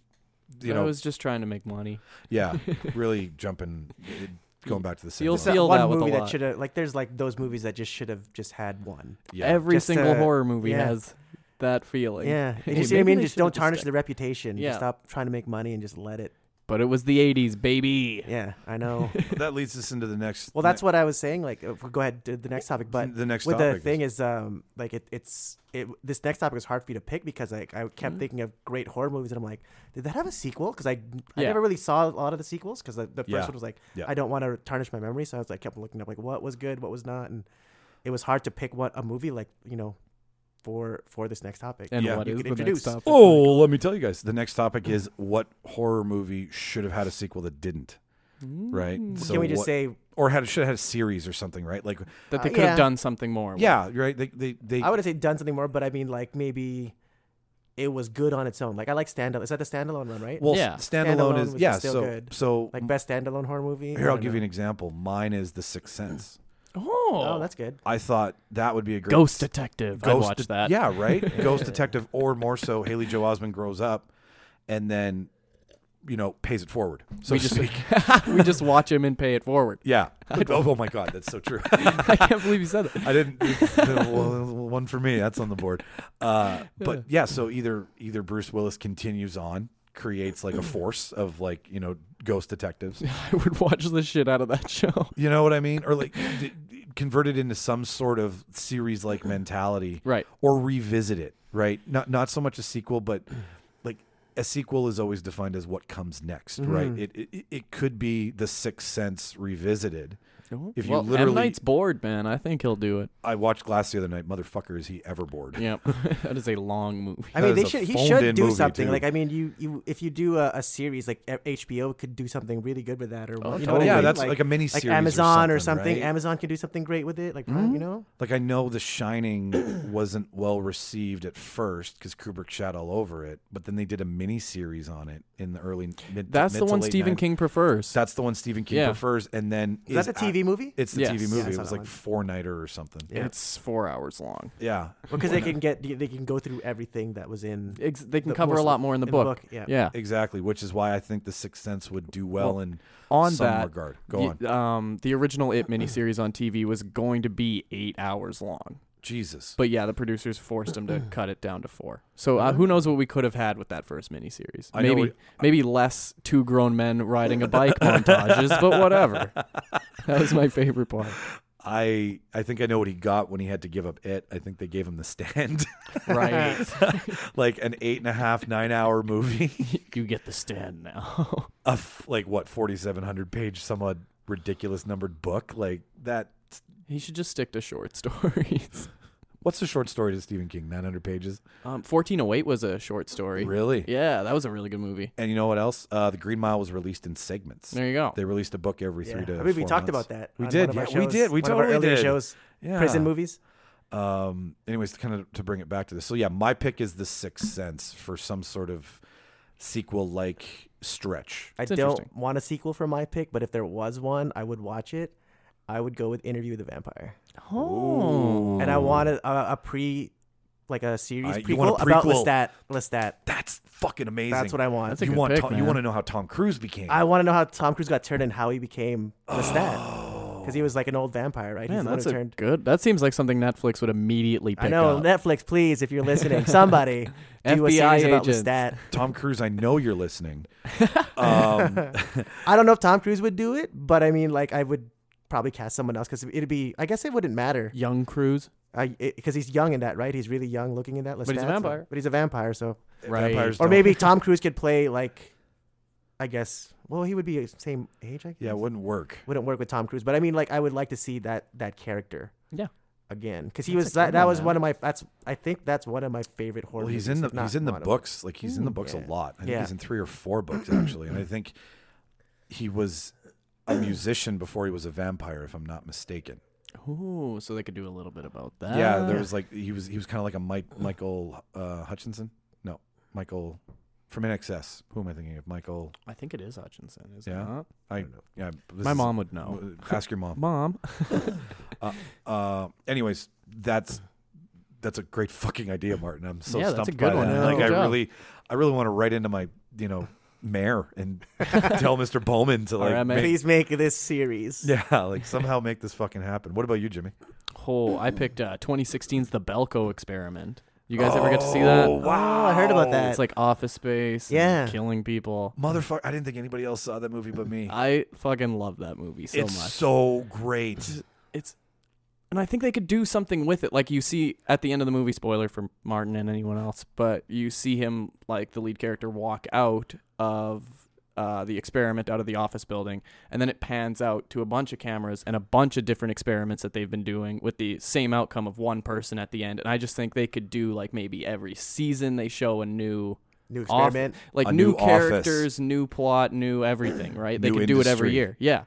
[SPEAKER 1] you
[SPEAKER 3] I
[SPEAKER 1] know,
[SPEAKER 3] was just trying to make money.
[SPEAKER 2] [laughs]
[SPEAKER 3] [laughs]
[SPEAKER 1] yeah, really jumping, it- going back to the same.
[SPEAKER 3] You'll
[SPEAKER 1] thing.
[SPEAKER 3] [laughs]
[SPEAKER 2] That
[SPEAKER 3] Feel
[SPEAKER 2] one
[SPEAKER 3] that with a
[SPEAKER 2] movie that
[SPEAKER 3] lot.
[SPEAKER 2] should have like there's like those movies that just should have just had one.
[SPEAKER 1] yeah.
[SPEAKER 3] Every
[SPEAKER 2] Just,
[SPEAKER 3] single
[SPEAKER 2] uh,
[SPEAKER 3] horror movie
[SPEAKER 2] yeah.
[SPEAKER 3] has that feeling. [laughs]
[SPEAKER 2] Yeah,
[SPEAKER 3] Hey,
[SPEAKER 2] you just,
[SPEAKER 3] maybe
[SPEAKER 2] I mean,
[SPEAKER 3] they
[SPEAKER 2] just
[SPEAKER 3] should have
[SPEAKER 2] don't tarnish
[SPEAKER 3] just-
[SPEAKER 2] the reputation.
[SPEAKER 3] Yeah.
[SPEAKER 2] Just stop trying to make money and just let it.
[SPEAKER 3] But it was the 80s, baby.
[SPEAKER 2] Yeah,
[SPEAKER 3] [laughs]
[SPEAKER 2] I know.
[SPEAKER 1] that leads us into the next.
[SPEAKER 2] well, that's what I was saying. Like, uh, go ahead, do the next topic.
[SPEAKER 3] [laughs]
[SPEAKER 2] But
[SPEAKER 1] The next
[SPEAKER 2] with
[SPEAKER 1] topic
[SPEAKER 2] the thing is, um, like it, it's it. This next topic is hard for you to pick because like I
[SPEAKER 1] Mm-hmm.
[SPEAKER 2] kept thinking of great horror movies and I'm like, did that have a sequel? Because I, I
[SPEAKER 3] Yeah.
[SPEAKER 2] never really saw a lot of the sequels because the, the first
[SPEAKER 1] Yeah.
[SPEAKER 2] one was like
[SPEAKER 1] Yeah.
[SPEAKER 2] I don't want to tarnish my memory, so I was like kept looking up like what was good, what was not, and it was hard to pick what a movie like you know for for this next topic.
[SPEAKER 3] And
[SPEAKER 1] Yeah.
[SPEAKER 3] what
[SPEAKER 2] You
[SPEAKER 3] is
[SPEAKER 2] could
[SPEAKER 3] the
[SPEAKER 2] introduce.
[SPEAKER 3] next topic?
[SPEAKER 1] Oh, let me tell you guys. The next topic is what horror movie should have had a sequel that didn't, right?
[SPEAKER 3] mm.
[SPEAKER 1] So
[SPEAKER 2] Can we just
[SPEAKER 1] what-
[SPEAKER 2] say
[SPEAKER 1] or had should have had a series or something, right? Like,
[SPEAKER 3] That they
[SPEAKER 2] Uh,
[SPEAKER 3] could
[SPEAKER 2] yeah.
[SPEAKER 3] have done something more.
[SPEAKER 1] yeah, right. They they they.
[SPEAKER 2] I would have say done something more, but I mean like maybe it was good on its own. Like I like standalone. Is that the standalone one, right?
[SPEAKER 1] well,
[SPEAKER 3] Yeah.
[SPEAKER 1] standalone,
[SPEAKER 2] Standalone
[SPEAKER 1] is
[SPEAKER 2] was
[SPEAKER 1] yeah.
[SPEAKER 2] still
[SPEAKER 1] so
[SPEAKER 2] good.
[SPEAKER 1] so
[SPEAKER 2] like best standalone horror movie.
[SPEAKER 1] here I'll give you an example. Mine is The Sixth Sense.
[SPEAKER 3] Oh,
[SPEAKER 2] Oh, that's good.
[SPEAKER 1] I thought that would be a great
[SPEAKER 3] Ghost Detective. I'd
[SPEAKER 1] Ghost
[SPEAKER 3] watch
[SPEAKER 1] det-
[SPEAKER 3] that.
[SPEAKER 1] Yeah,
[SPEAKER 3] [laughs]
[SPEAKER 1] right. Ghost detective, or more so, Haley Joe Osmond grows up, and then, you know, pays it forward. So
[SPEAKER 3] we
[SPEAKER 1] to
[SPEAKER 3] just [laughs]
[SPEAKER 1] speak.
[SPEAKER 3] we just watch him and pay it forward.
[SPEAKER 1] yeah. [laughs] Oh, oh my God, that's so true.
[SPEAKER 3] [laughs]
[SPEAKER 1] [laughs]
[SPEAKER 3] I can't believe you said that.
[SPEAKER 1] I didn't. well, One for me. That's on the board. Uh, but yeah, so either either Bruce Willis continues on, creates
[SPEAKER 3] Mm.
[SPEAKER 1] like a force of like you know ghost detectives.
[SPEAKER 3] [laughs] I would watch the shit out of that show.
[SPEAKER 1] You know what I mean? Or like d- d- convert it into some sort of series like mentality.
[SPEAKER 3] Right.
[SPEAKER 2] [clears throat]
[SPEAKER 1] Or revisit it, right? Not not so much a sequel, but like a sequel is always defined as what comes next,
[SPEAKER 2] Mm-hmm.
[SPEAKER 1] right? It, it it could be the Sixth Sense revisited. If you
[SPEAKER 3] well, M.
[SPEAKER 1] literally,
[SPEAKER 3] Night's bored, man. I think he'll do it.
[SPEAKER 1] I watched Glass the other night. Motherfucker, is he ever bored?
[SPEAKER 3] [laughs] Yep. [laughs] that is a long movie.
[SPEAKER 2] I
[SPEAKER 1] That
[SPEAKER 2] mean,
[SPEAKER 1] is
[SPEAKER 2] they
[SPEAKER 1] a
[SPEAKER 2] should. He
[SPEAKER 1] phoned-in
[SPEAKER 2] should do
[SPEAKER 1] movie,
[SPEAKER 2] something.
[SPEAKER 1] too.
[SPEAKER 2] Like, I mean, you, you if you do a, a series, like E, H- HBO could do something really good with that,
[SPEAKER 3] Oh,
[SPEAKER 2] or you know what
[SPEAKER 3] totally.
[SPEAKER 2] I
[SPEAKER 1] Yeah,
[SPEAKER 2] mean?
[SPEAKER 1] that's like a mini
[SPEAKER 2] like
[SPEAKER 1] series or
[SPEAKER 2] Amazon or
[SPEAKER 1] something,
[SPEAKER 2] something.
[SPEAKER 1] right? Mm-hmm.
[SPEAKER 2] Amazon can do something great with it, like Prime, you know.
[SPEAKER 1] Like I know The Shining [coughs] wasn't well received at first because Kubrick shat all over it, but then they did a mini series on it in the early mid.
[SPEAKER 3] That's
[SPEAKER 1] mid
[SPEAKER 3] the
[SPEAKER 1] to
[SPEAKER 3] one
[SPEAKER 1] late
[SPEAKER 3] Stephen
[SPEAKER 1] 90s.
[SPEAKER 3] King prefers.
[SPEAKER 1] That's the one Stephen King
[SPEAKER 3] Yeah.
[SPEAKER 1] prefers, and then
[SPEAKER 2] Is, that a TV movie?
[SPEAKER 1] It's the
[SPEAKER 3] Yes.
[SPEAKER 1] TV
[SPEAKER 3] Yeah, I
[SPEAKER 1] movie. it
[SPEAKER 2] saw
[SPEAKER 1] was
[SPEAKER 2] that
[SPEAKER 1] like
[SPEAKER 2] one.
[SPEAKER 1] Four Nighter or something.
[SPEAKER 2] Yeah.
[SPEAKER 3] It's four hours long.
[SPEAKER 1] Yeah.
[SPEAKER 2] because they can get they can go through everything that was in
[SPEAKER 3] Ex- they can
[SPEAKER 2] The-
[SPEAKER 3] cover a
[SPEAKER 2] most-
[SPEAKER 3] lot more in the book.
[SPEAKER 2] yeah.
[SPEAKER 3] yeah.
[SPEAKER 1] Exactly, which is why I think The Sixth Sense would do well
[SPEAKER 3] Well,
[SPEAKER 1] in
[SPEAKER 3] on
[SPEAKER 1] some
[SPEAKER 3] that,
[SPEAKER 1] regard. Go on.
[SPEAKER 3] the, Um, the original It [clears throat] miniseries on TV was going to be eight hours long,
[SPEAKER 1] Jesus.
[SPEAKER 3] but yeah, the producers forced him to [clears throat] cut it down to four. So uh, who knows what we could have had with that first miniseries?
[SPEAKER 1] I know
[SPEAKER 3] maybe
[SPEAKER 1] what-
[SPEAKER 3] maybe less two grown men riding a bike montages, but [laughs] whatever. That was my favorite part.
[SPEAKER 1] I I think I know what he got when he had to give up it. I think they gave him the stand. [laughs]
[SPEAKER 3] Right,
[SPEAKER 1] like an eight and a half, nine hour movie. [laughs]
[SPEAKER 3] you get the stand now.
[SPEAKER 1] of like what, forty seven hundred page somewhat ridiculous numbered book. Like that
[SPEAKER 3] he should just stick to short stories.
[SPEAKER 1] what's the short story to Stephen King? Nine hundred pages?
[SPEAKER 3] [laughs] Um, fourteen oh eight was a short story.
[SPEAKER 1] Really?
[SPEAKER 3] Yeah, that was a really good movie.
[SPEAKER 1] And you know what else? Uh, the Green Mile was released in segments.
[SPEAKER 3] There you go.
[SPEAKER 1] They released a book every
[SPEAKER 2] Yeah.
[SPEAKER 1] three to.
[SPEAKER 2] I mean, we
[SPEAKER 1] four
[SPEAKER 2] talked
[SPEAKER 1] months.
[SPEAKER 2] about that.
[SPEAKER 1] We
[SPEAKER 2] on
[SPEAKER 1] did.
[SPEAKER 2] one of our
[SPEAKER 1] yeah, we
[SPEAKER 2] shows,
[SPEAKER 1] did. We
[SPEAKER 2] one
[SPEAKER 1] totally
[SPEAKER 2] of our earlier
[SPEAKER 1] did.
[SPEAKER 2] shows.
[SPEAKER 1] Yeah.
[SPEAKER 2] Prison movies.
[SPEAKER 1] Um. Anyways, kind of to bring it back to this. So yeah, my pick is The Sixth Sense for some sort of sequel-like stretch.
[SPEAKER 2] I
[SPEAKER 3] It's interesting.
[SPEAKER 2] don't want a sequel for my pick, but if there was one, I would watch it. I would go with Interview with the Vampire,
[SPEAKER 3] Oh.
[SPEAKER 2] and I want a, a, a pre, like a series
[SPEAKER 1] Uh, you want
[SPEAKER 2] prequel,
[SPEAKER 1] a
[SPEAKER 2] about
[SPEAKER 1] prequel.
[SPEAKER 2] Lestat. Lestat.
[SPEAKER 1] That's fucking amazing.
[SPEAKER 2] That's what I want.
[SPEAKER 3] That's a
[SPEAKER 1] you
[SPEAKER 3] good
[SPEAKER 1] want.
[SPEAKER 3] pick,
[SPEAKER 1] Tom, you
[SPEAKER 3] man.
[SPEAKER 1] want to know how Tom Cruise became?
[SPEAKER 2] I want to know how Tom Cruise got turned and how he became Lestat,
[SPEAKER 1] Oh.
[SPEAKER 2] because he was like an old vampire, right?
[SPEAKER 3] Oh.
[SPEAKER 2] He's
[SPEAKER 3] Man,
[SPEAKER 2] the one
[SPEAKER 3] that's
[SPEAKER 2] who
[SPEAKER 3] a
[SPEAKER 2] turned.
[SPEAKER 3] good. That seems like something Netflix would immediately pick
[SPEAKER 2] I know
[SPEAKER 3] up.
[SPEAKER 2] Netflix, please,
[SPEAKER 3] [laughs]
[SPEAKER 2] if you're listening, somebody do a
[SPEAKER 3] FBI
[SPEAKER 2] series about
[SPEAKER 3] agents.
[SPEAKER 2] Lestat.
[SPEAKER 1] Tom Cruise. I know you're
[SPEAKER 2] [laughs]
[SPEAKER 1] listening. um,
[SPEAKER 2] I don't know if Tom Cruise would do it, but I mean, like, I would probably cast someone else because it'd be. I guess it wouldn't matter
[SPEAKER 3] Young Cruise,
[SPEAKER 2] because he's young in that, right? He's really young looking in that.
[SPEAKER 3] he's a
[SPEAKER 2] Lestat, so-
[SPEAKER 3] vampire.
[SPEAKER 2] but he's a vampire, so
[SPEAKER 3] right?
[SPEAKER 1] Vampires
[SPEAKER 2] or
[SPEAKER 1] don't-
[SPEAKER 3] [laughs]
[SPEAKER 2] maybe Tom Cruise could play like, I guess. Well, he would be same age. I guess.
[SPEAKER 1] Yeah, it wouldn't work.
[SPEAKER 2] wouldn't work with Tom Cruise, but I mean, like, I would like to see that that character.
[SPEAKER 3] Yeah.
[SPEAKER 2] Again, because he
[SPEAKER 3] That's a
[SPEAKER 2] was that,
[SPEAKER 3] good
[SPEAKER 2] that
[SPEAKER 3] one,
[SPEAKER 2] was
[SPEAKER 3] man.
[SPEAKER 2] one of my that's I think that's one of my favorite horror.
[SPEAKER 1] Well, he's
[SPEAKER 2] movies,
[SPEAKER 1] in the
[SPEAKER 2] if not
[SPEAKER 1] he's in the
[SPEAKER 2] one of them.
[SPEAKER 1] books. Like he's in the books a
[SPEAKER 2] yeah.
[SPEAKER 1] lot. I think
[SPEAKER 2] Yeah.
[SPEAKER 1] he's in three or four books actually, and I think he was a musician before he was a vampire, if I'm not mistaken.
[SPEAKER 3] Ooh, so they could do a little bit about that.
[SPEAKER 1] yeah, there was like he was he was kind of like a Mike Michael uh, Hutchinson. No, Michael from NXS. Who am I thinking of? Michael.
[SPEAKER 3] I think it is Hutchinson, is
[SPEAKER 1] Yeah.
[SPEAKER 3] it not?
[SPEAKER 1] I, yeah. this
[SPEAKER 3] My
[SPEAKER 1] is-
[SPEAKER 3] mom would know.
[SPEAKER 1] Ask your mom.
[SPEAKER 3] Mom,
[SPEAKER 1] Uh, anyways, that's that's a great fucking idea, Martin. I'm so
[SPEAKER 3] Yeah, that's
[SPEAKER 1] stumped
[SPEAKER 3] a good
[SPEAKER 1] by
[SPEAKER 3] one.
[SPEAKER 1] that.
[SPEAKER 3] Yeah.
[SPEAKER 1] Like
[SPEAKER 3] Good
[SPEAKER 1] I
[SPEAKER 3] job.
[SPEAKER 1] really, I really want to write into my you know mayor and [laughs] tell Mr. Bowman to
[SPEAKER 3] Our
[SPEAKER 1] like
[SPEAKER 3] MA.
[SPEAKER 1] make-
[SPEAKER 2] Please make this series.
[SPEAKER 1] yeah, like somehow make this fucking happen. What about you, Jimmy?
[SPEAKER 3] [laughs] oh, I picked uh, 2016's The Belko Experiment. You guys ever get to see that?
[SPEAKER 2] Oh, I heard about that.
[SPEAKER 3] It's like Office Space. and
[SPEAKER 2] Yeah.
[SPEAKER 3] killing people.
[SPEAKER 1] motherfucker! I didn't think anybody else saw that movie but me.
[SPEAKER 3] I fucking love that movie so
[SPEAKER 1] it's
[SPEAKER 3] much.
[SPEAKER 1] so great.
[SPEAKER 3] it's and I think they could do something with it. Like you see at the end of the movie, spoiler for Martin and anyone else, but you see him like the lead character walk out of uh, the experiment out of the office building, and then it pans out to a bunch of cameras and a bunch of different experiments that they've been doing with the same outcome of one person at the end. And I just think they could do like maybe every season they show a new
[SPEAKER 2] New
[SPEAKER 3] off-
[SPEAKER 2] experiment.
[SPEAKER 3] like
[SPEAKER 1] A
[SPEAKER 3] new,
[SPEAKER 1] new office.
[SPEAKER 3] characters, new plot, new everything. Right? They
[SPEAKER 1] New
[SPEAKER 3] could do it every
[SPEAKER 1] industry.
[SPEAKER 3] year. Yeah.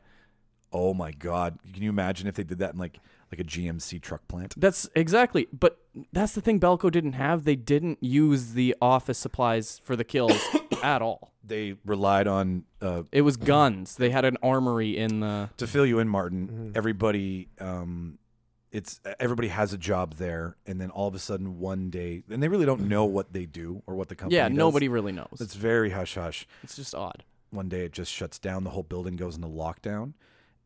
[SPEAKER 1] Oh my god! Can you imagine if they did that in like like a GMC truck plant?
[SPEAKER 3] That's exactly. But that's the thing Belko didn't have. They didn't use the office supplies for the [coughs] kills at all.
[SPEAKER 1] They relied on uh,
[SPEAKER 3] It was guns. They had an armory in the
[SPEAKER 1] to fill you in, Martin,
[SPEAKER 3] Mm-hmm.
[SPEAKER 1] everybody, um, it's everybody has a job there, and then all of a sudden one day, and they really don't know what they do or what the company.
[SPEAKER 3] Yeah,
[SPEAKER 1] does.
[SPEAKER 3] nobody really knows.
[SPEAKER 1] It's very hush hush.
[SPEAKER 3] It's just odd.
[SPEAKER 1] One day it just shuts down. The whole building goes into lockdown,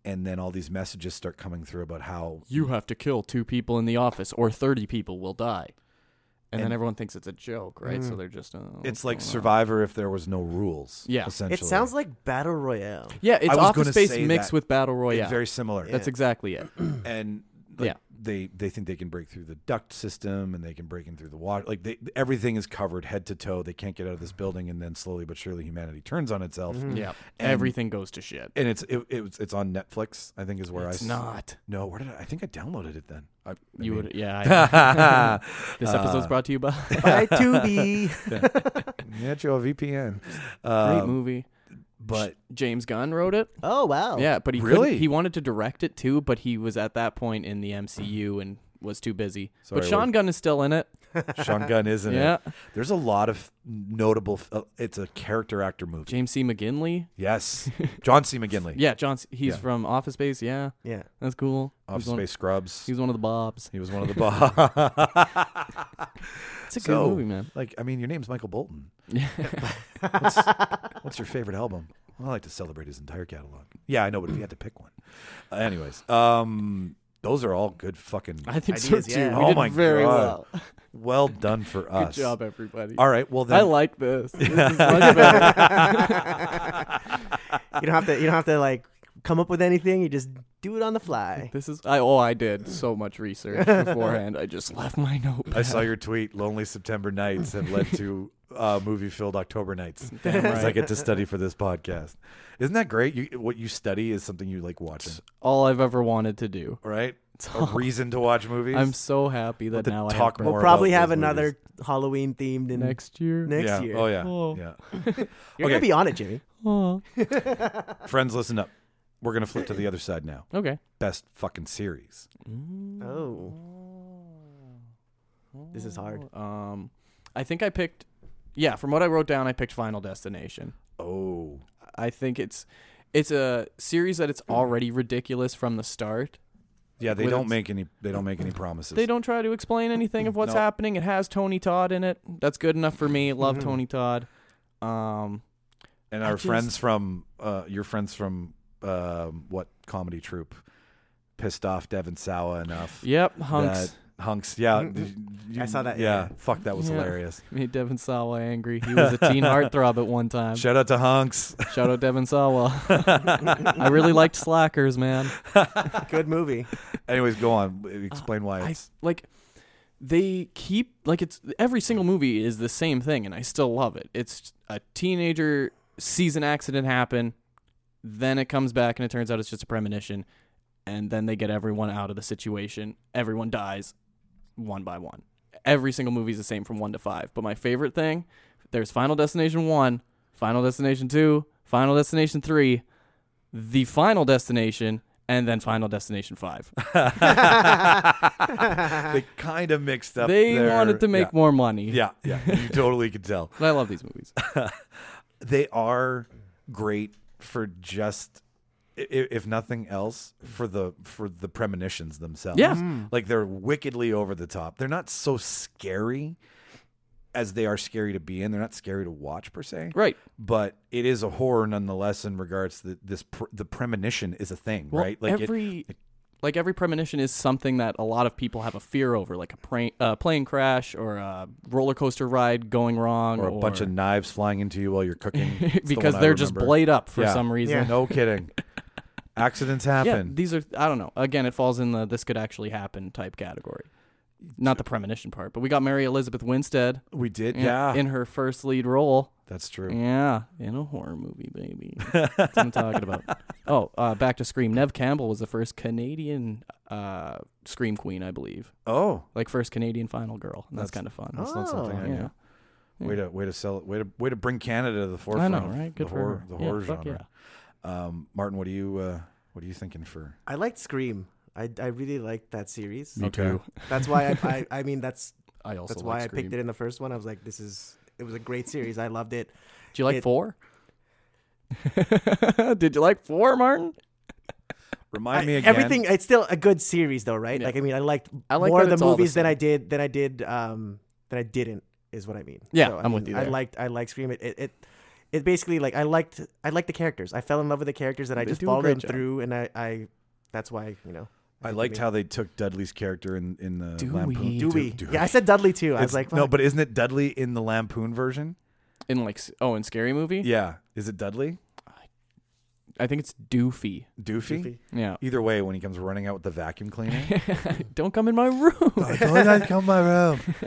[SPEAKER 1] and then all these messages start coming through about how
[SPEAKER 3] You have to kill two people in the office or 30 people will die. And, then everyone thinks it's a joke, right? So they're just oh,
[SPEAKER 1] Mm. it's like Survivor if there was no rules.
[SPEAKER 3] Yeah. It
[SPEAKER 1] essentially,
[SPEAKER 2] It sounds like battle royale. [laughs]
[SPEAKER 3] Yeah, it's
[SPEAKER 1] was gonna
[SPEAKER 3] office space
[SPEAKER 1] say
[SPEAKER 3] mixed
[SPEAKER 1] that.
[SPEAKER 3] with battle
[SPEAKER 1] It's
[SPEAKER 3] royale.
[SPEAKER 1] very similar.
[SPEAKER 3] That's exactly it.
[SPEAKER 1] and like,
[SPEAKER 3] Yeah.
[SPEAKER 1] they they think they can break through the duct system and they can break in through the water. Like they, everything is covered head to toe. They can't get out of this building, and then slowly but surely humanity turns on itself.
[SPEAKER 3] Yeah. Everything goes to shit.
[SPEAKER 1] And it's it, it, was- it's on Netflix. I think is where
[SPEAKER 3] It's
[SPEAKER 1] I s-
[SPEAKER 3] not.
[SPEAKER 1] No, where did I? I think I downloaded it then. I, I
[SPEAKER 3] You
[SPEAKER 1] [laughs] mean- Uh,
[SPEAKER 3] would, yeah. I- this episode's brought to you by [laughs]
[SPEAKER 2] Bye, Tubi.
[SPEAKER 1] Get you a VPN.
[SPEAKER 3] great
[SPEAKER 1] Uh,
[SPEAKER 3] movie. [laughs]
[SPEAKER 1] but
[SPEAKER 3] James Gunn wrote it.
[SPEAKER 2] Oh wow.
[SPEAKER 3] Yeah, but he
[SPEAKER 1] Really?
[SPEAKER 3] couldn't- he wanted to direct it too, but he was at that point in the MCU and was too busy.
[SPEAKER 1] Mm. Sorry,
[SPEAKER 3] but Sean
[SPEAKER 1] what-
[SPEAKER 3] Gunn is still in it.
[SPEAKER 1] Sean Gunn isn't
[SPEAKER 3] yeah,
[SPEAKER 1] it? There's a lot of notable. f- Uh, it's a character actor movie.
[SPEAKER 3] James C. McGinley. [laughs]
[SPEAKER 1] Yes, John C. McGinley.
[SPEAKER 3] Yeah, John. C- He's
[SPEAKER 1] Yeah.
[SPEAKER 3] from Office Space. Yeah,
[SPEAKER 2] [laughs] Yeah.
[SPEAKER 3] that's cool.
[SPEAKER 1] Office
[SPEAKER 3] he's one,
[SPEAKER 1] Space Scrubs.
[SPEAKER 3] He's one of the Bobs.
[SPEAKER 1] He was one of the [laughs] Bob.
[SPEAKER 3] It's a
[SPEAKER 1] So-
[SPEAKER 3] good movie, man.
[SPEAKER 1] like, I mean, your name's Michael Bolton. [laughs]
[SPEAKER 3] Yeah. [laughs]
[SPEAKER 1] what's, what's your favorite album? Well, I like to celebrate his entire catalog. Yeah, I know, but if you had to pick one, Uh, anyways, um, those are all good fucking.
[SPEAKER 3] I think
[SPEAKER 2] Ideas,
[SPEAKER 3] so too.
[SPEAKER 2] yeah.
[SPEAKER 3] We
[SPEAKER 1] Oh
[SPEAKER 3] did
[SPEAKER 1] my
[SPEAKER 3] very
[SPEAKER 1] God.
[SPEAKER 3] well.
[SPEAKER 1] well done for
[SPEAKER 3] Good
[SPEAKER 1] us.
[SPEAKER 3] job, everybody.
[SPEAKER 1] All right, well then.
[SPEAKER 3] I
[SPEAKER 1] [laughs]
[SPEAKER 3] like this. This is much better.
[SPEAKER 2] You don't have to. You don't have to like come up with anything. You just do it on the fly.
[SPEAKER 3] This is I oh I did so much research beforehand. I just left my
[SPEAKER 1] I [laughs]
[SPEAKER 3] notepad.
[SPEAKER 1] saw your tweet. Lonely September nights have led
[SPEAKER 3] [laughs]
[SPEAKER 1] to uh, movie-filled October nights.
[SPEAKER 3] Damn
[SPEAKER 1] Because I
[SPEAKER 3] right.
[SPEAKER 1] get to study for this podcast. Isn't that great? You, what you study is something you like watching,
[SPEAKER 3] All I've ever wanted to do.
[SPEAKER 1] right? A reason to watch movies.
[SPEAKER 3] I'm so happy that
[SPEAKER 1] to
[SPEAKER 3] now I
[SPEAKER 1] talk
[SPEAKER 3] have
[SPEAKER 1] more
[SPEAKER 2] We'll probably
[SPEAKER 1] about
[SPEAKER 2] have
[SPEAKER 1] those
[SPEAKER 2] another Halloween themed in next,
[SPEAKER 3] next year.
[SPEAKER 1] yeah.
[SPEAKER 2] year.
[SPEAKER 1] Oh yeah.
[SPEAKER 3] Oh.
[SPEAKER 1] Yeah.
[SPEAKER 2] You're
[SPEAKER 1] Okay.
[SPEAKER 2] gonna be on it, [laughs] Jimmy.
[SPEAKER 3] Oh.
[SPEAKER 1] Friends, listen up. We're gonna flip to the other side now.
[SPEAKER 3] Okay.
[SPEAKER 1] Best fucking series.
[SPEAKER 2] Oh. This is hard.
[SPEAKER 3] Um, I think I picked. Yeah, from what I wrote down, I picked Final Destination.
[SPEAKER 1] Oh.
[SPEAKER 3] I think it's it's a series that
[SPEAKER 2] Mm.
[SPEAKER 3] it's already ridiculous from the start.
[SPEAKER 1] Yeah, they
[SPEAKER 3] With
[SPEAKER 1] don't
[SPEAKER 3] its-
[SPEAKER 1] make any. They don't make any promises.
[SPEAKER 3] They don't try to explain anything
[SPEAKER 2] Mm,
[SPEAKER 3] of what's
[SPEAKER 1] No.
[SPEAKER 3] happening. It has Tony Todd in it. That's good enough for me. Love
[SPEAKER 2] Mm-hmm.
[SPEAKER 3] Tony Todd. Um,
[SPEAKER 1] And
[SPEAKER 3] I
[SPEAKER 1] our
[SPEAKER 3] just-
[SPEAKER 1] friends from uh, your friends from um, what comedy troupe pissed off Devin Sawa enough.
[SPEAKER 3] yep, hunks.
[SPEAKER 1] That, hunks.
[SPEAKER 2] [laughs]
[SPEAKER 1] Yeah. did you-
[SPEAKER 2] I saw that,
[SPEAKER 1] Yeah.
[SPEAKER 2] yeah.
[SPEAKER 1] Fuck, that was
[SPEAKER 3] Yeah.
[SPEAKER 1] hilarious.
[SPEAKER 3] Made Devin Sawa angry. He was a
[SPEAKER 2] [laughs]
[SPEAKER 3] teen heartthrob at one time.
[SPEAKER 1] Shout out to hunks. [laughs]
[SPEAKER 3] Shout out Devin
[SPEAKER 2] [laughs]
[SPEAKER 3] Sawa. I really liked Slackers, man.
[SPEAKER 2] Good movie.
[SPEAKER 1] Anyways, go on. Explain why
[SPEAKER 3] Uh, I
[SPEAKER 1] it's.
[SPEAKER 3] like they keep like it's every single movie is the same thing and I still love it. It's a teenager sees an accident happen, then it comes back and it turns out it's just a premonition and then they get everyone out of the situation. Everyone dies one by one. Every single movie is the same from 1 to 5, but my favorite thing there's Final Destination 1, Final Destination 2, Final Destination 3, The Final Destination and then Final Destination 5. [laughs]
[SPEAKER 1] [laughs] they kind of mixed up.
[SPEAKER 3] they
[SPEAKER 1] their-
[SPEAKER 3] wanted to make
[SPEAKER 1] yeah.
[SPEAKER 3] more money.
[SPEAKER 1] Yeah, yeah, you totally could tell.
[SPEAKER 3] But I love these [laughs] movies.
[SPEAKER 1] They are great for just, i- i- if nothing else, for the for the premonitions themselves.
[SPEAKER 3] Yeah.
[SPEAKER 1] like they're wickedly over the top. They're not so scary as they are scary to be in. They're not scary to watch per se.
[SPEAKER 3] Right.
[SPEAKER 1] But it is a horror nonetheless in regards to the, this. Pr- the premonition is a thing,
[SPEAKER 3] Well,
[SPEAKER 1] right? Like it-
[SPEAKER 3] every like every premonition is something that a lot of people have a fear over, like a pra- uh, plane crash or a roller coaster ride going wrong,
[SPEAKER 1] or a bunch of
[SPEAKER 3] [laughs]
[SPEAKER 1] knives flying into you while you're cooking It's the
[SPEAKER 3] because
[SPEAKER 1] one I
[SPEAKER 3] they're just
[SPEAKER 1] remember.
[SPEAKER 3] blade up for
[SPEAKER 1] Yeah.
[SPEAKER 3] some reason. [laughs]
[SPEAKER 1] No kidding. Accidents
[SPEAKER 3] Yeah,
[SPEAKER 1] happen.
[SPEAKER 3] these are I don't know. Again, it falls in the this could actually happen type category. Not the premonition part, but we got Mary Elizabeth Winstead
[SPEAKER 1] we did.
[SPEAKER 3] in,
[SPEAKER 1] Yeah,
[SPEAKER 3] in her first lead role.
[SPEAKER 1] that's true.
[SPEAKER 3] Yeah, in a horror movie,
[SPEAKER 1] [laughs]
[SPEAKER 3] baby. That's what I'm talking about. Oh, uh, back to Scream. Nev Campbell was the first Canadian uh, Scream Queen, I believe.
[SPEAKER 1] Oh,
[SPEAKER 3] Like first Canadian final girl. And that's, kind of fun.
[SPEAKER 1] that's not something I
[SPEAKER 3] yeah.
[SPEAKER 1] knew. Way to way to sell it. Way to way to bring Canada to the
[SPEAKER 3] I
[SPEAKER 1] forefront.
[SPEAKER 3] know,
[SPEAKER 1] of
[SPEAKER 3] right? Good
[SPEAKER 1] the
[SPEAKER 3] for
[SPEAKER 1] horror,
[SPEAKER 3] her.
[SPEAKER 1] the
[SPEAKER 3] Yeah,
[SPEAKER 1] horror
[SPEAKER 3] fuck
[SPEAKER 1] genre. Um, Martin, what are you uh, what are you thinking for?
[SPEAKER 2] [laughs] I liked Scream. I, I really liked that series.
[SPEAKER 3] Me
[SPEAKER 1] Okay.
[SPEAKER 3] too.
[SPEAKER 2] That's why
[SPEAKER 3] [laughs]
[SPEAKER 2] I, I I mean that's
[SPEAKER 3] I also
[SPEAKER 2] that's
[SPEAKER 3] like
[SPEAKER 2] why I
[SPEAKER 3] Scream.
[SPEAKER 2] picked it in the first one. I was like, this is it was a great series. I loved it.
[SPEAKER 3] Do you like
[SPEAKER 2] It-
[SPEAKER 3] four? [laughs] Did you like four, Martin?
[SPEAKER 1] Remind
[SPEAKER 2] I-
[SPEAKER 1] me again.
[SPEAKER 2] Everything. It's still a good series though, right?
[SPEAKER 3] Yeah.
[SPEAKER 2] Like I mean, I liked
[SPEAKER 3] I like
[SPEAKER 2] more
[SPEAKER 3] that
[SPEAKER 2] of the
[SPEAKER 3] it's all the
[SPEAKER 2] movies than I
[SPEAKER 3] same.
[SPEAKER 2] did than I did um than I didn't is what I mean.
[SPEAKER 3] Yeah,
[SPEAKER 2] I
[SPEAKER 3] I'm with
[SPEAKER 2] mean,
[SPEAKER 3] you
[SPEAKER 2] I
[SPEAKER 3] there.
[SPEAKER 2] liked I liked Scream. It it. it it basically like I liked I liked the characters. I fell in love with the characters and I
[SPEAKER 3] They
[SPEAKER 2] just
[SPEAKER 3] do a
[SPEAKER 2] followed
[SPEAKER 3] great
[SPEAKER 2] them
[SPEAKER 3] job.
[SPEAKER 2] through and I, I that's why, you know.
[SPEAKER 1] I
[SPEAKER 2] think
[SPEAKER 1] liked
[SPEAKER 2] we-
[SPEAKER 1] how they took Dudley's character in in the
[SPEAKER 3] Dewey.
[SPEAKER 1] Lampoon.
[SPEAKER 3] Do-
[SPEAKER 2] Dewey.
[SPEAKER 1] Dewey.
[SPEAKER 2] Yeah, I said Dudley too. I
[SPEAKER 1] It's-
[SPEAKER 2] was like,
[SPEAKER 1] no,
[SPEAKER 2] fuck.
[SPEAKER 1] but isn't it Dudley in the Lampoon version?
[SPEAKER 3] In like s- oh, in Scary Movie?
[SPEAKER 1] Yeah, is it Dudley?
[SPEAKER 3] I think it's Doofy.
[SPEAKER 1] Doofy?
[SPEAKER 2] Doofy.
[SPEAKER 1] [laughs]
[SPEAKER 3] Yeah. [laughs]
[SPEAKER 1] Either way, when he comes running out with the vacuum cleaner,
[SPEAKER 3] Don't come in my room.
[SPEAKER 1] [laughs] oh, don't I come my room. [laughs]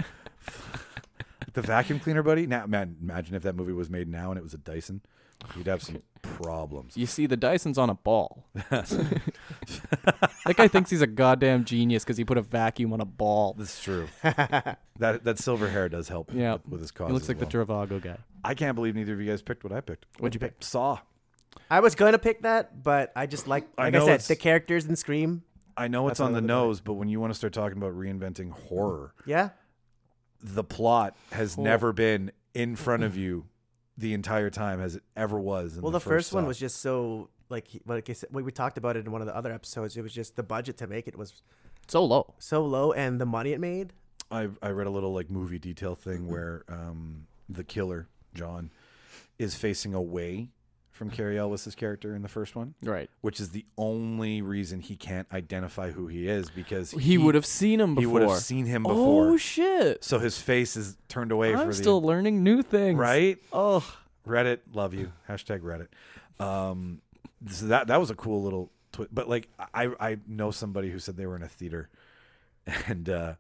[SPEAKER 1] the vacuum cleaner, buddy. Now, man, imagine if that movie was made now and it was a Dyson, you'd have some problems.
[SPEAKER 3] You see, the Dyson's on
[SPEAKER 1] [laughs]
[SPEAKER 3] a ball. that guy thinks he's a goddamn genius because he put a vacuum on a ball.
[SPEAKER 1] That's true. that that silver hair does help.
[SPEAKER 3] Yeah.
[SPEAKER 1] with, with his cause.
[SPEAKER 3] He looks
[SPEAKER 1] as
[SPEAKER 3] like
[SPEAKER 1] well.
[SPEAKER 3] the Travago guy.
[SPEAKER 1] I can't believe neither of you guys picked what I picked.
[SPEAKER 3] What'd you pick?
[SPEAKER 1] Saw.
[SPEAKER 2] I was going to pick that, but I just like
[SPEAKER 1] I
[SPEAKER 2] like
[SPEAKER 1] know
[SPEAKER 2] I said
[SPEAKER 1] it's-
[SPEAKER 2] the characters in Scream.
[SPEAKER 1] I know it's
[SPEAKER 2] That's what
[SPEAKER 1] on the
[SPEAKER 2] I love about it.
[SPEAKER 1] nose, but when you want to start talking about reinventing horror,
[SPEAKER 2] Yeah.
[SPEAKER 1] the plot has never been in front of you the entire time as it ever was. In
[SPEAKER 2] Well,
[SPEAKER 1] the,
[SPEAKER 2] the, first, one
[SPEAKER 1] Saw.
[SPEAKER 2] was just so like he- like I said, we we talked about it in one of the other episodes. It was just the budget to make it was
[SPEAKER 3] So low.
[SPEAKER 2] so low, and the money it made.
[SPEAKER 1] I I read a little like movie detail thing where um the killer John is facing away from Carrie Elwes's character in the first one,
[SPEAKER 3] Right.
[SPEAKER 1] which is the only reason he can't identify who he is because
[SPEAKER 3] He, would have seen him
[SPEAKER 1] he
[SPEAKER 3] before.
[SPEAKER 1] would have seen him before.
[SPEAKER 3] Oh shit!
[SPEAKER 1] so his face is turned away for
[SPEAKER 3] I'm
[SPEAKER 1] the
[SPEAKER 3] still learning new things.
[SPEAKER 1] right
[SPEAKER 3] Oh,
[SPEAKER 1] Reddit, love you. Hashtag Reddit. Um, so that that was a cool little twi- But like, I I know somebody who said they were in a theater, [laughs] and uh,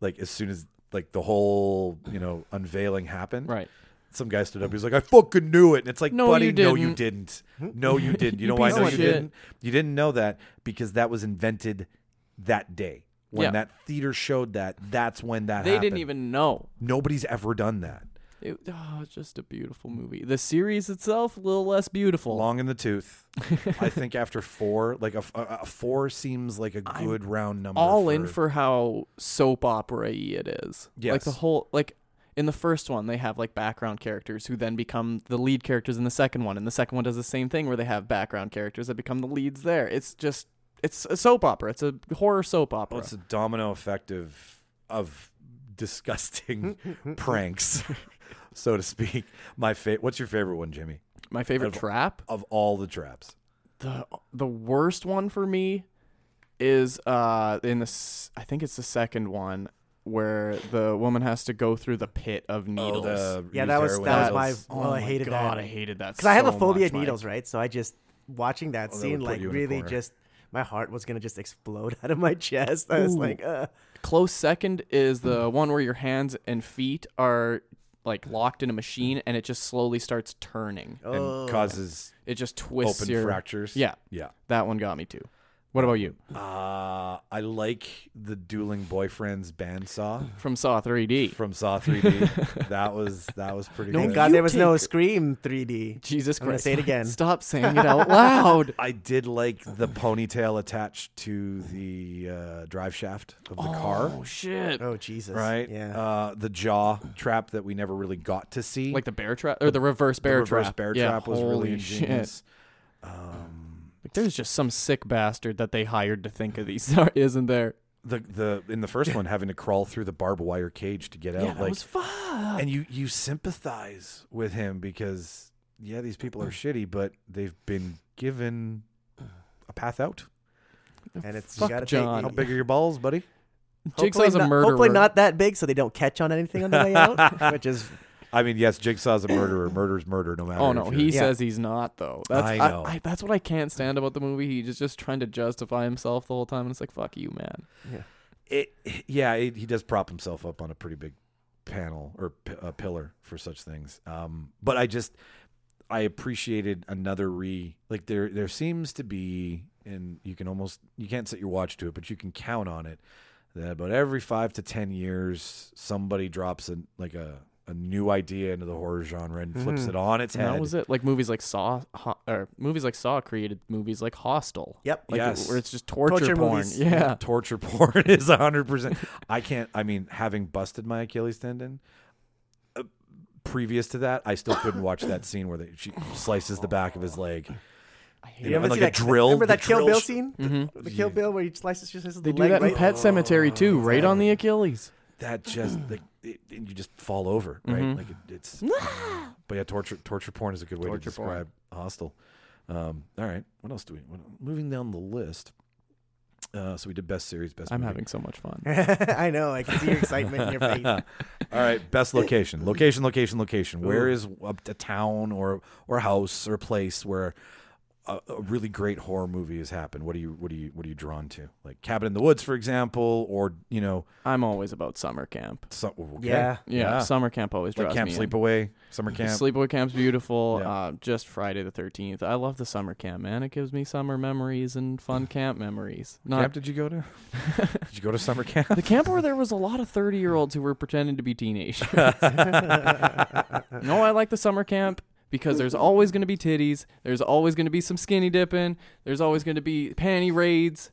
[SPEAKER 1] like as soon as like the whole you know unveiling happened,
[SPEAKER 3] right.
[SPEAKER 1] Some guy stood up. He was like, "I fucking knew it." And it's like,
[SPEAKER 3] No,
[SPEAKER 1] buddy,
[SPEAKER 3] you
[SPEAKER 1] no, you didn't. No, you didn't. You,
[SPEAKER 3] [laughs] You
[SPEAKER 1] know why?
[SPEAKER 3] piece
[SPEAKER 1] No,
[SPEAKER 3] of
[SPEAKER 1] you
[SPEAKER 3] shit.
[SPEAKER 1] didn't. You didn't know that because that was invented that day when
[SPEAKER 3] Yeah.
[SPEAKER 1] that theater showed that. That's when that
[SPEAKER 3] They
[SPEAKER 1] happened.
[SPEAKER 3] didn't even know.
[SPEAKER 1] Nobody's ever done that.
[SPEAKER 3] It, oh, it's just a beautiful movie. The series itself, a little less beautiful.
[SPEAKER 1] long in the
[SPEAKER 3] [laughs]
[SPEAKER 1] tooth. I think after four, like a, a, a four seems like a good round number.
[SPEAKER 3] all in for how soap opera y it is. Like the
[SPEAKER 1] Yes.
[SPEAKER 3] whole like in the first one they have like background characters who then become the lead characters in the second one and the second one does the same thing where they have background characters that become the leads there. It's just it's a soap opera. It's a horror soap opera.
[SPEAKER 1] Well, it's a domino effect of of disgusting pranks, [laughs] so to speak. My fa- What's your favorite one, Jimmy?
[SPEAKER 3] My favorite
[SPEAKER 1] I've-
[SPEAKER 3] trap,
[SPEAKER 1] Of all the traps,
[SPEAKER 3] the the worst one for me is uh in the s- I think it's the second one where the woman has to go through the pit of needles.
[SPEAKER 2] Yeah, that was- that was my-
[SPEAKER 3] oh,
[SPEAKER 2] well,
[SPEAKER 3] my
[SPEAKER 2] I hated that.
[SPEAKER 3] God, I hated that.
[SPEAKER 2] Because I have a
[SPEAKER 3] so
[SPEAKER 2] phobia
[SPEAKER 3] much,
[SPEAKER 2] of
[SPEAKER 3] Mike.
[SPEAKER 2] needles, right? So I just watching that
[SPEAKER 1] Oh, would
[SPEAKER 2] scene
[SPEAKER 1] put
[SPEAKER 2] like
[SPEAKER 1] you in a
[SPEAKER 2] really
[SPEAKER 1] corner.
[SPEAKER 2] just my heart was gonna just explode [laughs] out of my chest. I was like, uh,
[SPEAKER 3] Close second is the one where your hands and feet are like locked in a machine and it just slowly starts turning.
[SPEAKER 1] and
[SPEAKER 2] Oh.
[SPEAKER 1] causes
[SPEAKER 3] It just twists
[SPEAKER 1] Oh. open
[SPEAKER 3] your
[SPEAKER 1] fractures.
[SPEAKER 3] Yeah,
[SPEAKER 1] yeah.
[SPEAKER 3] that one got me too. What about you?
[SPEAKER 1] Uh, I like the dueling boyfriends bandsaw
[SPEAKER 3] From Saw 3D.
[SPEAKER 1] from
[SPEAKER 3] [laughs]
[SPEAKER 1] Saw 3D. that was that was pretty.
[SPEAKER 2] thank
[SPEAKER 1] good.
[SPEAKER 2] God
[SPEAKER 3] you
[SPEAKER 2] there was no
[SPEAKER 3] take-
[SPEAKER 2] Scream 3D.
[SPEAKER 3] Jesus
[SPEAKER 2] I'm gonna
[SPEAKER 3] Christ. [laughs]
[SPEAKER 2] say it again.
[SPEAKER 3] Stop saying it out loud.
[SPEAKER 1] I did like the ponytail attached to the uh, drive shaft of the [laughs] car,
[SPEAKER 3] Oh shit.
[SPEAKER 2] Oh Jesus!
[SPEAKER 1] right?
[SPEAKER 2] Yeah.
[SPEAKER 1] Uh, the jaw trap that we never really got to see,
[SPEAKER 3] Like the bear trap or the reverse
[SPEAKER 1] the
[SPEAKER 3] bear
[SPEAKER 1] reverse
[SPEAKER 3] trap.
[SPEAKER 1] bear
[SPEAKER 3] Yeah,
[SPEAKER 1] trap, was really
[SPEAKER 3] holy
[SPEAKER 1] ingenious. Um,
[SPEAKER 3] shit. Like, there's just some sick bastard that they hired to think of these, [laughs] isn't there?
[SPEAKER 1] The the in the first one having to crawl through the barbed wire cage to get out,
[SPEAKER 3] yeah, that
[SPEAKER 1] like,
[SPEAKER 3] was fun.
[SPEAKER 1] and you you sympathize with him because yeah, these people are shitty, but they've been given a path out.
[SPEAKER 2] And it's
[SPEAKER 3] Fuck
[SPEAKER 2] you gotta
[SPEAKER 3] John.
[SPEAKER 1] How
[SPEAKER 2] Take,
[SPEAKER 1] big are your balls, buddy?
[SPEAKER 3] Jigsaw's
[SPEAKER 2] hopefully
[SPEAKER 3] a
[SPEAKER 2] not-
[SPEAKER 3] murderer.
[SPEAKER 2] Hopefully not that big, so they don't catch on anything on the
[SPEAKER 1] [laughs]
[SPEAKER 2] way out, which is
[SPEAKER 1] I mean, yes, Jigsaw's a murderer. Murder's murder, no matter.
[SPEAKER 3] Oh
[SPEAKER 1] if
[SPEAKER 3] no,
[SPEAKER 1] you're-
[SPEAKER 3] he
[SPEAKER 2] Yeah.
[SPEAKER 3] says he's not though. That's
[SPEAKER 1] I know.
[SPEAKER 3] I, that's what I can't stand about the movie. He's just, just trying to justify himself the whole time, and it's like, fuck you, man.
[SPEAKER 1] it yeah it, he does prop himself up on a pretty big panel or p- a pillar for such things um but i just i appreciated another re like there there seems to be and you can almost you can't set your watch to it but you can count on it that about every 5 to 10 years somebody drops a like a a new idea into the horror genre and flips it on its
[SPEAKER 3] Mm-hmm. And
[SPEAKER 1] head
[SPEAKER 3] that was it. Like movies like Saw, Ho- or movies like Saw created movies like Hostel.
[SPEAKER 2] yep.
[SPEAKER 3] Like,
[SPEAKER 1] Yes.
[SPEAKER 3] where it's just torture,
[SPEAKER 2] Torture
[SPEAKER 3] porn.
[SPEAKER 2] movies.
[SPEAKER 3] Yeah.
[SPEAKER 1] [laughs] torture porn is 100% i can't i mean having busted my achilles tendon uh, previous to that i still couldn't watch
[SPEAKER 3] [laughs]
[SPEAKER 1] that scene where they, she slices the back of his leg
[SPEAKER 3] I
[SPEAKER 1] You
[SPEAKER 3] hate
[SPEAKER 2] You
[SPEAKER 1] know,
[SPEAKER 2] ever
[SPEAKER 1] and like
[SPEAKER 2] see
[SPEAKER 1] a
[SPEAKER 2] that,
[SPEAKER 1] drill,
[SPEAKER 2] Remember
[SPEAKER 1] the Mm-hmm.
[SPEAKER 2] that Kill
[SPEAKER 1] drill
[SPEAKER 2] Bill
[SPEAKER 1] sh-
[SPEAKER 2] scene?
[SPEAKER 3] Mhm.
[SPEAKER 2] The Kill Bill where he slices, she slices
[SPEAKER 3] They
[SPEAKER 2] the
[SPEAKER 3] do
[SPEAKER 2] leg
[SPEAKER 3] that in
[SPEAKER 2] right- [laughs]
[SPEAKER 3] Pet Cemetery
[SPEAKER 1] Oh,
[SPEAKER 3] too, right on the Achilles.
[SPEAKER 1] that
[SPEAKER 3] [clears throat]
[SPEAKER 1] just like it, it- you just fall over right
[SPEAKER 3] Mhm.
[SPEAKER 1] like it,
[SPEAKER 3] [laughs]
[SPEAKER 1] it's but yeah torture torture porn is a good way to
[SPEAKER 3] Torture porn.
[SPEAKER 1] describe hostile um, all right what else do we what, moving down the list uh, so we did best series best
[SPEAKER 3] I'm
[SPEAKER 1] movie.
[SPEAKER 3] having so much fun.
[SPEAKER 2] [laughs] I know. I can see your excitement in your
[SPEAKER 1] [laughs]
[SPEAKER 2] face.
[SPEAKER 1] All right, best location, location, location, location. Where is a, a town or or a house or a place where a, a really great horror movie has happened, what do you what do you what are you drawn to? Like Cabin in the Woods, for example, or you know,
[SPEAKER 3] I'm always about summer camp.
[SPEAKER 1] some, okay.
[SPEAKER 2] Yeah.
[SPEAKER 3] Yeah, summer camp always
[SPEAKER 1] like
[SPEAKER 3] draws
[SPEAKER 1] Camp
[SPEAKER 3] me in.
[SPEAKER 1] Sleepaway, Summer Camp.
[SPEAKER 3] Sleepaway Camp's beautiful.
[SPEAKER 1] Yeah.
[SPEAKER 3] Uh, just Friday the Thirteenth. I love the summer camp, man. It gives me summer memories and
[SPEAKER 1] [sighs]
[SPEAKER 3] fun camp memories. Not
[SPEAKER 1] camp did you
[SPEAKER 3] [laughs]
[SPEAKER 1] go to? did you go to summer camp?
[SPEAKER 3] the camp where there was a lot of thirty-year-olds who were pretending to
[SPEAKER 1] [laughs]
[SPEAKER 3] be teenagers. no, I like the summer camp because there's always going to be titties. There's always going to be some skinny dipping. There's always going to be panty raids,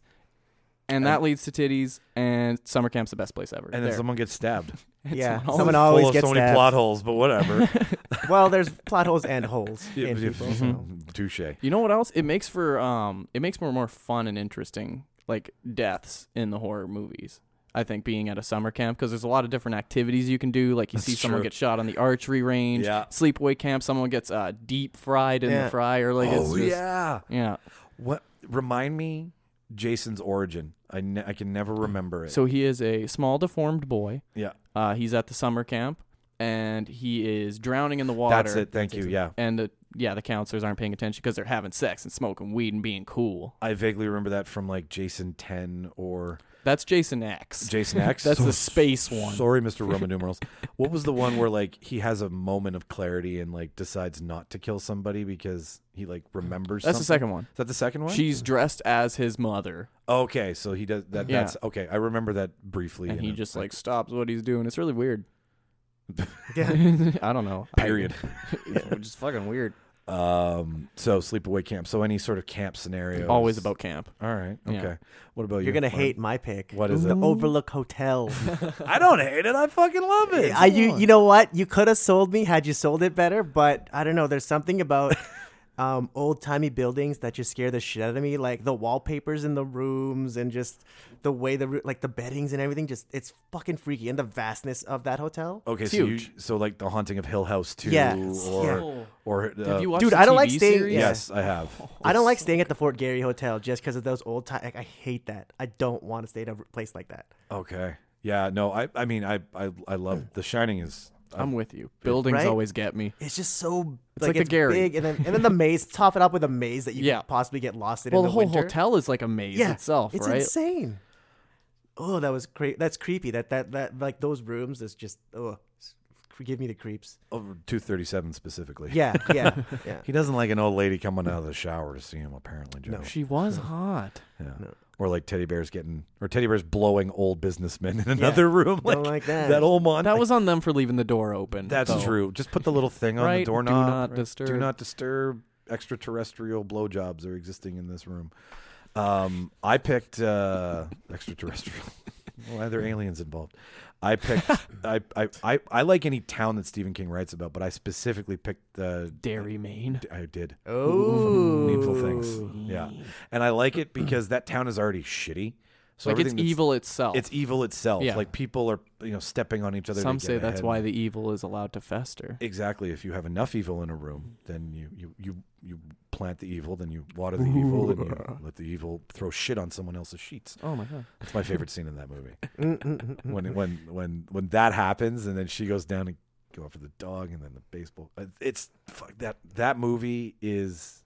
[SPEAKER 3] and that leads to titties. And summer camp's the best place ever.
[SPEAKER 1] And then
[SPEAKER 3] there.
[SPEAKER 1] someone gets stabbed.
[SPEAKER 2] yeah.
[SPEAKER 3] someone
[SPEAKER 2] [laughs] Someone
[SPEAKER 1] Full
[SPEAKER 2] always
[SPEAKER 1] of
[SPEAKER 2] gets
[SPEAKER 1] so many
[SPEAKER 2] stabbed.
[SPEAKER 1] plot holes, but
[SPEAKER 3] [laughs]
[SPEAKER 1] whatever.
[SPEAKER 2] [laughs] well, there's plot holes and holes
[SPEAKER 1] [laughs] Yeah,
[SPEAKER 2] in
[SPEAKER 1] yeah, [laughs]
[SPEAKER 2] people. Mm-hmm. so.
[SPEAKER 1] Touche.
[SPEAKER 3] You know what else? It makes for um, it makes for more fun and interesting like deaths in the horror movies. I think being at a summer camp because there's a lot of different activities you can do. Like you
[SPEAKER 1] That's
[SPEAKER 3] see someone
[SPEAKER 1] true.
[SPEAKER 3] get shot on the archery range,
[SPEAKER 1] Yeah.
[SPEAKER 3] sleepaway camp. Someone gets uh, deep fried in
[SPEAKER 2] Yeah.
[SPEAKER 3] the fryer. Like it's
[SPEAKER 1] Oh
[SPEAKER 3] just,
[SPEAKER 1] yeah.
[SPEAKER 3] yeah.
[SPEAKER 1] What remind me Jason's origin? I ne- I can never remember it.
[SPEAKER 3] So he is a small deformed boy.
[SPEAKER 1] yeah,
[SPEAKER 3] Uh, he's at the summer camp and he is drowning in the water.
[SPEAKER 1] that's it. Thank you. Yeah,
[SPEAKER 3] And the, yeah, the counselors aren't paying attention because they're having sex and smoking weed and being cool.
[SPEAKER 1] I vaguely remember that from like Jason Ten or
[SPEAKER 3] That's Jason X.
[SPEAKER 1] Jason X.
[SPEAKER 3] [laughs] That's
[SPEAKER 1] So-
[SPEAKER 3] the space one.
[SPEAKER 1] Sorry,
[SPEAKER 3] [laughs]
[SPEAKER 1] Mr. Roman numerals. what was the one where like he has a moment of clarity and like decides not to kill somebody because he like remembers?
[SPEAKER 3] That's the
[SPEAKER 1] something?
[SPEAKER 3] second one.
[SPEAKER 1] Is that the second one?
[SPEAKER 3] She's dressed as his mother,
[SPEAKER 1] okay, so he does that.
[SPEAKER 3] Yeah.
[SPEAKER 1] That's okay. I remember that briefly.
[SPEAKER 3] and
[SPEAKER 1] in
[SPEAKER 3] he
[SPEAKER 1] a-
[SPEAKER 3] just like stops what he's doing. It's really
[SPEAKER 1] [laughs]
[SPEAKER 3] weird.
[SPEAKER 2] Yeah.
[SPEAKER 3] I don't know. I- [laughs]
[SPEAKER 1] period.
[SPEAKER 3] which is fucking weird.
[SPEAKER 1] um. So sleepaway camp. So any sort of camp scenario.
[SPEAKER 3] Always
[SPEAKER 1] is-
[SPEAKER 3] about camp.
[SPEAKER 1] All right. Okay.
[SPEAKER 3] Yeah.
[SPEAKER 1] What about you?
[SPEAKER 2] You're gonna
[SPEAKER 1] Oh, What-
[SPEAKER 2] hate my pick.
[SPEAKER 1] What is
[SPEAKER 2] the
[SPEAKER 1] it?
[SPEAKER 2] Overlook
[SPEAKER 1] [laughs]
[SPEAKER 2] Hotel?
[SPEAKER 1] I don't hate it. I fucking love it.
[SPEAKER 2] I, you you know what? You could have sold me had you sold it better, but I don't know. There's something [laughs] about um, old timey buildings that just scare the shit out of me. Like the wallpapers in the rooms and just the way the roo- like the beddings and everything. Just it's fucking freaky and the vastness of that hotel.
[SPEAKER 1] okay, so you
[SPEAKER 3] huge.
[SPEAKER 1] so like the Haunting of Hill House too,
[SPEAKER 2] Yeah.
[SPEAKER 1] or
[SPEAKER 2] Yeah.
[SPEAKER 1] or uh,
[SPEAKER 3] Have you watched
[SPEAKER 2] dude,
[SPEAKER 3] the
[SPEAKER 2] I don't
[SPEAKER 3] TV
[SPEAKER 2] like staying-
[SPEAKER 3] series? [laughs]
[SPEAKER 2] yeah.
[SPEAKER 1] yes, I have.
[SPEAKER 2] I don't like staying at the Fort Gary Hotel just because of those old time. Like, I hate that. I don't want to stay at a place like that.
[SPEAKER 1] Okay, yeah, no, I I mean I I, I love The Shining is uh,
[SPEAKER 3] I'm with you. Buildings
[SPEAKER 2] Right?
[SPEAKER 3] always get me.
[SPEAKER 2] It's just so
[SPEAKER 3] It's like the Gary.
[SPEAKER 2] big, and then and then the maze. Top it up with a maze that you
[SPEAKER 3] Yeah.
[SPEAKER 2] could possibly get lost in.
[SPEAKER 3] Well,
[SPEAKER 2] in
[SPEAKER 3] the,
[SPEAKER 2] the,
[SPEAKER 3] whole
[SPEAKER 2] winter.
[SPEAKER 3] hotel is like a maze itself,
[SPEAKER 2] it's
[SPEAKER 3] right?
[SPEAKER 2] insane. Oh, that was cra- that's creepy. That that that like those rooms is just oh, give me the creeps.
[SPEAKER 1] oh, two thirty seven specifically.
[SPEAKER 2] Yeah,
[SPEAKER 1] [laughs]
[SPEAKER 2] yeah, yeah.
[SPEAKER 1] he doesn't like an old lady coming out of the shower to see him. Apparently, Joe.
[SPEAKER 3] She was hot.
[SPEAKER 1] Yeah. Or like teddy bears getting, or teddy bears blowing old businessmen in another room. Like,
[SPEAKER 2] Don't like that.
[SPEAKER 1] old mon.
[SPEAKER 3] That was on them for leaving the door open.
[SPEAKER 1] That's
[SPEAKER 3] though.
[SPEAKER 1] true. Just put the little thing on the
[SPEAKER 3] Right? Do
[SPEAKER 1] doorknob.
[SPEAKER 3] not
[SPEAKER 1] Do
[SPEAKER 3] disturb.
[SPEAKER 1] not disturb. Extraterrestrial blowjobs are existing in this room. Um, I picked uh, extraterrestrial. [laughs] Why are there aliens involved? I
[SPEAKER 3] [laughs]
[SPEAKER 1] picked. I, I I I like any town that Stephen King writes about, but I specifically picked the.
[SPEAKER 3] Dairy Maine.
[SPEAKER 1] I did.
[SPEAKER 2] Oh,
[SPEAKER 1] Needful things. Yeah, and I like
[SPEAKER 3] [clears throat]
[SPEAKER 1] it because that town is already shitty. So
[SPEAKER 3] Like it's
[SPEAKER 1] everything that's-
[SPEAKER 3] evil itself.
[SPEAKER 1] It's evil itself.
[SPEAKER 3] Yeah.
[SPEAKER 1] Like people are you know stepping on each other. to
[SPEAKER 3] Some
[SPEAKER 1] get
[SPEAKER 3] say that's
[SPEAKER 1] ahead.
[SPEAKER 3] why the evil is allowed to fester.
[SPEAKER 1] Exactly. If you have enough evil in a room, then you you you, you plant the evil, then you water the evil, and you let the evil throw shit on someone else's sheets.
[SPEAKER 3] Oh my god.
[SPEAKER 1] That's my favorite scene in that
[SPEAKER 3] [laughs]
[SPEAKER 1] movie. when when when when that happens, and then she goes down and go after the dog, and then the baseball. uh, It's fuck that that movie is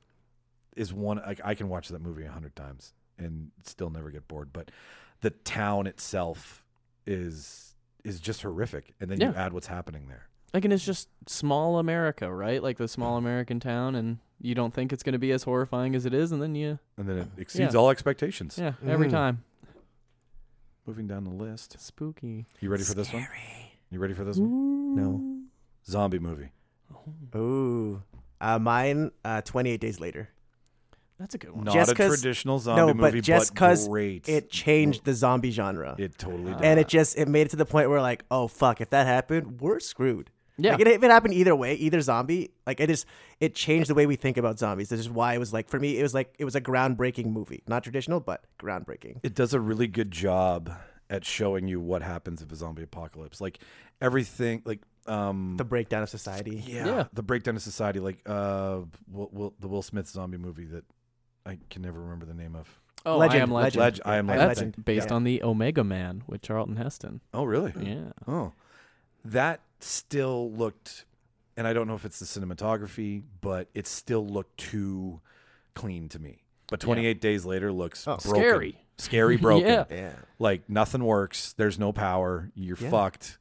[SPEAKER 1] is one like I can watch that movie a hundred times and still never get bored. But the town itself is is just horrific, and then you
[SPEAKER 3] Yeah.
[SPEAKER 1] add what's happening there.
[SPEAKER 3] Like, and it's just small America, right? Like the small American town, and you don't think it's going to be as horrifying as it is, and then you,
[SPEAKER 1] and then it exceeds
[SPEAKER 3] Yeah.
[SPEAKER 1] all expectations.
[SPEAKER 3] yeah, every
[SPEAKER 2] Mhm.
[SPEAKER 3] time.
[SPEAKER 1] Moving down the list,
[SPEAKER 3] Spooky.
[SPEAKER 1] you ready for this one? You ready for this one?
[SPEAKER 2] No.
[SPEAKER 1] Zombie movie.
[SPEAKER 2] Oh, uh, mine. Uh, Twenty eight days later.
[SPEAKER 3] That's a good one.
[SPEAKER 1] Not
[SPEAKER 2] Just
[SPEAKER 1] a
[SPEAKER 2] 'cause-
[SPEAKER 1] traditional zombie
[SPEAKER 2] no, but
[SPEAKER 1] movie,
[SPEAKER 2] just
[SPEAKER 1] but
[SPEAKER 2] 'cause
[SPEAKER 1] great. Uh,
[SPEAKER 2] It changed the zombie genre,
[SPEAKER 1] It totally did.
[SPEAKER 2] and
[SPEAKER 3] Uh.
[SPEAKER 2] it just it made it to the point where like, oh fuck, if that happened, we're screwed.
[SPEAKER 3] Yeah.
[SPEAKER 2] Like it, if it happened either way, either zombie, like it is, it changed the way we think about zombies. This is why it was like for me, it was like it was a groundbreaking movie, not traditional, but groundbreaking.
[SPEAKER 1] it does a really good job at showing you what happens if a zombie apocalypse. Like everything, like um,
[SPEAKER 2] the breakdown of society.
[SPEAKER 1] yeah,
[SPEAKER 3] Yeah.
[SPEAKER 1] the breakdown of society. Like uh, Will, Will, the Will Smith zombie movie that I can never remember the name of.
[SPEAKER 3] Oh,
[SPEAKER 2] Legend,
[SPEAKER 3] I am legend.
[SPEAKER 2] Legend.
[SPEAKER 1] Leg- I am
[SPEAKER 2] Yeah,
[SPEAKER 1] Legend.
[SPEAKER 3] That's
[SPEAKER 2] Legend.
[SPEAKER 3] based
[SPEAKER 2] Yeah.
[SPEAKER 3] on the Omega Man with Charlton
[SPEAKER 2] [clears throat]
[SPEAKER 3] Heston.
[SPEAKER 1] Oh, really?
[SPEAKER 3] Yeah.
[SPEAKER 1] Oh, that still looked, and I don't know if it's the cinematography, but it still looked too clean to me. But 28 days later looks broken.
[SPEAKER 3] Scary.
[SPEAKER 2] [laughs]
[SPEAKER 1] Scary broken.
[SPEAKER 3] Yeah.
[SPEAKER 2] Oh, Yeah.
[SPEAKER 1] Like nothing works. There's no power. You're
[SPEAKER 2] Yeah.
[SPEAKER 1] fucked.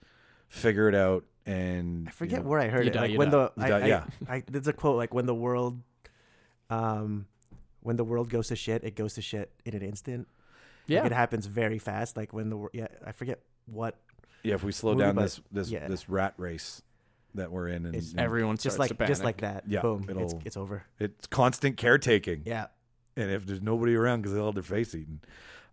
[SPEAKER 1] Figure it out. And
[SPEAKER 2] I forget
[SPEAKER 1] you know,
[SPEAKER 2] where I heard
[SPEAKER 3] You
[SPEAKER 2] it.
[SPEAKER 3] die,
[SPEAKER 2] like
[SPEAKER 3] you
[SPEAKER 2] when
[SPEAKER 3] die.
[SPEAKER 2] the
[SPEAKER 1] You
[SPEAKER 2] I,
[SPEAKER 1] die,
[SPEAKER 2] I-
[SPEAKER 1] yeah.
[SPEAKER 2] I- there's a quote like when the world, um, when the world goes to shit, it goes to shit in an instant. Like,
[SPEAKER 3] Yeah.
[SPEAKER 2] it happens very fast. Like when the wor- yeah, I forget what.
[SPEAKER 1] yeah, if we slow
[SPEAKER 2] movie,
[SPEAKER 1] down
[SPEAKER 2] but-
[SPEAKER 1] this this
[SPEAKER 2] yeah.
[SPEAKER 1] this rat race that we're in, and,
[SPEAKER 2] It's
[SPEAKER 1] and
[SPEAKER 3] Everyone starts
[SPEAKER 2] Just like
[SPEAKER 3] to panic.
[SPEAKER 2] just like that.
[SPEAKER 1] Yeah,
[SPEAKER 2] Boom. It's,
[SPEAKER 1] it'll-
[SPEAKER 2] it's over.
[SPEAKER 1] it's constant caretaking.
[SPEAKER 2] Yeah.
[SPEAKER 1] And if there's nobody around because they all had their face eaten.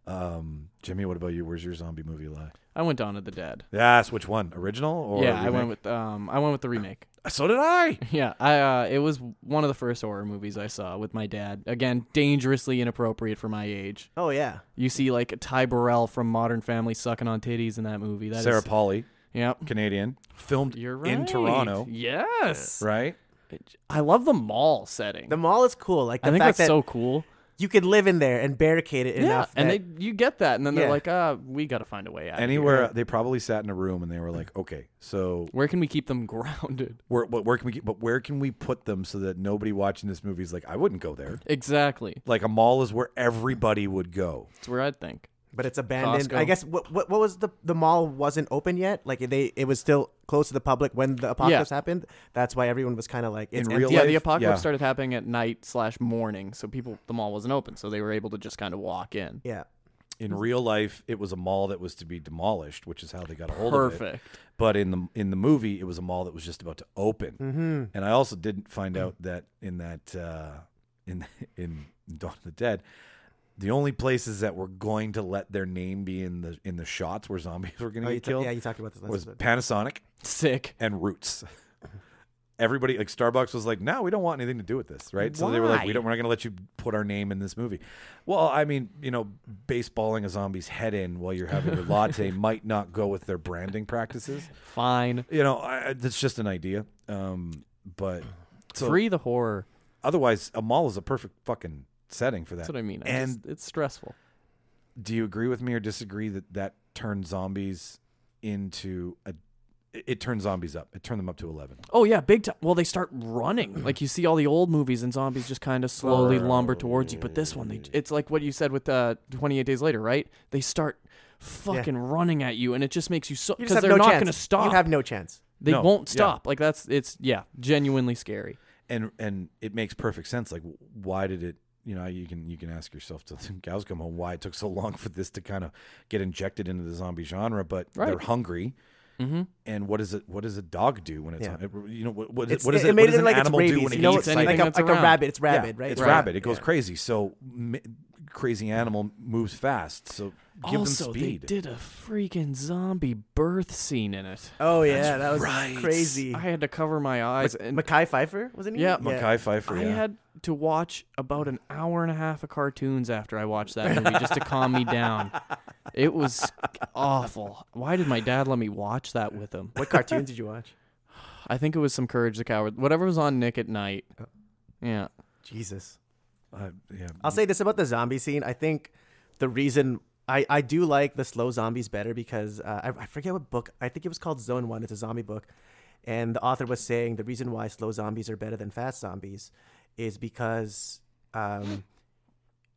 [SPEAKER 1] Um, Jimmy, what about you? Where's your zombie movie lie?
[SPEAKER 3] I went Dawn of the Dead.
[SPEAKER 1] Yes, which one? Original or
[SPEAKER 3] yeah, I
[SPEAKER 1] remake?
[SPEAKER 3] went with um, I went
[SPEAKER 2] Oh.
[SPEAKER 3] with the remake.
[SPEAKER 1] So did I.
[SPEAKER 3] Yeah, I uh, it was one of the first horror movies I saw with my dad. Again, dangerously inappropriate for my age.
[SPEAKER 2] Oh yeah.
[SPEAKER 3] You see like Ty Burrell from Modern Family sucking on titties in that movie. That is
[SPEAKER 1] Sarah Pauly,
[SPEAKER 3] Yep.
[SPEAKER 1] Canadian, filmed
[SPEAKER 3] You're right.
[SPEAKER 1] in Toronto,
[SPEAKER 3] Yes.
[SPEAKER 1] right?
[SPEAKER 3] I love the mall setting.
[SPEAKER 2] The mall is cool. Like the
[SPEAKER 3] I think
[SPEAKER 2] fact
[SPEAKER 3] that's
[SPEAKER 2] that
[SPEAKER 3] so cool.
[SPEAKER 2] you could live in there and barricade it
[SPEAKER 3] Yeah,
[SPEAKER 2] enough.
[SPEAKER 3] and
[SPEAKER 2] that-
[SPEAKER 3] they you get that, and then they're
[SPEAKER 2] Yeah.
[SPEAKER 3] like, "Uh, we got to find a way out." of
[SPEAKER 1] Anywhere
[SPEAKER 3] here.
[SPEAKER 1] they probably sat in a room and they were like, "Okay, so
[SPEAKER 3] Where can we keep them [laughs] grounded?
[SPEAKER 1] where but where can we get- but where can we put them so that nobody watching this movie is like, I wouldn't go there."
[SPEAKER 3] Exactly.
[SPEAKER 1] Like a mall is where everybody would go.
[SPEAKER 3] That's where I'd think.
[SPEAKER 2] but it's abandoned.
[SPEAKER 3] Costco.
[SPEAKER 2] I guess what, what what was the the mall wasn't open yet. Like they it was still closed to the public when the apocalypse happened. That's why everyone was kind of like it's
[SPEAKER 1] In
[SPEAKER 2] empty.
[SPEAKER 1] real
[SPEAKER 3] yeah,
[SPEAKER 1] life,
[SPEAKER 3] the apocalypse
[SPEAKER 1] yeah.
[SPEAKER 3] started happening at night slash morning, so people the mall wasn't open, so they were able to just kind of walk in.
[SPEAKER 2] Yeah. Oh,
[SPEAKER 1] In
[SPEAKER 3] Mm.
[SPEAKER 1] real life, it was a mall that was to be demolished, which is how they got a hold of it.
[SPEAKER 3] Perfect.
[SPEAKER 1] But in the in the movie, it was a mall that was just about to open. Mm-hmm. And I also didn't
[SPEAKER 2] Mm.
[SPEAKER 1] find out that in that uh, in [laughs] in Dawn of the Dead, the only places that were going to let their name be in the in the shots where zombies [laughs] were going to
[SPEAKER 2] Oh, you
[SPEAKER 1] get
[SPEAKER 2] ta-
[SPEAKER 1] killed
[SPEAKER 2] yeah, you talked about this last
[SPEAKER 1] was
[SPEAKER 2] episode.
[SPEAKER 1] Panasonic
[SPEAKER 3] Sick.
[SPEAKER 1] and
[SPEAKER 2] [laughs]
[SPEAKER 1] Roots. Everybody like Starbucks was like, no, we don't want anything to do with this, right? So they were like, we
[SPEAKER 3] Why?
[SPEAKER 1] don't, we're not going to let you put our name in this movie. Well, I mean, you know, baseballing a zombie's head in while you're having your
[SPEAKER 2] [laughs]
[SPEAKER 1] latte might not go with their branding practices.
[SPEAKER 3] Fine.
[SPEAKER 1] You know, I, I- that's just an idea. Um, but so
[SPEAKER 3] Free the horror.
[SPEAKER 1] otherwise, a mall is a perfect fucking setting for that.
[SPEAKER 3] That's what I mean. I
[SPEAKER 1] and
[SPEAKER 3] just- it's stressful.
[SPEAKER 1] do you agree with me or disagree that that turned zombies into a? It, it turned zombies up. It turned them up to eleven.
[SPEAKER 3] Oh yeah, big time. Well, they start [clears throat] running. Like you see all the old movies and zombies just kind of slowly lumber towards you. But this one, they, it's like what you said with uh, 28 Days Later, right? They start fucking running at you, and it just makes you so
[SPEAKER 2] You
[SPEAKER 3] because
[SPEAKER 2] just have
[SPEAKER 3] they're
[SPEAKER 2] no
[SPEAKER 3] not
[SPEAKER 2] chance.
[SPEAKER 3] going to stop.
[SPEAKER 2] You have no chance.
[SPEAKER 3] they
[SPEAKER 1] No,
[SPEAKER 3] won't
[SPEAKER 1] yeah.
[SPEAKER 3] stop. Like that's it's yeah, genuinely scary.
[SPEAKER 1] and and it makes perfect sense. Like, w- why did it? You know, you can you can ask yourself till [laughs] the cows come home why it took so long for this to kind of get injected into the zombie genre. But they're
[SPEAKER 3] Right. Mm-hmm.
[SPEAKER 1] hungry, and what is it? What does a dog do when it's
[SPEAKER 2] Yeah.
[SPEAKER 1] on? It, you know, what what,
[SPEAKER 2] It's-
[SPEAKER 1] what does
[SPEAKER 2] it,
[SPEAKER 1] it?
[SPEAKER 2] made
[SPEAKER 1] what does
[SPEAKER 2] it
[SPEAKER 1] an
[SPEAKER 2] like
[SPEAKER 1] animal
[SPEAKER 2] it's
[SPEAKER 1] do
[SPEAKER 2] rabies.
[SPEAKER 1] when it
[SPEAKER 2] you know,
[SPEAKER 1] gets
[SPEAKER 2] it's
[SPEAKER 1] excited?
[SPEAKER 2] like
[SPEAKER 3] anything
[SPEAKER 2] a,
[SPEAKER 3] that's
[SPEAKER 2] like a
[SPEAKER 3] around.
[SPEAKER 2] rabbit. It's
[SPEAKER 1] Yeah,
[SPEAKER 2] rabid, right?
[SPEAKER 1] It's
[SPEAKER 2] Yeah.
[SPEAKER 1] rabid. It goes
[SPEAKER 2] Yeah.
[SPEAKER 1] crazy. So m- crazy animal moves fast. So give
[SPEAKER 3] also,
[SPEAKER 1] them speed.
[SPEAKER 3] they did a freaking zombie birth scene in it.
[SPEAKER 2] Oh yeah, that was
[SPEAKER 1] right.
[SPEAKER 2] crazy.
[SPEAKER 3] I had to cover my eyes and
[SPEAKER 2] Mackay Pfeiffer wasn't he?
[SPEAKER 3] Yeah,
[SPEAKER 1] Mackay Pfeiffer.
[SPEAKER 3] I
[SPEAKER 1] yeah.
[SPEAKER 3] had to watch about an hour and a half of cartoons after I watched that movie just to calm
[SPEAKER 1] [laughs]
[SPEAKER 3] me down. It was awful. Why did my dad let me watch that with him?
[SPEAKER 2] What cartoons did you watch?
[SPEAKER 3] I think it was some Courage the Coward, whatever was on Nick at night. Yeah.
[SPEAKER 2] [laughs] Jesus.
[SPEAKER 1] Uh, yeah.
[SPEAKER 2] I'll say this about the zombie scene. I think the reason I, I do like the slow zombies better because uh, I, I forget what book. I think it was called Zone One. It's a zombie book. And the author was saying the reason why slow zombies are better than fast zombies is because um,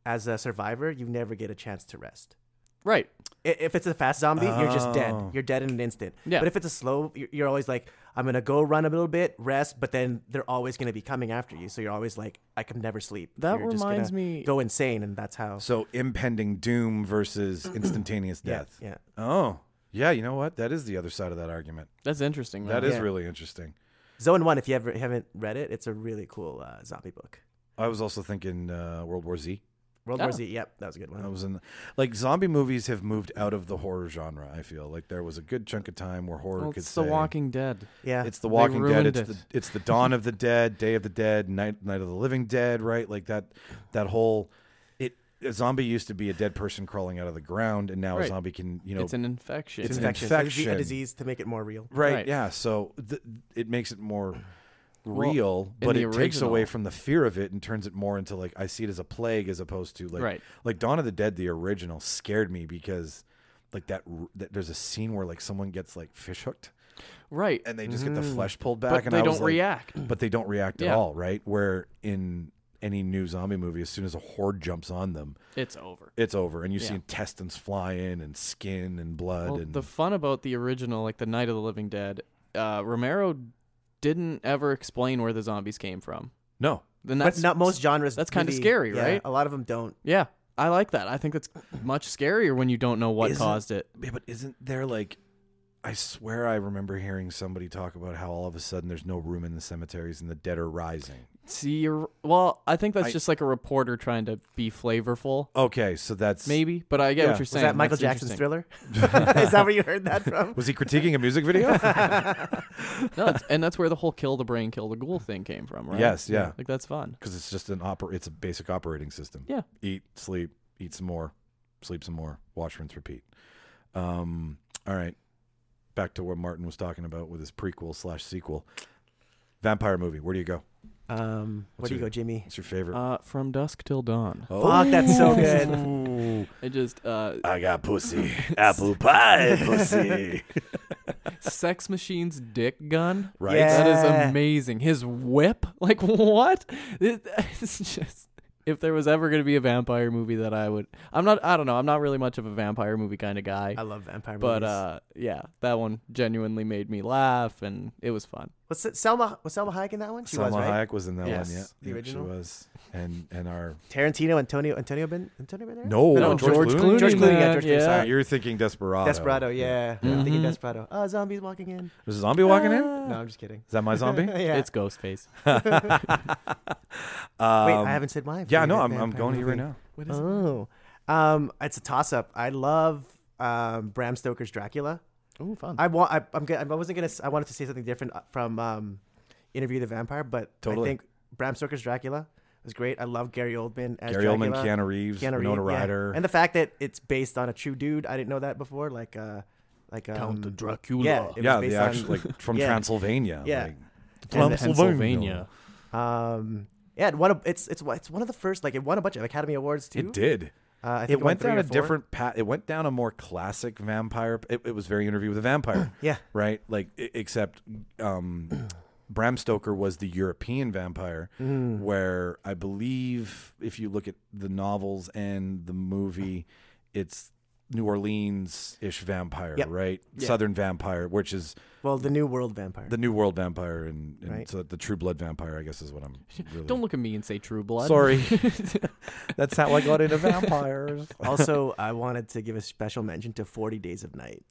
[SPEAKER 2] as a survivor, you never get a chance to rest.
[SPEAKER 3] Right.
[SPEAKER 2] I- If it's a fast zombie, you're just
[SPEAKER 1] Oh.
[SPEAKER 2] dead. You're dead in an instant.
[SPEAKER 3] Yeah.
[SPEAKER 2] But if it's a slow, you're you're always like, I'm gonna go run a little bit, rest, but then they're always gonna be coming after you. So you're always like, I can never sleep.
[SPEAKER 3] That
[SPEAKER 2] You're just gonna
[SPEAKER 3] reminds me
[SPEAKER 2] go insane, and that's how.
[SPEAKER 1] So impending doom versus instantaneous death.
[SPEAKER 2] Yeah.
[SPEAKER 1] Oh, yeah. You know what? That is the other side of that argument.
[SPEAKER 3] That's interesting.
[SPEAKER 1] That
[SPEAKER 3] That
[SPEAKER 1] is
[SPEAKER 3] is
[SPEAKER 2] Yeah.
[SPEAKER 1] really interesting.
[SPEAKER 2] Zone One. If you ever haven't read it, it's a really cool uh, zombie book.
[SPEAKER 1] I was also thinking uh, World War Z.
[SPEAKER 2] World
[SPEAKER 3] Oh.
[SPEAKER 2] War Z. Yep, that was a good
[SPEAKER 1] I
[SPEAKER 2] one.
[SPEAKER 1] was in like zombie movies have moved out of the horror genre. I feel like there was a good chunk of time where horror
[SPEAKER 3] well,
[SPEAKER 1] could
[SPEAKER 3] it's The
[SPEAKER 1] say
[SPEAKER 3] Walking Dead.
[SPEAKER 2] Yeah.
[SPEAKER 1] it's the Walking Dead.
[SPEAKER 3] ruined
[SPEAKER 1] It's
[SPEAKER 3] it.
[SPEAKER 1] the it's the Dawn of the Dead, Day of the Dead, Night Night of the Living Dead. Right, like that that whole it a zombie used to be a dead person crawling out of the ground, and now a
[SPEAKER 3] Right.
[SPEAKER 1] zombie can you know
[SPEAKER 3] It's an infection.
[SPEAKER 1] It's an
[SPEAKER 2] Infectious. A disease-
[SPEAKER 1] infection.
[SPEAKER 2] A disease to make it more real.
[SPEAKER 1] Right.
[SPEAKER 3] Right.
[SPEAKER 1] Yeah. So th- it makes it more
[SPEAKER 3] Well,
[SPEAKER 1] real,
[SPEAKER 3] in
[SPEAKER 1] but it
[SPEAKER 3] the
[SPEAKER 1] takes away
[SPEAKER 3] original-
[SPEAKER 1] from the fear of it and turns it more into like I see it as a plague as opposed to like
[SPEAKER 3] Right.
[SPEAKER 1] like Dawn of the Dead, the original, scared me because like that, r- that there's a scene where like someone gets like fish hooked
[SPEAKER 3] right.
[SPEAKER 1] and they just get the flesh pulled back
[SPEAKER 3] Mm. But
[SPEAKER 1] and
[SPEAKER 3] they
[SPEAKER 1] I was
[SPEAKER 3] don't
[SPEAKER 1] like-
[SPEAKER 3] react.
[SPEAKER 1] but they don't react at
[SPEAKER 3] Yeah.
[SPEAKER 1] all, right? Where in any new zombie movie, as soon as a horde jumps on them,
[SPEAKER 3] It's over.
[SPEAKER 1] it's over, and you see
[SPEAKER 3] Yeah.
[SPEAKER 1] intestines fly in and skin and blood.
[SPEAKER 3] Well,
[SPEAKER 1] and
[SPEAKER 3] the fun about the original, like the Night of the Living Dead, uh, Romero didn't ever explain where the zombies came from.
[SPEAKER 1] no,
[SPEAKER 3] Then
[SPEAKER 2] But
[SPEAKER 3] that's
[SPEAKER 2] not most genres.
[SPEAKER 3] that's kinda
[SPEAKER 2] really-
[SPEAKER 3] scary,
[SPEAKER 2] yeah,
[SPEAKER 3] right?
[SPEAKER 2] A lot of them don't.
[SPEAKER 3] Yeah, I like that. I think that's much scarier when you don't know what
[SPEAKER 1] Isn't-
[SPEAKER 3] caused it.
[SPEAKER 1] Yeah, but isn't there like I swear I remember hearing somebody talk about how all of a sudden there's no room in the cemeteries and the dead are rising.
[SPEAKER 3] See, you're well. I think that's
[SPEAKER 1] I-
[SPEAKER 3] just like a reporter trying to be flavorful,
[SPEAKER 1] Okay, so that's [laughs]
[SPEAKER 3] [laughs] maybe. But I
[SPEAKER 1] Yeah.
[SPEAKER 3] get what you're
[SPEAKER 1] Was
[SPEAKER 2] Was
[SPEAKER 3] saying.
[SPEAKER 2] that Michael
[SPEAKER 3] That's
[SPEAKER 2] Jackson's
[SPEAKER 3] interesting.
[SPEAKER 2] Thriller?
[SPEAKER 1] [laughs]
[SPEAKER 2] [laughs] Is that where you heard that from?
[SPEAKER 1] Was he critiquing a music video?
[SPEAKER 3] [laughs]
[SPEAKER 2] [laughs]
[SPEAKER 3] No, that's- and that's where the whole "kill the brain, kill the ghoul" thing came from, right?
[SPEAKER 1] Yes, yeah.
[SPEAKER 3] Like that's fun.
[SPEAKER 1] Because it's just an oper it's a basic operating system.
[SPEAKER 3] Yeah.
[SPEAKER 1] Eat, sleep, eat some more, sleep some more, wash, rinse, repeat. Um all right. Back to what Martin was talking about with his prequel slash sequel. Vampire movie. Where do you go?
[SPEAKER 2] Um, where
[SPEAKER 1] What's
[SPEAKER 2] do you
[SPEAKER 1] your-
[SPEAKER 2] go, Jimmy?
[SPEAKER 1] What's your favorite?
[SPEAKER 3] Uh, from dusk till dawn.
[SPEAKER 2] Fuck, that's
[SPEAKER 1] Oh.
[SPEAKER 2] so good.
[SPEAKER 1] Ooh. [laughs]
[SPEAKER 3] It just uh,
[SPEAKER 1] I got pussy. Apple pie
[SPEAKER 2] [laughs]
[SPEAKER 1] pussy.
[SPEAKER 3] sex machine's dick gun.
[SPEAKER 1] Right?
[SPEAKER 2] Yeah.
[SPEAKER 3] That is amazing. His whip, [laughs] like what? It- [laughs] it's just if there was ever going to be a vampire movie that I would, I'm not. I don't know. I'm not really much of a vampire movie kind of guy.
[SPEAKER 2] I love vampire movies.
[SPEAKER 3] but uh, yeah, that one genuinely made me laugh, and it was fun.
[SPEAKER 2] was it Selma was Selma Hayek in that one? She was
[SPEAKER 1] Salma
[SPEAKER 2] right.
[SPEAKER 1] Hayek was in that
[SPEAKER 3] Yes.
[SPEAKER 1] one, yeah.
[SPEAKER 2] The
[SPEAKER 1] Yeah,
[SPEAKER 2] original?
[SPEAKER 1] She was. And and our
[SPEAKER 2] Tarantino, Antonio, Antonio Ben, Antonio Ben.
[SPEAKER 1] no,
[SPEAKER 3] No,
[SPEAKER 1] Oh, George,
[SPEAKER 3] George
[SPEAKER 1] Clooney.
[SPEAKER 3] Clooney,
[SPEAKER 2] George Clooney, yeah,
[SPEAKER 3] man,
[SPEAKER 2] George Clooney,
[SPEAKER 3] yeah.
[SPEAKER 1] Uh,
[SPEAKER 2] sorry.
[SPEAKER 1] You're thinking Desperado.
[SPEAKER 2] Desperado, yeah. I'm
[SPEAKER 1] Mm-hmm.
[SPEAKER 2] thinking Desperado. Oh, zombies walking in.
[SPEAKER 1] Is a zombie walking in? Is
[SPEAKER 2] No, I'm just kidding.
[SPEAKER 1] that my zombie?
[SPEAKER 2] [laughs] yeah.
[SPEAKER 3] It's Ghostface.
[SPEAKER 2] Wait,
[SPEAKER 1] Um,
[SPEAKER 2] I haven't said mine.
[SPEAKER 1] Yeah, no, I'm, I'm going to you right now.
[SPEAKER 3] What is it?
[SPEAKER 2] Oh, um, it's a toss up. I love um, Bram Stoker's Dracula.
[SPEAKER 3] Ooh, fun.
[SPEAKER 2] I want. I, I'm. Gonna, I wasn't gonna. s- I wanted to say something different from um, Interview the Vampire, but
[SPEAKER 1] Totally.
[SPEAKER 2] I think Bram Stoker's Dracula was great. I love Gary Oldman as
[SPEAKER 1] Gary
[SPEAKER 2] Dracula.
[SPEAKER 1] Oldman, Keanu Reeves,
[SPEAKER 2] Keanu
[SPEAKER 1] Winona
[SPEAKER 2] Reeves, yeah.
[SPEAKER 1] Ryder.
[SPEAKER 2] and the fact that it's based on a true dude. I didn't know that before. Like, uh, like um,
[SPEAKER 3] Dracula.
[SPEAKER 2] yeah, it was
[SPEAKER 1] yeah,
[SPEAKER 2] based
[SPEAKER 1] the
[SPEAKER 2] on-
[SPEAKER 1] actual
[SPEAKER 2] [laughs]
[SPEAKER 1] like from
[SPEAKER 2] yeah.
[SPEAKER 1] Transylvania.
[SPEAKER 2] Yeah.
[SPEAKER 1] like-
[SPEAKER 2] And the-
[SPEAKER 3] Pennsylvania.
[SPEAKER 2] Um, yeah, it won a, it's it's it's one of the first like it won a bunch of Academy Awards too.
[SPEAKER 1] It did.
[SPEAKER 2] Uh, I think
[SPEAKER 1] It
[SPEAKER 2] won
[SPEAKER 1] went
[SPEAKER 2] three
[SPEAKER 1] down
[SPEAKER 2] or
[SPEAKER 1] a
[SPEAKER 2] four.
[SPEAKER 1] different path. It went down a more classic vampire. It, it was very interview with a
[SPEAKER 2] [coughs]
[SPEAKER 1] vampire.
[SPEAKER 2] Yeah.
[SPEAKER 1] right? Like e- except
[SPEAKER 2] [clears throat]
[SPEAKER 1] um, Bram Stoker was the European vampire,
[SPEAKER 2] Mm. Hmm.
[SPEAKER 1] where I believe if you look at the novels and the movie, it's New Orleans ish vampire,
[SPEAKER 2] Yep.
[SPEAKER 1] right? Southern vampire, which is
[SPEAKER 2] Well, the New World Vampire.
[SPEAKER 1] the New World vampire, and, and
[SPEAKER 2] Right.
[SPEAKER 1] so the True Blood vampire, I guess, is what I'm. Really...
[SPEAKER 3] [laughs] Don't look at me and say True Blood. [laughs]
[SPEAKER 2] [laughs]
[SPEAKER 1] Sorry, that's how I got into vampires.
[SPEAKER 2] also, I wanted to give a special mention to Forty Days of Night.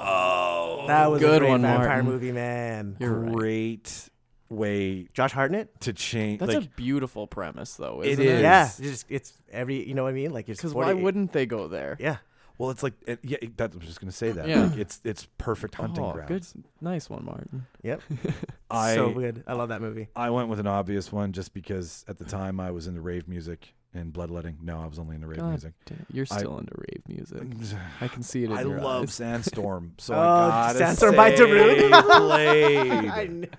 [SPEAKER 1] Oh,
[SPEAKER 2] That was a
[SPEAKER 3] good
[SPEAKER 2] great
[SPEAKER 3] one,
[SPEAKER 2] vampire
[SPEAKER 3] Martin.
[SPEAKER 2] movie, man.
[SPEAKER 3] You're right.
[SPEAKER 1] great way
[SPEAKER 2] Josh Hartnett.
[SPEAKER 1] to change.
[SPEAKER 3] That's
[SPEAKER 1] like
[SPEAKER 3] a beautiful premise, though.
[SPEAKER 1] It
[SPEAKER 3] Isn't
[SPEAKER 1] is.
[SPEAKER 3] it?
[SPEAKER 2] Yeah, it's just it's every you know what I mean. Like it's
[SPEAKER 3] Because
[SPEAKER 2] 40
[SPEAKER 3] why wouldn't they go there?
[SPEAKER 2] yeah.
[SPEAKER 1] Well, it's like it, yeah. It, that, I was just gonna say that.
[SPEAKER 3] Yeah.
[SPEAKER 1] Like, it's it's perfect hunting
[SPEAKER 3] oh,
[SPEAKER 1] ground.
[SPEAKER 3] good, nice one, Martin.
[SPEAKER 2] Yep.
[SPEAKER 1] I
[SPEAKER 2] so good. I love that movie.
[SPEAKER 1] I went with an obvious one just because at the time I was into rave music and bloodletting. No, I was only into rave
[SPEAKER 3] God
[SPEAKER 1] music.
[SPEAKER 3] damn, you're
[SPEAKER 1] I-
[SPEAKER 3] still into rave
[SPEAKER 1] [laughs]
[SPEAKER 3] music. I can see it. In
[SPEAKER 1] I
[SPEAKER 3] your
[SPEAKER 1] love
[SPEAKER 3] eyes.
[SPEAKER 1] Sandstorm,
[SPEAKER 2] [laughs]
[SPEAKER 1] so
[SPEAKER 2] Oh,
[SPEAKER 1] I gotta
[SPEAKER 2] Sandstorm by
[SPEAKER 1] say
[SPEAKER 2] Darude. [laughs] I,
[SPEAKER 1] Blade.
[SPEAKER 2] kn-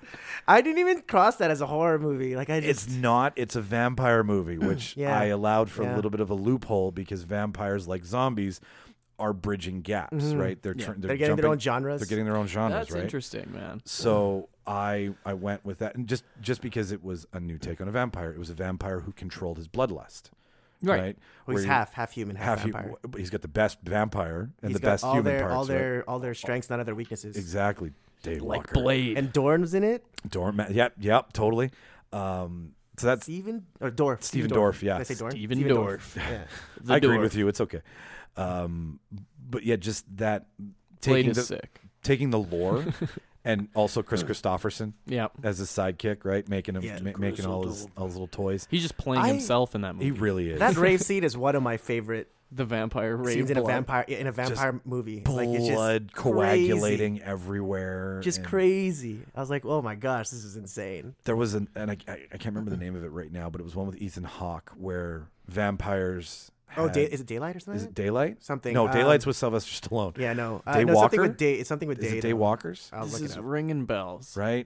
[SPEAKER 2] I didn't even cross that as a horror movie. Like I
[SPEAKER 1] It's
[SPEAKER 2] just
[SPEAKER 1] not. It's a vampire
[SPEAKER 2] [clears throat]
[SPEAKER 1] movie, which
[SPEAKER 2] Yeah.
[SPEAKER 1] I allowed for a
[SPEAKER 2] Yeah.
[SPEAKER 1] little bit of a loophole because vampires, like zombies, are bridging gaps. Right? They're, turn
[SPEAKER 2] Mm-hmm. they're getting their
[SPEAKER 1] jumping-
[SPEAKER 2] own genres.
[SPEAKER 1] They're getting their own genres.
[SPEAKER 3] That's
[SPEAKER 1] right?
[SPEAKER 3] interesting, man.
[SPEAKER 1] So I I went with that, and just just because it was a new take on a vampire, it was a vampire who controlled his bloodlust, right?
[SPEAKER 3] Right.
[SPEAKER 2] Well, Oh, he's
[SPEAKER 1] Where you-
[SPEAKER 2] half half human, half,
[SPEAKER 1] half hu-
[SPEAKER 2] vampire.
[SPEAKER 1] w- he's got the best vampire and
[SPEAKER 2] He's
[SPEAKER 1] the
[SPEAKER 2] got
[SPEAKER 1] best
[SPEAKER 2] all
[SPEAKER 1] human
[SPEAKER 2] their
[SPEAKER 1] parts.
[SPEAKER 2] all
[SPEAKER 1] right?
[SPEAKER 2] their all their strengths, none of their weaknesses.
[SPEAKER 1] Exactly, Dave
[SPEAKER 3] Like
[SPEAKER 1] Walker.
[SPEAKER 3] Blade.
[SPEAKER 2] And Dorn's in it.
[SPEAKER 1] Dorma- Yep, yep, totally. Um, so that's
[SPEAKER 2] Steven or Dorf.
[SPEAKER 1] Steven Dorff,
[SPEAKER 2] Did
[SPEAKER 1] yeah.
[SPEAKER 2] I say Dorn?
[SPEAKER 3] Steven [laughs] Dorff.
[SPEAKER 2] Yeah.
[SPEAKER 1] I agreed with you. It's okay. Um, but yeah, just that
[SPEAKER 3] Blade
[SPEAKER 1] taking
[SPEAKER 3] is
[SPEAKER 1] the,
[SPEAKER 3] sick.
[SPEAKER 1] taking the
[SPEAKER 3] [laughs]
[SPEAKER 1] lore, and also Chris Christopherson
[SPEAKER 3] Yeah,
[SPEAKER 1] as his sidekick, right? Making him
[SPEAKER 2] Yeah.
[SPEAKER 1] ma- making all his all his little toys.
[SPEAKER 3] he's just playing
[SPEAKER 2] I-
[SPEAKER 3] himself in that movie.
[SPEAKER 1] He really is.
[SPEAKER 2] That rave scene is one of my favorite
[SPEAKER 3] the vampire rave
[SPEAKER 2] scenes in a
[SPEAKER 3] blood.
[SPEAKER 2] vampire in a vampire movie.
[SPEAKER 1] blood
[SPEAKER 2] like it's just
[SPEAKER 1] coagulating everywhere.
[SPEAKER 2] crazy. just
[SPEAKER 1] and
[SPEAKER 2] crazy. I was like, oh my gosh, this is insane.
[SPEAKER 1] There was an, and I, I I can't remember the name of it right now, but it was one with Ethan Hawke where vampires.
[SPEAKER 2] Oh,
[SPEAKER 1] had-
[SPEAKER 2] day, is it daylight or something?
[SPEAKER 1] is
[SPEAKER 2] like
[SPEAKER 1] it
[SPEAKER 2] that?
[SPEAKER 1] daylight?
[SPEAKER 2] Something,
[SPEAKER 1] No,
[SPEAKER 2] um,
[SPEAKER 1] daylight's with Sylvester Stallone.
[SPEAKER 2] yeah, no, uh,
[SPEAKER 1] Daywalker?
[SPEAKER 2] no, something with day. It's something with
[SPEAKER 1] Is
[SPEAKER 2] day.
[SPEAKER 1] it
[SPEAKER 2] though.
[SPEAKER 1] Daywalkers?
[SPEAKER 2] I'll
[SPEAKER 3] This
[SPEAKER 2] look
[SPEAKER 3] is
[SPEAKER 2] it up.
[SPEAKER 3] ringing bells.
[SPEAKER 1] right?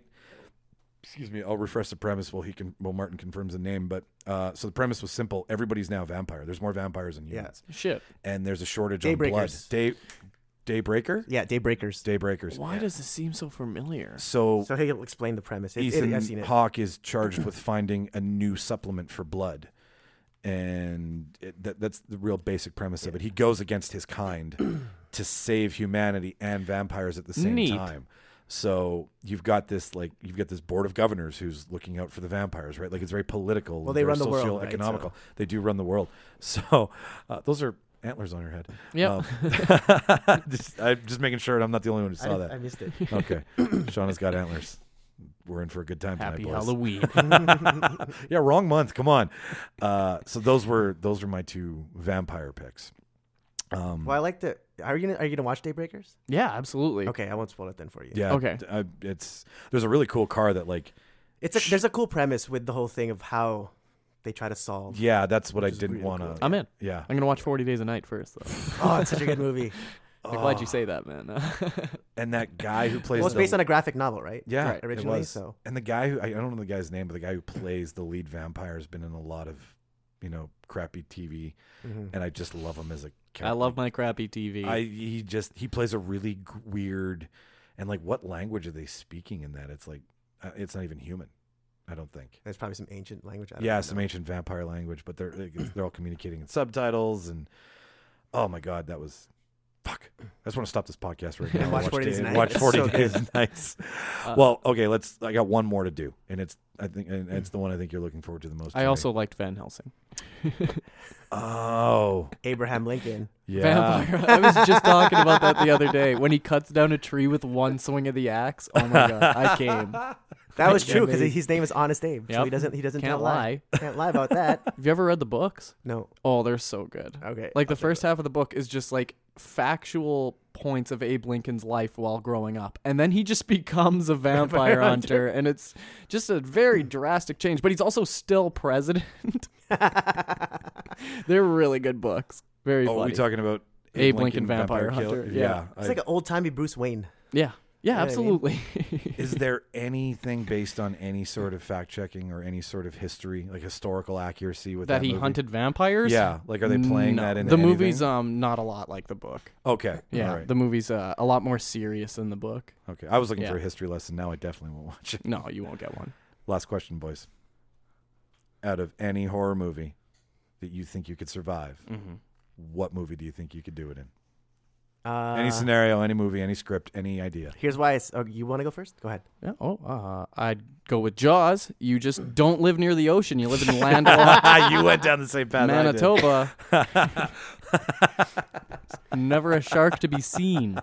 [SPEAKER 1] Excuse me. I'll refresh the premise while he can, while Martin confirms the name. But uh, so the premise was simple. Everybody's now a vampire. There's more vampires than
[SPEAKER 2] Yeah.
[SPEAKER 1] humans,
[SPEAKER 3] Shit.
[SPEAKER 1] and there's a shortage on blood.
[SPEAKER 2] Daybreakers.
[SPEAKER 1] Day, Daybreaker?
[SPEAKER 2] Yeah, Daybreakers.
[SPEAKER 1] Daybreakers.
[SPEAKER 3] Why does this seem so familiar?
[SPEAKER 1] So,
[SPEAKER 2] So he'll explain the premise. It, it,
[SPEAKER 1] Ethan
[SPEAKER 2] I've seen it.
[SPEAKER 1] Hawke is charged with finding a new supplement for blood, and it, that, that's the real basic premise of it. He goes against his
[SPEAKER 2] [clears throat]
[SPEAKER 1] kind to save humanity and vampires at the same
[SPEAKER 3] Neat.
[SPEAKER 1] time. So you've got this like you've got this board of governors who's looking out for the vampires, right? Like it's very political. Well,
[SPEAKER 2] they run the world, right,
[SPEAKER 1] economical. They do run the world. [laughs] So uh, those are antlers on your head.
[SPEAKER 3] Yep.
[SPEAKER 2] [laughs]
[SPEAKER 1] Um, [laughs] just, I'm just making sure I'm not the only one who
[SPEAKER 2] I,
[SPEAKER 1] saw that.
[SPEAKER 2] I
[SPEAKER 1] [laughs]
[SPEAKER 2] missed it.
[SPEAKER 1] Okay. [clears throat] Shauna's got antlers. We're in for a good time
[SPEAKER 3] Happy
[SPEAKER 1] tonight, boys. [laughs]
[SPEAKER 3] Halloween. [laughs]
[SPEAKER 1] Yeah, wrong month. Come on. Uh, so those were those were my two vampire picks. Um,
[SPEAKER 2] Well, I like to. Are you gonna, are you gonna watch Daybreakers?
[SPEAKER 3] yeah, absolutely.
[SPEAKER 2] Okay, I won't spoil it then for you.
[SPEAKER 1] yeah.
[SPEAKER 3] Okay.
[SPEAKER 1] I, it's there's a really cool car that like
[SPEAKER 2] It's a, there's a cool premise with the whole thing of how they try to solve.
[SPEAKER 1] yeah that's what I
[SPEAKER 2] Which is
[SPEAKER 1] didn't
[SPEAKER 2] really
[SPEAKER 1] want to.
[SPEAKER 2] cool.
[SPEAKER 3] I'm in.
[SPEAKER 1] Yeah.
[SPEAKER 3] I'm gonna watch Forty Days a Night first, though.
[SPEAKER 2] [laughs] Oh, it's such a
[SPEAKER 1] [laughs]
[SPEAKER 2] good movie.
[SPEAKER 3] [laughs]
[SPEAKER 2] Oh.
[SPEAKER 3] I'm glad you say that, man. [laughs]
[SPEAKER 1] And that guy who plays
[SPEAKER 2] well, it's
[SPEAKER 1] the,
[SPEAKER 2] based on a graphic novel, right?
[SPEAKER 1] yeah
[SPEAKER 3] Right,
[SPEAKER 1] it
[SPEAKER 2] originally,
[SPEAKER 1] was.
[SPEAKER 2] so.
[SPEAKER 1] and the guy who I I don't know the guy's name, but the guy who plays the lead vampire has been in a lot of you know crappy TV,
[SPEAKER 2] Mhm.
[SPEAKER 1] and I just love him as a character.
[SPEAKER 3] I love my crappy TV.
[SPEAKER 1] I he just he plays a really g- weird and like what language are they speaking in that? It's like uh, it's not even human. I don't think.
[SPEAKER 2] There's probably some ancient language. I don't
[SPEAKER 1] Yeah,
[SPEAKER 2] know.
[SPEAKER 1] some ancient vampire language, but they're like, it's- they're all communicating in subtitles and oh my god, that was fuck. I just want to stop this podcast
[SPEAKER 2] [laughs]
[SPEAKER 1] right now.
[SPEAKER 2] watch 40 Days and Nights.
[SPEAKER 1] Watch
[SPEAKER 2] It's [laughs]
[SPEAKER 1] Forty
[SPEAKER 2] so
[SPEAKER 1] Days and Nights.
[SPEAKER 3] Uh,
[SPEAKER 1] well, okay, let's. I got one more to do, and it's I think and it's the one I think you're looking forward to the most.
[SPEAKER 3] Mm. I
[SPEAKER 1] today.
[SPEAKER 3] also liked Van Helsing.
[SPEAKER 1] oh
[SPEAKER 2] [laughs] Abraham Lincoln.
[SPEAKER 1] yeah.
[SPEAKER 3] Vampire. I was just talking about that the other day when he cuts down a tree with one swing of the axe. Oh my god, I
[SPEAKER 1] [laughs]
[SPEAKER 3] came.
[SPEAKER 2] That was
[SPEAKER 3] Yeah,
[SPEAKER 2] true because
[SPEAKER 3] maybe.
[SPEAKER 2] his name is Honest Abe, so
[SPEAKER 3] Yep.
[SPEAKER 2] he doesn't he doesn't
[SPEAKER 3] Can't
[SPEAKER 2] tell a lie. Can't lie about that.
[SPEAKER 3] [laughs] Have you ever read the books?
[SPEAKER 2] No.
[SPEAKER 3] Oh, they're so good.
[SPEAKER 2] Okay.
[SPEAKER 3] Like the
[SPEAKER 2] [laughs]
[SPEAKER 3] first half of the book is just like factual points of Abe Lincoln's life while growing up. And then he just [laughs] becomes a vampire hunter and it's just
[SPEAKER 1] [laughs]
[SPEAKER 3] a very drastic change, but he's also still president. [laughs] They're really good books. Very
[SPEAKER 1] Oh, are we
[SPEAKER 3] funny.
[SPEAKER 1] talking about
[SPEAKER 3] Abe Lincoln, Vampire
[SPEAKER 1] Killer?
[SPEAKER 3] Hunter. Yeah.
[SPEAKER 1] I-
[SPEAKER 2] It's like an old timey Bruce Wayne.
[SPEAKER 3] yeah. Yeah,
[SPEAKER 2] I mean-
[SPEAKER 3] absolutely.
[SPEAKER 1] Is there anything based on any sort of fact checking or any sort of history, like historical accuracy with that,
[SPEAKER 3] that he
[SPEAKER 1] movie?
[SPEAKER 3] hunted vampires?
[SPEAKER 1] Yeah, like are they playing
[SPEAKER 3] No.
[SPEAKER 1] that in
[SPEAKER 3] The movie's um not a lot like the book.
[SPEAKER 1] Okay,
[SPEAKER 3] Yeah.
[SPEAKER 1] all right.
[SPEAKER 3] The movie's uh, a lot more serious than the book.
[SPEAKER 1] okay. I was looking
[SPEAKER 3] Yeah.
[SPEAKER 1] for a history lesson. Now I definitely won't watch it.
[SPEAKER 3] [laughs]
[SPEAKER 1] [laughs]
[SPEAKER 3] No, you won't get one.
[SPEAKER 1] Last question, boys. Out of any horror movie that you think you could survive,
[SPEAKER 3] Mm-hmm.
[SPEAKER 1] what movie do you think you could do it in?
[SPEAKER 2] Uh,
[SPEAKER 1] any scenario, any movie, any script, any
[SPEAKER 3] [laughs]
[SPEAKER 1] idea. [laughs]
[SPEAKER 2] Here's why it's. Oh, you want to go first? Go ahead.
[SPEAKER 3] Yeah. Oh, uh, I'd go with Jaws. You [clears throat] just don't live near the ocean. You live [laughs] in Landlocked
[SPEAKER 1] you went down the same path. I did.
[SPEAKER 3] Manitoba. [laughs] Never a shark to be seen.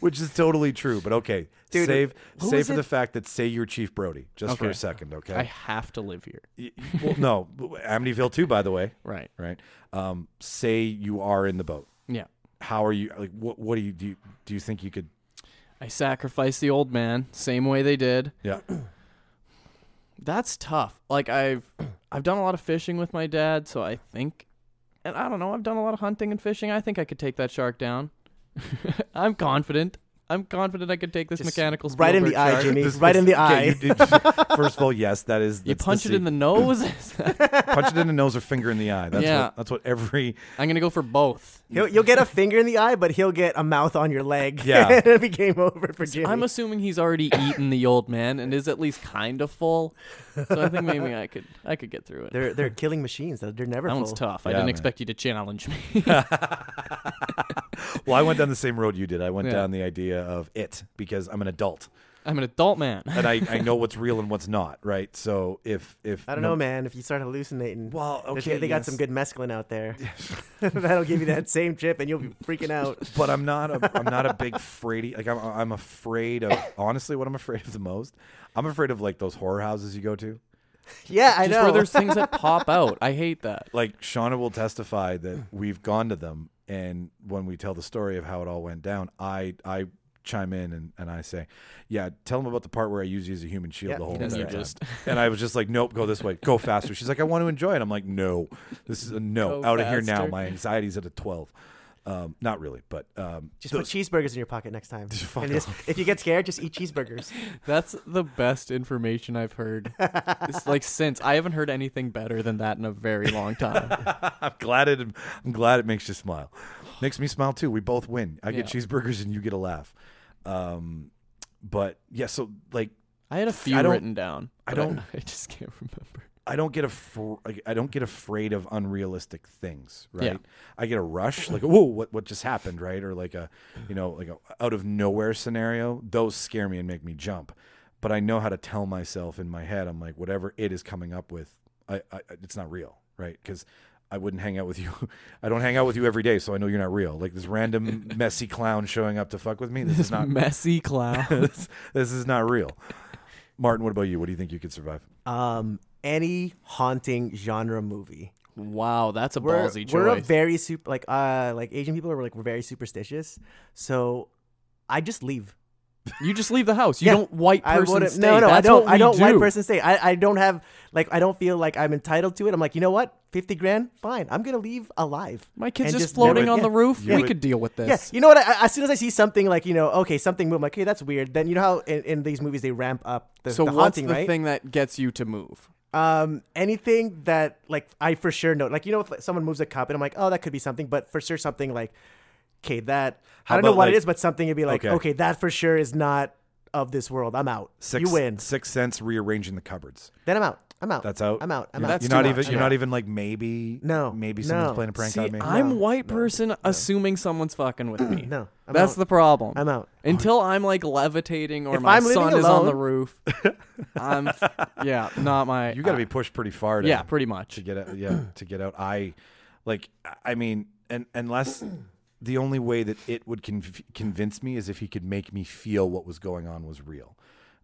[SPEAKER 1] which is totally true. But okay,
[SPEAKER 2] Dude,
[SPEAKER 1] save
[SPEAKER 2] who
[SPEAKER 1] save
[SPEAKER 2] was
[SPEAKER 1] for
[SPEAKER 2] it?
[SPEAKER 1] the fact that say you're Chief Brody just for a
[SPEAKER 3] Okay.
[SPEAKER 1] second, okay?
[SPEAKER 3] I have to live here.
[SPEAKER 1] Y- well, no, Amityville too, by the way,
[SPEAKER 3] Right.
[SPEAKER 1] right? Um, say you are in the boat.
[SPEAKER 3] Yeah.
[SPEAKER 1] How are you? Like, what? What do you do? You, do you think you could?
[SPEAKER 3] I sacrificed the old man, same way they did.
[SPEAKER 1] Yeah.
[SPEAKER 3] That's tough. Like
[SPEAKER 2] [clears throat]
[SPEAKER 3] I've I've done a lot of fishing with my dad, so I think and I don't know, I've done a lot of hunting and fishing. I think I could take that shark down. [laughs] I'm confident. I'm confident I could take this
[SPEAKER 2] Just
[SPEAKER 3] mechanical
[SPEAKER 2] right in the
[SPEAKER 3] Spielberg
[SPEAKER 2] eye,
[SPEAKER 3] shark.
[SPEAKER 2] [laughs] Jimmy. right in the eye.
[SPEAKER 1] okay, you did- first of all, yes, that is.
[SPEAKER 3] You
[SPEAKER 1] that's
[SPEAKER 3] punch it in the nose.
[SPEAKER 2] [laughs]
[SPEAKER 3] [laughs]
[SPEAKER 1] se- punch it in the nose or finger in the eye. That's
[SPEAKER 3] Yeah.
[SPEAKER 1] what, that's what every
[SPEAKER 3] I'm gonna go for both.
[SPEAKER 2] He'll, you'll get a finger in the eye, but he'll get a mouth on your leg.
[SPEAKER 1] Yeah.
[SPEAKER 2] [laughs] It'll be game over for Jimmy.
[SPEAKER 3] I'm assuming he's already eaten the old man and is at least kind of full. So I
[SPEAKER 2] [laughs]
[SPEAKER 3] think maybe I could I could get through it.
[SPEAKER 2] they're they're killing machines. They're, they're never
[SPEAKER 3] that one's
[SPEAKER 2] full.
[SPEAKER 3] tough. I
[SPEAKER 1] Yeah,
[SPEAKER 3] didn't
[SPEAKER 1] man.
[SPEAKER 3] expect you to challenge me. [laughs]
[SPEAKER 1] well, I went down the same road you did. I went
[SPEAKER 3] Yeah.
[SPEAKER 1] down the idea of it because I'm an adult
[SPEAKER 3] I'm an adult man.
[SPEAKER 1] and I, I know what's real and what's not, right? So if if
[SPEAKER 2] [laughs] I don't know, man. If you start hallucinating,
[SPEAKER 1] Well,
[SPEAKER 2] There's-
[SPEAKER 1] okay,
[SPEAKER 2] they got
[SPEAKER 1] yes.
[SPEAKER 2] some good mescaline out [laughs] there. That'll give you that same chip, and you'll be freaking [laughs] out.
[SPEAKER 1] but I'm not a I'm
[SPEAKER 2] [laughs]
[SPEAKER 1] not a big fraidy like I'm I'm afraid of honestly what I'm afraid of the most. I'm afraid of like those horror houses you go to.
[SPEAKER 2] Yeah, I
[SPEAKER 3] Just
[SPEAKER 2] know.
[SPEAKER 3] where there's things that pop out. I hate that.
[SPEAKER 1] Like Shauna will testify
[SPEAKER 2] Mm.
[SPEAKER 1] that we've gone to them and when we tell the story of how it all went down, I I chime in and, and I say, Yeah, tell them about the part where I use you as a human shield
[SPEAKER 2] Yeah,
[SPEAKER 1] the whole
[SPEAKER 3] and you
[SPEAKER 1] entire time."
[SPEAKER 3] just-
[SPEAKER 1] And I was just like, Nope, go this way,
[SPEAKER 2] [laughs]
[SPEAKER 1] go faster. She's like, I want to enjoy it. I'm like, No, this is a no,
[SPEAKER 3] Go
[SPEAKER 1] out of here now.
[SPEAKER 3] faster.
[SPEAKER 1] My anxiety's at a twelve. Um, not really, but um,
[SPEAKER 2] [laughs] Just
[SPEAKER 1] those-
[SPEAKER 2] put cheeseburgers in your pocket next time.
[SPEAKER 1] fuck
[SPEAKER 2] And [laughs] just- if you get scared, just eat cheeseburgers.
[SPEAKER 3] That's the best information I've heard. [laughs] It's like since I haven't heard anything better than that in a very long time.
[SPEAKER 1] [laughs] I'm glad it. I'm glad it makes you smile. Makes me smile too. We both win. I get
[SPEAKER 3] Yeah.
[SPEAKER 1] cheeseburgers and you get a laugh. Um, but yeah, so like
[SPEAKER 3] I had a few
[SPEAKER 1] I don't-
[SPEAKER 3] written down.
[SPEAKER 1] I
[SPEAKER 3] but
[SPEAKER 1] don't-
[SPEAKER 3] [laughs] I just can't remember.
[SPEAKER 1] I don't get afr- like, I don't get afraid of unrealistic things, right?
[SPEAKER 3] Yeah.
[SPEAKER 1] I get a rush, like whoa, what what just happened, right? Or like a, you know, like a out of nowhere scenario. Those scare me and make me jump, but I know how to tell myself in my head. I'm like, whatever it is coming up with, I, I I- it's not real, right? Because I wouldn't hang out with [laughs] you. I don't hang out with you every day, so I know you're not real. Like this random messy clown showing up to fuck with me. This is not. [laughs]
[SPEAKER 3] Messy clown.
[SPEAKER 1] this, this is not real. Martin, what about you? What do you think you could survive?
[SPEAKER 2] [laughs] Um, any haunting genre movie.
[SPEAKER 3] [laughs] wow, that's a
[SPEAKER 2] We're,
[SPEAKER 3] ballsy choice.
[SPEAKER 2] we're a very super like uh like Asian people are like we're very superstitious, so I just leave.
[SPEAKER 3] you just leave the house. You
[SPEAKER 2] Yeah.
[SPEAKER 3] don't white
[SPEAKER 2] I
[SPEAKER 3] person
[SPEAKER 2] wouldn't.
[SPEAKER 3] stay.
[SPEAKER 2] No, no, I
[SPEAKER 3] That's
[SPEAKER 2] don't.
[SPEAKER 3] what
[SPEAKER 2] I
[SPEAKER 3] we
[SPEAKER 2] don't
[SPEAKER 3] do.
[SPEAKER 2] white person stay. I, I don't have like I don't feel like I'm entitled to it. I'm like you know what, fifty grand, fine. I'm gonna leave alive.
[SPEAKER 3] My kid's
[SPEAKER 2] and
[SPEAKER 3] just,
[SPEAKER 2] just
[SPEAKER 3] floating
[SPEAKER 2] never- [laughs]
[SPEAKER 3] on
[SPEAKER 2] yeah.
[SPEAKER 3] the roof.
[SPEAKER 1] Yeah.
[SPEAKER 3] we could deal with this.
[SPEAKER 2] Yes, you know what? I, I- as soon as I see something like you know, okay, something move, I'm like, hey, that's weird. Then you know how in, in these movies they ramp up the,
[SPEAKER 3] so
[SPEAKER 2] the
[SPEAKER 3] what's
[SPEAKER 2] haunting,
[SPEAKER 3] the
[SPEAKER 2] right?
[SPEAKER 3] thing that gets you to move?
[SPEAKER 2] Um, anything that like I for sure know, like you know, if like, someone moves a cup and I'm like, oh, that could be something, but for sure something like, okay, that
[SPEAKER 1] How
[SPEAKER 2] I don't know
[SPEAKER 1] about,
[SPEAKER 2] what
[SPEAKER 1] like-
[SPEAKER 2] it is, but something would be like,
[SPEAKER 1] Okay.
[SPEAKER 2] okay. that for sure is not of this world. I'm out.
[SPEAKER 1] Six,
[SPEAKER 2] you win.
[SPEAKER 1] Six cents rearranging the cupboards.
[SPEAKER 2] Then I'm out. I'm out.
[SPEAKER 1] That's out.
[SPEAKER 2] I'm out. I'm
[SPEAKER 1] you're,
[SPEAKER 2] out.
[SPEAKER 3] That's
[SPEAKER 1] you're
[SPEAKER 3] too
[SPEAKER 1] not
[SPEAKER 3] much.
[SPEAKER 1] even.
[SPEAKER 3] I'm
[SPEAKER 1] You're
[SPEAKER 3] out.
[SPEAKER 1] not even like maybe.
[SPEAKER 2] No,
[SPEAKER 1] Maybe someone's
[SPEAKER 2] no.
[SPEAKER 1] playing a prank
[SPEAKER 3] See,
[SPEAKER 1] on me.
[SPEAKER 3] I'm white person assuming someone's fucking with me.
[SPEAKER 2] [clears throat] No, I'm
[SPEAKER 3] that's
[SPEAKER 2] out.
[SPEAKER 3] the problem.
[SPEAKER 2] I'm out.
[SPEAKER 3] [laughs] Until I'm like levitating or
[SPEAKER 2] If
[SPEAKER 3] my
[SPEAKER 2] I'm living
[SPEAKER 3] son is on the
[SPEAKER 2] alone- [laughs]
[SPEAKER 3] roof. I'm yeah, not my. uh,
[SPEAKER 1] you got to be pushed pretty far. To,
[SPEAKER 3] yeah, pretty much.
[SPEAKER 1] to get out. Yeah, to get out. I, like, I mean, and unless the only way that it would conv- convince me is if he could make me feel what was going on was real.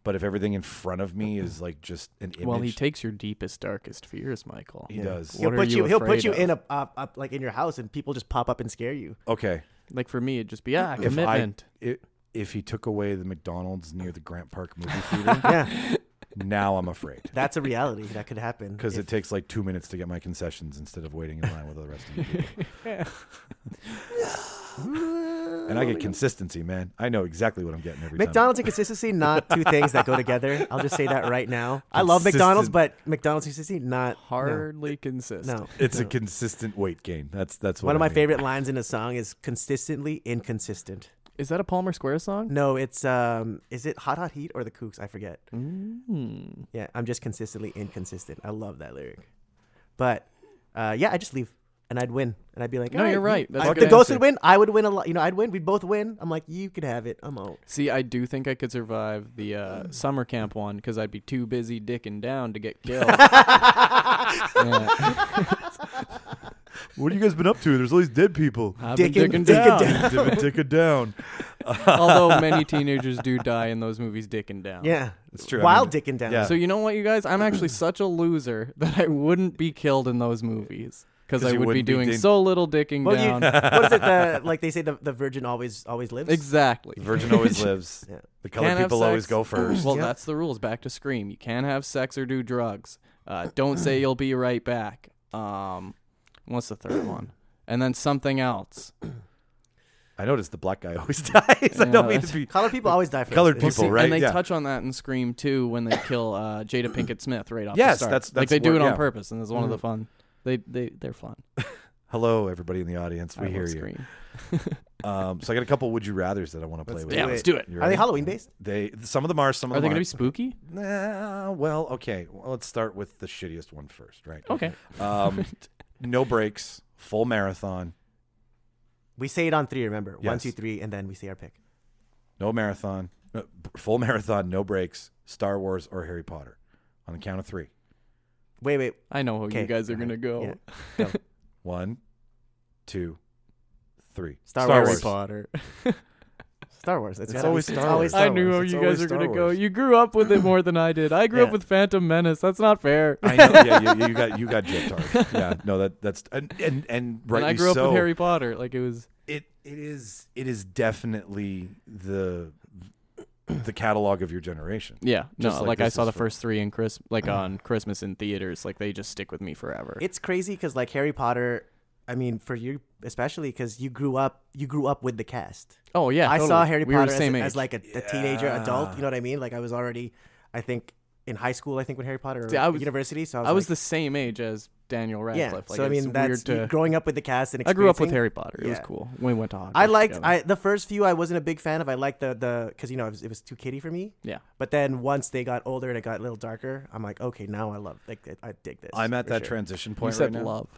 [SPEAKER 1] But if everything in front of me is like just an image,
[SPEAKER 3] Well, he takes your deepest, darkest fears, Michael.
[SPEAKER 1] He does.
[SPEAKER 2] He'll
[SPEAKER 3] What are
[SPEAKER 2] put
[SPEAKER 3] you
[SPEAKER 2] you. he'll put
[SPEAKER 3] afraid
[SPEAKER 2] you in
[SPEAKER 3] of?
[SPEAKER 2] a up, up like in your house, and people just pop up and
[SPEAKER 1] [laughs]
[SPEAKER 2] scare you.
[SPEAKER 1] okay.
[SPEAKER 3] Like for me, it'd just be ah
[SPEAKER 1] If I-
[SPEAKER 3] commitment.
[SPEAKER 1] [laughs] i- if he took away the McDonald's near the Grant Park movie theater, [laughs]
[SPEAKER 2] Yeah,
[SPEAKER 1] now I'm afraid.
[SPEAKER 2] that's a reality that could happen.
[SPEAKER 1] [laughs] Because
[SPEAKER 2] If-
[SPEAKER 1] it takes like two minutes to get my concessions instead of waiting in line with the rest
[SPEAKER 2] [laughs]
[SPEAKER 1] of you people. and I get consistency, man. I know exactly what I'm getting every time.
[SPEAKER 2] McDonald's and consistency, not two things that go together. I'll just say that right now. I love McDonald's,
[SPEAKER 1] Consistent.
[SPEAKER 2] but McDonald's consistency, not no,
[SPEAKER 3] Hardly consistent.
[SPEAKER 2] No,
[SPEAKER 1] It's a
[SPEAKER 2] no.
[SPEAKER 1] consistent weight gain. That's that's what
[SPEAKER 2] One
[SPEAKER 1] I
[SPEAKER 2] of my
[SPEAKER 1] mean.
[SPEAKER 2] favorite lines in a song is consistently inconsistent.
[SPEAKER 3] Is that a Palmer Square song?
[SPEAKER 2] No, it's um, is it Hot Hot Heat or the Kooks? I forget.
[SPEAKER 3] Mm.
[SPEAKER 2] Yeah, I'm just consistently inconsistent. I love that lyric. But uh, yeah, I just leave and I'd win and I'd be like,
[SPEAKER 3] No,
[SPEAKER 2] "All
[SPEAKER 3] you're right. That's
[SPEAKER 2] I-
[SPEAKER 3] a
[SPEAKER 2] the
[SPEAKER 3] good
[SPEAKER 2] ghost
[SPEAKER 3] answer.
[SPEAKER 2] would win. I would win a lot. You know, I'd win. We'd both win. I'm like, you could have it. I'm out.
[SPEAKER 3] See, I do think I could survive the uh,
[SPEAKER 1] Mm.
[SPEAKER 3] summer camp one because I'd be too busy dicking down to get killed.
[SPEAKER 1] [laughs] Oh.
[SPEAKER 3] Yeah.
[SPEAKER 1] What have you guys been up to? There's all these dead people.
[SPEAKER 3] I've been
[SPEAKER 2] Dicking-
[SPEAKER 3] dicking
[SPEAKER 2] dicking
[SPEAKER 1] [laughs]
[SPEAKER 3] down.
[SPEAKER 1] Dick it down.
[SPEAKER 3] Although many teenagers do die in those movies dicking down.
[SPEAKER 2] [laughs] Yeah,
[SPEAKER 1] It's true. I
[SPEAKER 2] While
[SPEAKER 1] mean,
[SPEAKER 2] dicking down.
[SPEAKER 1] yeah.
[SPEAKER 3] So you know what, you guys? I'm
[SPEAKER 1] [clears throat]
[SPEAKER 3] actually such a loser [laughs] that I wouldn't be killed in those movies because
[SPEAKER 1] 'Cause
[SPEAKER 3] I
[SPEAKER 1] you
[SPEAKER 3] would be
[SPEAKER 1] wouldn't be
[SPEAKER 3] doing
[SPEAKER 1] din-
[SPEAKER 3] so little dicking
[SPEAKER 2] Well,
[SPEAKER 3] down.
[SPEAKER 2] you, [laughs] what is it? The,
[SPEAKER 3] [laughs]
[SPEAKER 2] like they say, the, the virgin always always lives.
[SPEAKER 3] exactly.
[SPEAKER 1] The [laughs] Virgin
[SPEAKER 3] [laughs]
[SPEAKER 1] always lives.
[SPEAKER 2] Yeah.
[SPEAKER 1] The colored
[SPEAKER 3] Can't have
[SPEAKER 1] people always
[SPEAKER 3] sex.
[SPEAKER 1] go first.
[SPEAKER 2] [laughs]
[SPEAKER 3] Well,
[SPEAKER 2] Yeah.
[SPEAKER 3] that's the rules. Back to Scream. You can't have sex or do drugs. Uh, don't say you'll be right back. Um, what's the third one? And then something else.
[SPEAKER 1] I noticed the black guy always [laughs] dies. I
[SPEAKER 3] Yeah,
[SPEAKER 1] don't mean
[SPEAKER 3] that's-
[SPEAKER 1] to be.
[SPEAKER 2] Colored people always die first.
[SPEAKER 1] Colored
[SPEAKER 2] It's-
[SPEAKER 1] people,
[SPEAKER 3] See,
[SPEAKER 1] right?
[SPEAKER 3] And they
[SPEAKER 1] Yeah.
[SPEAKER 3] touch on that in Scream too when they kill uh, Jada Pinkett Smith right off
[SPEAKER 1] Yes,
[SPEAKER 3] the start.
[SPEAKER 1] that's-
[SPEAKER 3] like
[SPEAKER 1] that's
[SPEAKER 3] they do
[SPEAKER 1] where-
[SPEAKER 3] it on
[SPEAKER 1] yeah. Mm-hmm.
[SPEAKER 3] purpose, and it's one of the fun. They they they're fun.
[SPEAKER 1] Hello, everybody in the audience.
[SPEAKER 3] I
[SPEAKER 1] We
[SPEAKER 3] love
[SPEAKER 1] hear you.
[SPEAKER 3] Scream.
[SPEAKER 1] Um, so I got a couple would you rather's that I want to play
[SPEAKER 2] Let's
[SPEAKER 1] with.
[SPEAKER 2] do
[SPEAKER 3] Yeah,
[SPEAKER 2] it.
[SPEAKER 3] let's do it.
[SPEAKER 1] You
[SPEAKER 2] Are they
[SPEAKER 1] ready?
[SPEAKER 2] Halloween based?
[SPEAKER 1] They some of them are, some of
[SPEAKER 3] Are they
[SPEAKER 1] them
[SPEAKER 3] gonna be
[SPEAKER 1] aren't.
[SPEAKER 3] spooky?
[SPEAKER 1] Nah, well, okay. Well, let's start with the shittiest one first, right?
[SPEAKER 3] Okay.
[SPEAKER 1] [laughs] Um, no breaks, full marathon,
[SPEAKER 2] We say it on three. Remember, one,
[SPEAKER 1] Yes.
[SPEAKER 2] two, three, and then we say our pick.
[SPEAKER 1] no marathon, uh, full marathon, no breaks, Star Wars or Harry Potter, on the count of three.
[SPEAKER 2] Wait, wait.
[SPEAKER 3] [laughs] I know how
[SPEAKER 2] Okay,
[SPEAKER 3] you guys are
[SPEAKER 2] go
[SPEAKER 3] gonna
[SPEAKER 2] ahead.
[SPEAKER 3] go.
[SPEAKER 2] Yeah.
[SPEAKER 1] One, two, three.
[SPEAKER 2] Star
[SPEAKER 3] Harry
[SPEAKER 2] Wars.
[SPEAKER 3] Potter.
[SPEAKER 2] Star Wars.
[SPEAKER 1] It's
[SPEAKER 2] gotta be-
[SPEAKER 1] always Star Wars.
[SPEAKER 3] I knew how
[SPEAKER 1] It's
[SPEAKER 3] you
[SPEAKER 1] always
[SPEAKER 3] guys are
[SPEAKER 1] Star
[SPEAKER 3] gonna go.
[SPEAKER 1] Wars.
[SPEAKER 3] You grew up with it more than I did. I grew up
[SPEAKER 2] Yeah.
[SPEAKER 3] with Phantom Menace. That's not fair.
[SPEAKER 1] [laughs] I know. Yeah, you, you got you got gypped
[SPEAKER 2] [laughs]
[SPEAKER 1] hard. Yeah, no, that that's and and, and
[SPEAKER 3] And
[SPEAKER 1] rightly
[SPEAKER 3] I grew up
[SPEAKER 1] so.
[SPEAKER 3] with Harry Potter. Like it was.
[SPEAKER 1] it it is it is definitely the the catalog of your generation.
[SPEAKER 3] Yeah, no,
[SPEAKER 1] Just like
[SPEAKER 3] like, I
[SPEAKER 1] this
[SPEAKER 3] saw
[SPEAKER 1] is
[SPEAKER 3] the
[SPEAKER 1] for-
[SPEAKER 3] first three in Chris, like on Christmas in theaters, like they just stick with me forever.
[SPEAKER 2] It's crazy because like Harry Potter I mean, for you especially because you grew up, you grew up with the cast.
[SPEAKER 3] Oh yeah,
[SPEAKER 2] I saw
[SPEAKER 3] totally.
[SPEAKER 2] Harry
[SPEAKER 3] we
[SPEAKER 2] Potter
[SPEAKER 3] were the
[SPEAKER 2] as-
[SPEAKER 3] same
[SPEAKER 2] as,
[SPEAKER 3] age.
[SPEAKER 2] like a, a teenager, adult. You know what I mean? Like I was already, I think, in high school. I think when Harry Potter or
[SPEAKER 3] See, I was-
[SPEAKER 2] university. So I was,
[SPEAKER 3] I was
[SPEAKER 2] like,
[SPEAKER 3] the same age as Daniel Radcliffe.
[SPEAKER 2] yeah.
[SPEAKER 3] Like,
[SPEAKER 2] so I mean,
[SPEAKER 3] it's
[SPEAKER 2] that's
[SPEAKER 3] weird to.
[SPEAKER 2] growing up with the cast and
[SPEAKER 3] I grew up with
[SPEAKER 2] experiencing-
[SPEAKER 3] Harry Potter. It was
[SPEAKER 2] Yeah.
[SPEAKER 3] cool. We went to Hogwarts.
[SPEAKER 2] I liked
[SPEAKER 3] together.
[SPEAKER 2] I, the first few. I wasn't a big fan of. I liked the the because you know it was, it was too kiddie for me.
[SPEAKER 3] Yeah.
[SPEAKER 2] But then once they got older and it got a little darker, I'm like, okay, now I love. Like I, I dig this.
[SPEAKER 1] I'm at
[SPEAKER 2] for
[SPEAKER 1] that
[SPEAKER 2] sure.
[SPEAKER 1] transition
[SPEAKER 3] You
[SPEAKER 1] point
[SPEAKER 3] said
[SPEAKER 1] right now.
[SPEAKER 3] love.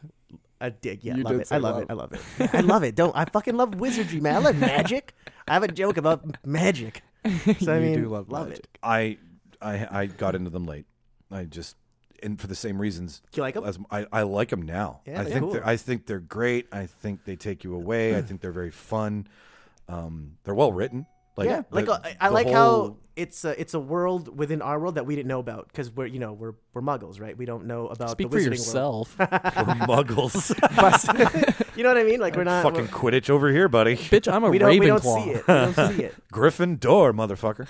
[SPEAKER 2] I dig. Yeah,
[SPEAKER 3] You
[SPEAKER 2] love
[SPEAKER 3] did
[SPEAKER 2] it.
[SPEAKER 3] say
[SPEAKER 2] I love, it. I love it. I love it. Don't I fucking love wizardry, man? I love magic. I have a joke about magic. So I
[SPEAKER 3] [laughs] You
[SPEAKER 2] mean,
[SPEAKER 3] do love magic.
[SPEAKER 2] it.
[SPEAKER 1] I, I I got into them late. I just and for the same reasons.
[SPEAKER 2] Do you like 'em?
[SPEAKER 1] As- I, I like them now.
[SPEAKER 2] Yeah,
[SPEAKER 1] I
[SPEAKER 2] they're
[SPEAKER 1] think
[SPEAKER 2] cool.
[SPEAKER 1] they're, I think they're great. I think they take you away. I think they're very fun. Um, they're well written. Like
[SPEAKER 2] yeah,
[SPEAKER 1] the-
[SPEAKER 2] like uh, I
[SPEAKER 1] the
[SPEAKER 2] like
[SPEAKER 1] whole-
[SPEAKER 2] how it's a it's a world within our world that we didn't know about because we're you know we're we're muggles, right? We don't know about
[SPEAKER 3] Speak
[SPEAKER 2] the
[SPEAKER 3] for
[SPEAKER 2] wizarding [laughs]
[SPEAKER 3] yourself.
[SPEAKER 1] we're muggles.
[SPEAKER 3] [laughs]
[SPEAKER 2] world. you know what I mean? Like we're not
[SPEAKER 1] Fucking Quidditch over here, buddy.
[SPEAKER 3] Bitch, I'm a
[SPEAKER 2] we're, we don't we don't
[SPEAKER 3] Ravenclaw.
[SPEAKER 2] see it. We don't see
[SPEAKER 3] [laughs]
[SPEAKER 2] it.
[SPEAKER 1] Gryffindor, motherfucker.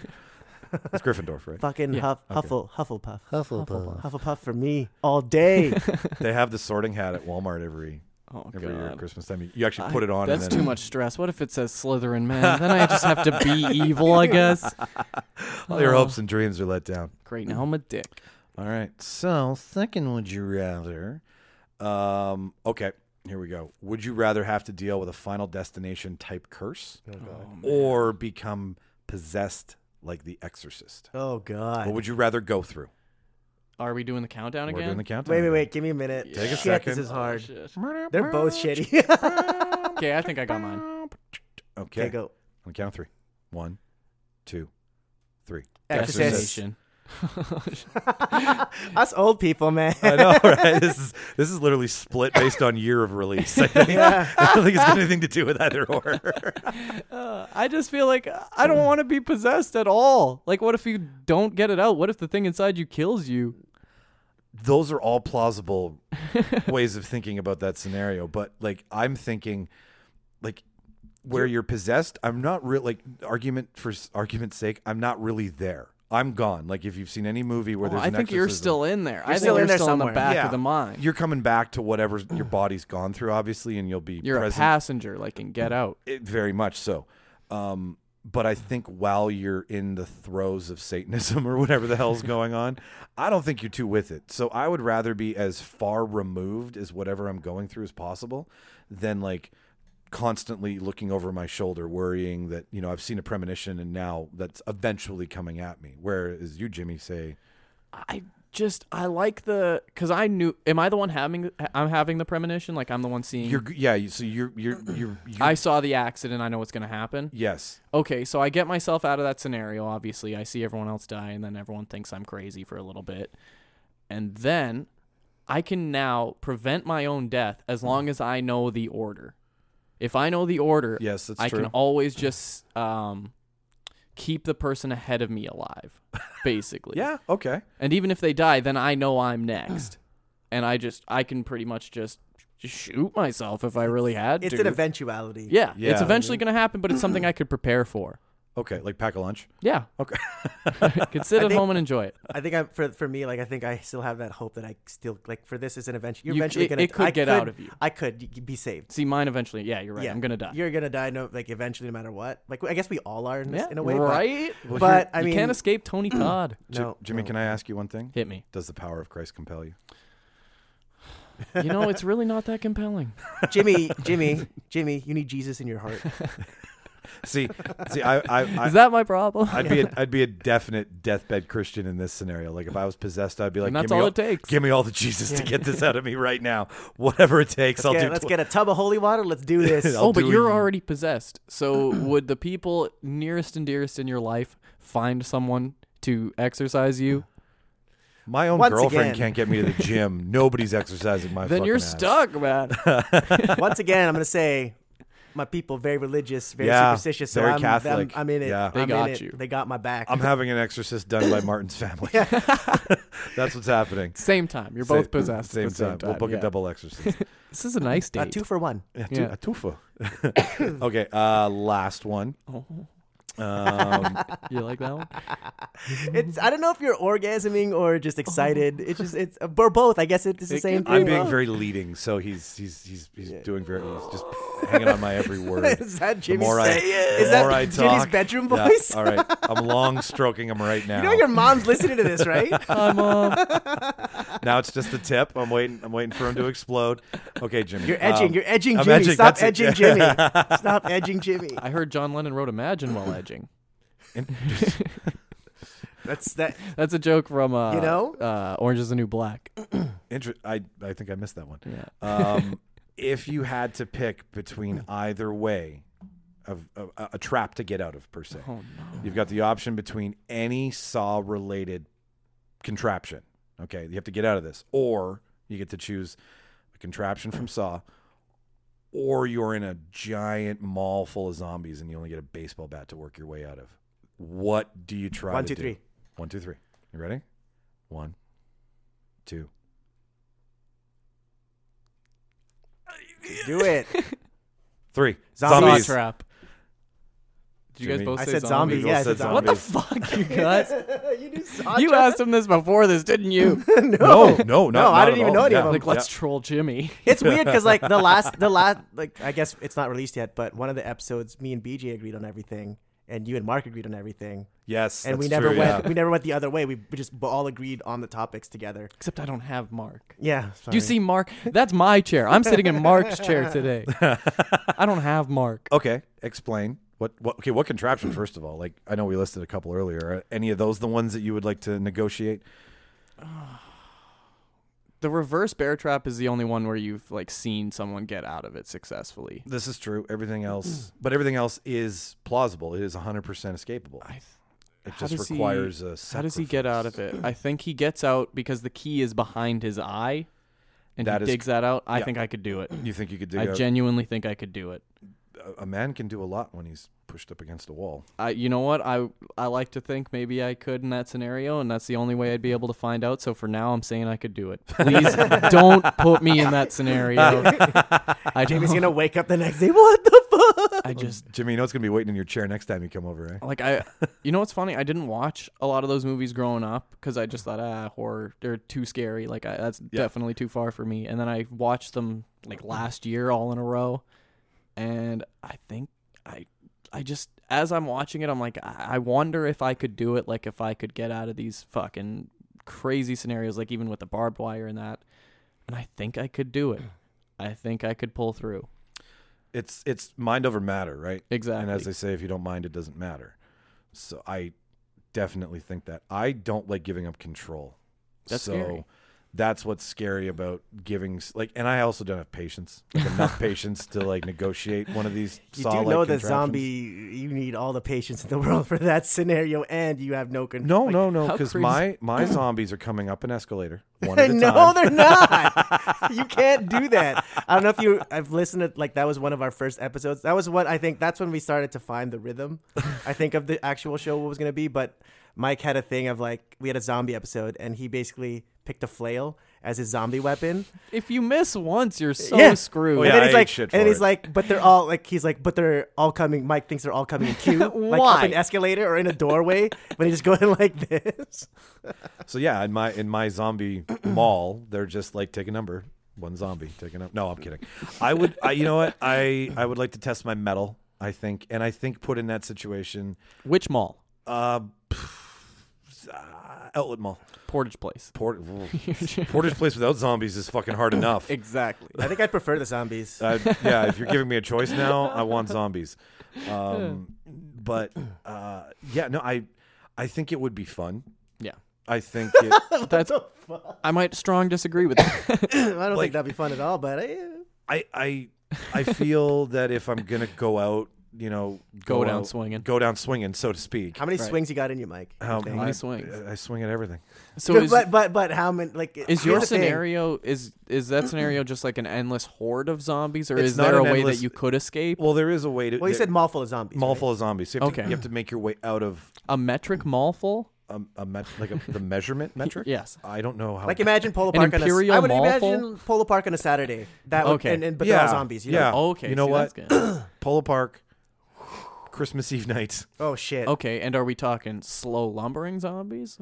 [SPEAKER 1] It's Gryffindor, right?
[SPEAKER 2] Fucking
[SPEAKER 3] Yeah,
[SPEAKER 2] Huff, Huffle, Hufflepuff,
[SPEAKER 1] Hufflepuff.
[SPEAKER 2] Hufflepuff for me all day.
[SPEAKER 1] They have the Sorting Hat at Walmart every
[SPEAKER 3] [laughs] Oh,
[SPEAKER 1] every year at
[SPEAKER 3] God.
[SPEAKER 1] Christmas time. You, you actually
[SPEAKER 3] I-
[SPEAKER 1] put it on.
[SPEAKER 3] That's
[SPEAKER 1] and then
[SPEAKER 3] too much stress. What if it says Slytherin man? then I just have to [laughs] be evil, I [laughs] guess.
[SPEAKER 1] All your
[SPEAKER 3] Oh,
[SPEAKER 1] hopes and dreams are let down.
[SPEAKER 3] Great. Now I'm a dick.
[SPEAKER 1] All right. So, second, would you rather? Um, okay, here we go. Would you rather have to deal with a final destination type curse
[SPEAKER 3] Oh,
[SPEAKER 1] or become possessed like the exorcist?
[SPEAKER 2] oh
[SPEAKER 1] What
[SPEAKER 2] god.
[SPEAKER 1] would you rather go through?
[SPEAKER 3] Are we doing the countdown
[SPEAKER 1] We're
[SPEAKER 3] again?
[SPEAKER 1] doing the countdown.
[SPEAKER 2] Wait, wait, wait. Give me a minute.
[SPEAKER 3] Take a
[SPEAKER 2] Shit,
[SPEAKER 1] second.
[SPEAKER 2] This is hard.
[SPEAKER 1] wait.
[SPEAKER 2] They're both [laughs] shitty.
[SPEAKER 3] Okay, I think I got [laughs] mine.
[SPEAKER 1] Okay.
[SPEAKER 2] okay, go.
[SPEAKER 1] On the count of three. One, two,
[SPEAKER 2] [laughs]
[SPEAKER 1] three.
[SPEAKER 2] Exorcist.
[SPEAKER 3] Destination.
[SPEAKER 2] Us old people, man.
[SPEAKER 1] I know, right? This is this is literally split based on year of release.
[SPEAKER 2] [laughs]
[SPEAKER 1] I, think. I don't think it's got anything to do with either or.
[SPEAKER 3] Uh, I just feel like I don't want to be possessed at all. Like, what if you don't get it out? What if the thing inside you kills you?
[SPEAKER 1] Those are all
[SPEAKER 3] [laughs]
[SPEAKER 1] plausible ways of thinking about that scenario, but like I'm thinking, like where you're possessed, I'm not real. Like argument for s- argument's sake, I'm not really there. I'm gone. Like if you've seen any movie where
[SPEAKER 3] Oh,
[SPEAKER 1] there's,
[SPEAKER 3] I
[SPEAKER 1] an
[SPEAKER 3] think you're
[SPEAKER 1] exorcism-
[SPEAKER 3] still in there. I think
[SPEAKER 2] still
[SPEAKER 3] you're
[SPEAKER 2] in there
[SPEAKER 3] still in
[SPEAKER 2] somewhere.
[SPEAKER 3] the back
[SPEAKER 1] Yeah.
[SPEAKER 3] of the mind.
[SPEAKER 1] You're coming back to whatever
[SPEAKER 3] [clears throat]
[SPEAKER 1] your body's gone through, obviously, and you'll be
[SPEAKER 3] You're a
[SPEAKER 1] present
[SPEAKER 3] passenger, like in Get Out.
[SPEAKER 1] It, very much so. Um, but I think while you're in the throes of Satanism [laughs] or whatever the hell's going on, I don't think you're too with it. So I would rather be as far removed as whatever I'm going through as possible than like constantly looking over my shoulder, worrying that, you know, I've seen a premonition and now that's eventually coming at me. Whereas you, Jimmy, say,
[SPEAKER 3] I just I like the because I knew. Am I the one having? I'm having the premonition. Like I'm the one seeing.
[SPEAKER 1] you're, yeah, you- so you're, you're, you're, you're
[SPEAKER 3] I saw the accident. I know what's gonna happen.
[SPEAKER 1] yes.
[SPEAKER 3] Okay, so I get myself out of that scenario. Obviously, I see everyone else die, and then everyone thinks I'm crazy for a little bit, and then I can now prevent my own death as long as I know the order. If I know the order,
[SPEAKER 1] Yes, that's
[SPEAKER 3] I
[SPEAKER 1] true.
[SPEAKER 3] can always just um, keep the person ahead of me alive, basically.
[SPEAKER 1] yeah. Okay.
[SPEAKER 3] And even if they die, then I know I'm next. [clears throat] and I just I can pretty much just shoot myself if I really had
[SPEAKER 2] [laughs] it's
[SPEAKER 3] to.
[SPEAKER 2] an eventuality.
[SPEAKER 3] yeah,
[SPEAKER 1] Yeah.
[SPEAKER 3] it's eventually going to happen, but it's something I could prepare for.
[SPEAKER 1] Okay. Like pack a lunch.
[SPEAKER 3] Yeah.
[SPEAKER 2] [laughs]
[SPEAKER 1] Okay.
[SPEAKER 3] could sit
[SPEAKER 2] I
[SPEAKER 3] at
[SPEAKER 2] think-
[SPEAKER 3] home and enjoy it.
[SPEAKER 2] I think I for for me, like I think I still have that hope that I still like for this is an eventually you're
[SPEAKER 3] You-
[SPEAKER 2] eventually
[SPEAKER 3] it-
[SPEAKER 2] gonna
[SPEAKER 3] it could
[SPEAKER 2] I
[SPEAKER 3] get
[SPEAKER 2] could,
[SPEAKER 3] out of you.
[SPEAKER 2] I could be saved.
[SPEAKER 3] See, mine eventually. Yeah, you're right. I'm going to die.
[SPEAKER 2] You're gonna die, no, like eventually, no matter what. Like I guess we all are in, this-
[SPEAKER 3] yeah,
[SPEAKER 2] in a way, but-
[SPEAKER 3] right?
[SPEAKER 2] But, I
[SPEAKER 3] you
[SPEAKER 2] mean,
[SPEAKER 3] can't escape
[SPEAKER 2] [clears throat]
[SPEAKER 3] Tony Todd.
[SPEAKER 1] Ji-
[SPEAKER 2] No,
[SPEAKER 1] Jimmy,
[SPEAKER 2] no.
[SPEAKER 1] can I ask you one thing?
[SPEAKER 3] Hit me.
[SPEAKER 1] Does the power of Christ compel you?
[SPEAKER 3] You know, it's really not that
[SPEAKER 2] [laughs]
[SPEAKER 3] compelling.
[SPEAKER 2] [laughs] Jimmy, Jimmy, Jimmy, you need Jesus in your heart.
[SPEAKER 1] See, see, I, I,
[SPEAKER 3] Is
[SPEAKER 1] I
[SPEAKER 3] that my problem?
[SPEAKER 1] I'd be, a, I'd be a definite deathbed Christian in this scenario. Like if I was possessed, I'd be like,
[SPEAKER 3] And that's
[SPEAKER 1] give me
[SPEAKER 3] all it takes."
[SPEAKER 1] Give me all the Jesus to get this out of me right now. Whatever it takes, I'll
[SPEAKER 2] Okay,
[SPEAKER 1] do.
[SPEAKER 2] let's
[SPEAKER 1] tw-
[SPEAKER 2] get a tub of holy water. Let's do
[SPEAKER 1] [laughs]
[SPEAKER 2] this.
[SPEAKER 1] I'll
[SPEAKER 3] oh, but
[SPEAKER 1] do
[SPEAKER 3] you're
[SPEAKER 1] it.
[SPEAKER 3] already possessed.
[SPEAKER 2] [clears throat]
[SPEAKER 3] So would the people nearest and dearest in your life find someone to exercise you?
[SPEAKER 1] My own
[SPEAKER 2] Once
[SPEAKER 1] girlfriend
[SPEAKER 2] again.
[SPEAKER 1] can't get me to the
[SPEAKER 2] [laughs]
[SPEAKER 1] gym. Nobody's exercising my.
[SPEAKER 3] Then you're
[SPEAKER 1] fucking ass.
[SPEAKER 3] stuck, man.
[SPEAKER 2] [laughs] Once again, I'm gonna say, my people very religious, very
[SPEAKER 1] Yeah,
[SPEAKER 2] superstitious. So
[SPEAKER 1] very
[SPEAKER 2] I'm,
[SPEAKER 1] Catholic.
[SPEAKER 2] I'm, I'm in it.
[SPEAKER 1] Yeah.
[SPEAKER 3] They
[SPEAKER 2] I'm in
[SPEAKER 3] got
[SPEAKER 2] it.
[SPEAKER 3] you.
[SPEAKER 2] They got my back.
[SPEAKER 1] I'm having an exorcist done by Martin's family. [laughs] That's what's happening.
[SPEAKER 3] [laughs] Same time. You're both
[SPEAKER 1] Sa-
[SPEAKER 3] possessed.
[SPEAKER 1] Same,
[SPEAKER 3] at the same
[SPEAKER 1] time. We'll book
[SPEAKER 3] yeah.
[SPEAKER 1] a double exorcist.
[SPEAKER 3] [laughs] This is a nice [laughs]
[SPEAKER 1] [laughs]
[SPEAKER 3] date.
[SPEAKER 2] a two for Uh, one.
[SPEAKER 1] Yeah,
[SPEAKER 3] Yeah. [laughs]
[SPEAKER 1] tu- a tufa. okay, uh, last one. Um,
[SPEAKER 3] You like that [laughs] one?
[SPEAKER 2] It's I don't know if you're orgasming or just excited. It's just it's or both. I guess it's the
[SPEAKER 3] It
[SPEAKER 2] same
[SPEAKER 3] could
[SPEAKER 1] Oh. I'm
[SPEAKER 2] thing. [laughs]
[SPEAKER 1] being very leading, so he's he's he's he's doing very he's just hanging on my
[SPEAKER 2] [laughs]
[SPEAKER 1] every word.
[SPEAKER 2] Is that Jimmy
[SPEAKER 1] more I-
[SPEAKER 2] say
[SPEAKER 1] the
[SPEAKER 2] it? Is that
[SPEAKER 1] more I
[SPEAKER 2] Jimmy's
[SPEAKER 1] talk-
[SPEAKER 2] bedroom
[SPEAKER 1] Yeah,
[SPEAKER 2] voice?
[SPEAKER 1] all
[SPEAKER 2] [laughs]
[SPEAKER 1] right, I'm long stroking him right now.
[SPEAKER 2] You know your mom's listening to
[SPEAKER 1] [laughs]
[SPEAKER 2] this, right?
[SPEAKER 3] Hi, mom.
[SPEAKER 1] now it's just the tip. I'm waiting. I'm waiting for him to explode. Okay, Jimmy.
[SPEAKER 2] You're edging.
[SPEAKER 1] um,
[SPEAKER 2] you're edging
[SPEAKER 1] I'm
[SPEAKER 2] Jimmy.
[SPEAKER 1] edging,
[SPEAKER 2] Stop
[SPEAKER 1] that's it,
[SPEAKER 2] edging
[SPEAKER 1] [laughs] yeah.
[SPEAKER 2] Jimmy. Stop edging Jimmy.
[SPEAKER 3] I heard John Lennon wrote "Imagine" while edging.
[SPEAKER 2] [laughs] That's that.
[SPEAKER 3] That's a joke from uh,
[SPEAKER 2] You know?
[SPEAKER 3] uh, Orange Is the New Black.
[SPEAKER 1] [laughs] Inter- I I think I missed that one.
[SPEAKER 3] [laughs] Yeah.
[SPEAKER 1] Um, if you had to pick between either way of, of a, a trap to get out of per se, you've got the option between any saw related contraption. Okay, you have to get out of this, or you get to choose a contraption from Saw, or you're in a giant mall full of zombies and you only get a baseball bat to work your way out of. What do you try?
[SPEAKER 2] One,
[SPEAKER 1] to
[SPEAKER 2] two,
[SPEAKER 1] do?
[SPEAKER 2] three.
[SPEAKER 1] One, two, three. You ready? One, two.
[SPEAKER 2] Do [laughs] it.
[SPEAKER 1] Three.
[SPEAKER 2] Zombie
[SPEAKER 3] Saw
[SPEAKER 1] Zombies.
[SPEAKER 3] trap. Did you
[SPEAKER 1] Jimmy.
[SPEAKER 3] guys both
[SPEAKER 2] I
[SPEAKER 3] say
[SPEAKER 2] said
[SPEAKER 3] zombies?
[SPEAKER 2] zombie.
[SPEAKER 1] Eagles
[SPEAKER 2] Yeah, I
[SPEAKER 1] said
[SPEAKER 2] said
[SPEAKER 1] zombie.
[SPEAKER 2] zombie.
[SPEAKER 3] What the fuck, [laughs] you guys?
[SPEAKER 2] [laughs] you do saw
[SPEAKER 3] you asked him this before this, didn't [laughs] you?
[SPEAKER 1] No, no, no.
[SPEAKER 2] No, I didn't even know any of them.
[SPEAKER 3] like, let's troll Jimmy.
[SPEAKER 2] It's weird because like the last, [laughs] the last, like I guess it's not released yet, but one of the episodes, me and BJ agreed on everything, and you and Mark agreed on everything,
[SPEAKER 1] Yes,
[SPEAKER 2] and
[SPEAKER 1] that's
[SPEAKER 2] we never
[SPEAKER 1] true,
[SPEAKER 2] went,
[SPEAKER 1] yeah.
[SPEAKER 2] we never went the other way. We we just all agreed on the topics together.
[SPEAKER 3] Except I don't have Mark.
[SPEAKER 2] Yeah.
[SPEAKER 3] Do you
[SPEAKER 2] sorry.
[SPEAKER 3] see Mark? That's my chair. I'm sitting in Mark's chair [laughs] today. I don't have Mark.
[SPEAKER 1] Okay, explain what, what. Okay, what contraption? First of all, like I know we listed a couple earlier. Are any of those the ones that you would like to negotiate?
[SPEAKER 3] The reverse bear trap is the only one where you've like seen someone get out of it successfully.
[SPEAKER 1] This is true. Everything else, but everything else is plausible. It is 100 percent escapable.
[SPEAKER 3] I th-
[SPEAKER 1] It
[SPEAKER 3] how does
[SPEAKER 1] just
[SPEAKER 3] he-
[SPEAKER 1] requires a.
[SPEAKER 3] How does he get out of it? I think he gets out because the key is behind his eye, and
[SPEAKER 1] That
[SPEAKER 3] he
[SPEAKER 1] is-
[SPEAKER 3] digs that out. I
[SPEAKER 1] yeah.
[SPEAKER 3] think I could do it.
[SPEAKER 1] sacrifice? You think you could do?
[SPEAKER 3] I
[SPEAKER 1] A,
[SPEAKER 3] genuinely think I could do it.
[SPEAKER 1] a- a man can do a lot when he's pushed up against a wall.
[SPEAKER 3] I, you know what? I I like to think maybe I could in that scenario, and that's the only way I'd be able to find out. So for now, I'm saying I could do it.
[SPEAKER 1] [laughs]
[SPEAKER 3] Please don't put me in that scenario. I
[SPEAKER 2] Jamie's
[SPEAKER 3] don't-
[SPEAKER 2] [laughs] gonna wake up the next day. What the fuck?
[SPEAKER 3] I just
[SPEAKER 1] Jimmy, you know it's gonna be waiting in your chair next time you come over, eh?
[SPEAKER 3] like I. You know what's funny? I didn't watch a lot of those movies growing up because I just thought ah horror they're too scary. Like I, that's definitely too far for me. And then I watched them like last year all in a row, and I think I I just as I'm watching it, I'm like I I wonder if I could do it. Like if I could get out of these fucking crazy scenarios. Like even with the barbed wire and that, and I think I could
[SPEAKER 1] [clears throat]
[SPEAKER 3] do it. I think I could pull through.
[SPEAKER 1] It's it's mind over matter, right?
[SPEAKER 3] Exactly.
[SPEAKER 1] And as they say, if you don't mind, it doesn't matter. So I definitely think that I don't like giving up control.
[SPEAKER 3] That's
[SPEAKER 1] so
[SPEAKER 3] scary.
[SPEAKER 1] that's what's scary about giving s- like and I also don't have patience. Like
[SPEAKER 2] [laughs]
[SPEAKER 1] enough patience to like negotiate one of these
[SPEAKER 2] You
[SPEAKER 1] saw
[SPEAKER 2] do
[SPEAKER 1] like
[SPEAKER 2] know that zombie, you need all the patience in the [laughs] world for that scenario, and you have no control.
[SPEAKER 1] No,
[SPEAKER 2] [laughs]
[SPEAKER 1] no, no,
[SPEAKER 3] how
[SPEAKER 1] because
[SPEAKER 3] crazy-
[SPEAKER 1] my my zombies are coming up an escalator one
[SPEAKER 2] [laughs]
[SPEAKER 1] at a
[SPEAKER 2] no,
[SPEAKER 1] time. [laughs]
[SPEAKER 2] they're not. you can't do that. I don't know if you. I've listened to like that was one of our first episodes. That was what I think. That's when we started to find the rhythm. I think of the actual show what it was gonna be, but Mike had a thing of like we had a zombie episode, and he basically picked a flail as his zombie weapon.
[SPEAKER 3] if you miss once, you're so
[SPEAKER 2] Yeah.
[SPEAKER 3] screwed.
[SPEAKER 1] Oh, yeah,
[SPEAKER 2] and
[SPEAKER 1] I
[SPEAKER 2] then he's
[SPEAKER 1] ate
[SPEAKER 2] like,
[SPEAKER 1] shit
[SPEAKER 2] and then
[SPEAKER 1] for
[SPEAKER 2] he's
[SPEAKER 1] it.
[SPEAKER 2] like, but they're all like, he's like, but they're all coming. Mike thinks they're all coming
[SPEAKER 3] [laughs]
[SPEAKER 2] in queue, like up
[SPEAKER 3] Why?
[SPEAKER 2] an escalator or in a doorway, but he's just going like this.
[SPEAKER 3] [laughs]
[SPEAKER 1] So yeah, in my in my zombie mall, they're just like take a number, one zombie, take a number. No, I'm kidding. I would, I, you know what? I I would like to test my metal. I think, and I think put in that situation,
[SPEAKER 3] Which mall?
[SPEAKER 1] uh, pff, uh, outlet mall,
[SPEAKER 3] Portage Place.
[SPEAKER 1] Port, Porter's place without zombies is fucking hard enough. [laughs]
[SPEAKER 3] Exactly.
[SPEAKER 2] I think I'd prefer the zombies. [clears throat]
[SPEAKER 1] Uh, yeah, if you're giving me a choice now, I want zombies. Um, but uh, yeah, no, I I think it would be fun.
[SPEAKER 3] Yeah.
[SPEAKER 1] I think it,
[SPEAKER 3] That's. I might strong disagree with
[SPEAKER 1] [laughs]
[SPEAKER 3] that.
[SPEAKER 2] I don't
[SPEAKER 1] like-
[SPEAKER 2] think that'd be fun at all, but eh,
[SPEAKER 1] I I I
[SPEAKER 3] [laughs]
[SPEAKER 1] feel that if I'm gonna go out, you know,
[SPEAKER 3] Go down
[SPEAKER 1] out-
[SPEAKER 3] swinging.
[SPEAKER 1] go down swinging, so to speak.
[SPEAKER 2] how many
[SPEAKER 3] Right.
[SPEAKER 2] swings you got in you, Mike?
[SPEAKER 1] Um,
[SPEAKER 2] Thing.
[SPEAKER 3] How many
[SPEAKER 1] I-
[SPEAKER 3] swings?
[SPEAKER 1] I, I swing at everything.
[SPEAKER 3] So
[SPEAKER 2] But-
[SPEAKER 3] is,
[SPEAKER 2] but but but how many? Like,
[SPEAKER 3] is
[SPEAKER 2] here's
[SPEAKER 3] your
[SPEAKER 2] the thing.
[SPEAKER 3] scenario is is that scenario just like an endless horde of zombies, or
[SPEAKER 1] It's
[SPEAKER 3] is
[SPEAKER 1] not
[SPEAKER 3] there
[SPEAKER 1] an
[SPEAKER 3] a way
[SPEAKER 1] endless-
[SPEAKER 3] that you could escape?
[SPEAKER 1] Well, there is a way to.
[SPEAKER 2] Well, you
[SPEAKER 1] there-
[SPEAKER 2] said mall full of zombies.
[SPEAKER 1] mall
[SPEAKER 2] right?
[SPEAKER 1] full of zombies. So you have to,
[SPEAKER 3] Okay.
[SPEAKER 1] you have to make your way out of
[SPEAKER 3] A metric mallful,
[SPEAKER 1] a, a met, like
[SPEAKER 3] [laughs]
[SPEAKER 1] a, the measurement metric.
[SPEAKER 3] Yes.
[SPEAKER 1] I don't know how.
[SPEAKER 2] Like imagine Polo
[SPEAKER 3] An
[SPEAKER 2] Park on a.
[SPEAKER 3] imperial
[SPEAKER 2] I would
[SPEAKER 3] mall
[SPEAKER 2] imagine Polo Park on a Saturday. That would,
[SPEAKER 3] Okay.
[SPEAKER 2] and, and, but
[SPEAKER 1] yeah,
[SPEAKER 2] they're all zombies. You
[SPEAKER 1] yeah.
[SPEAKER 2] Know?
[SPEAKER 3] Okay,
[SPEAKER 1] You know
[SPEAKER 3] see,
[SPEAKER 1] what?
[SPEAKER 3] that's good.
[SPEAKER 1] Polo Park. Christmas Eve night.
[SPEAKER 2] Oh
[SPEAKER 3] [coughs]
[SPEAKER 2] shit.
[SPEAKER 3] Okay, and are we talking slow lumbering zombies?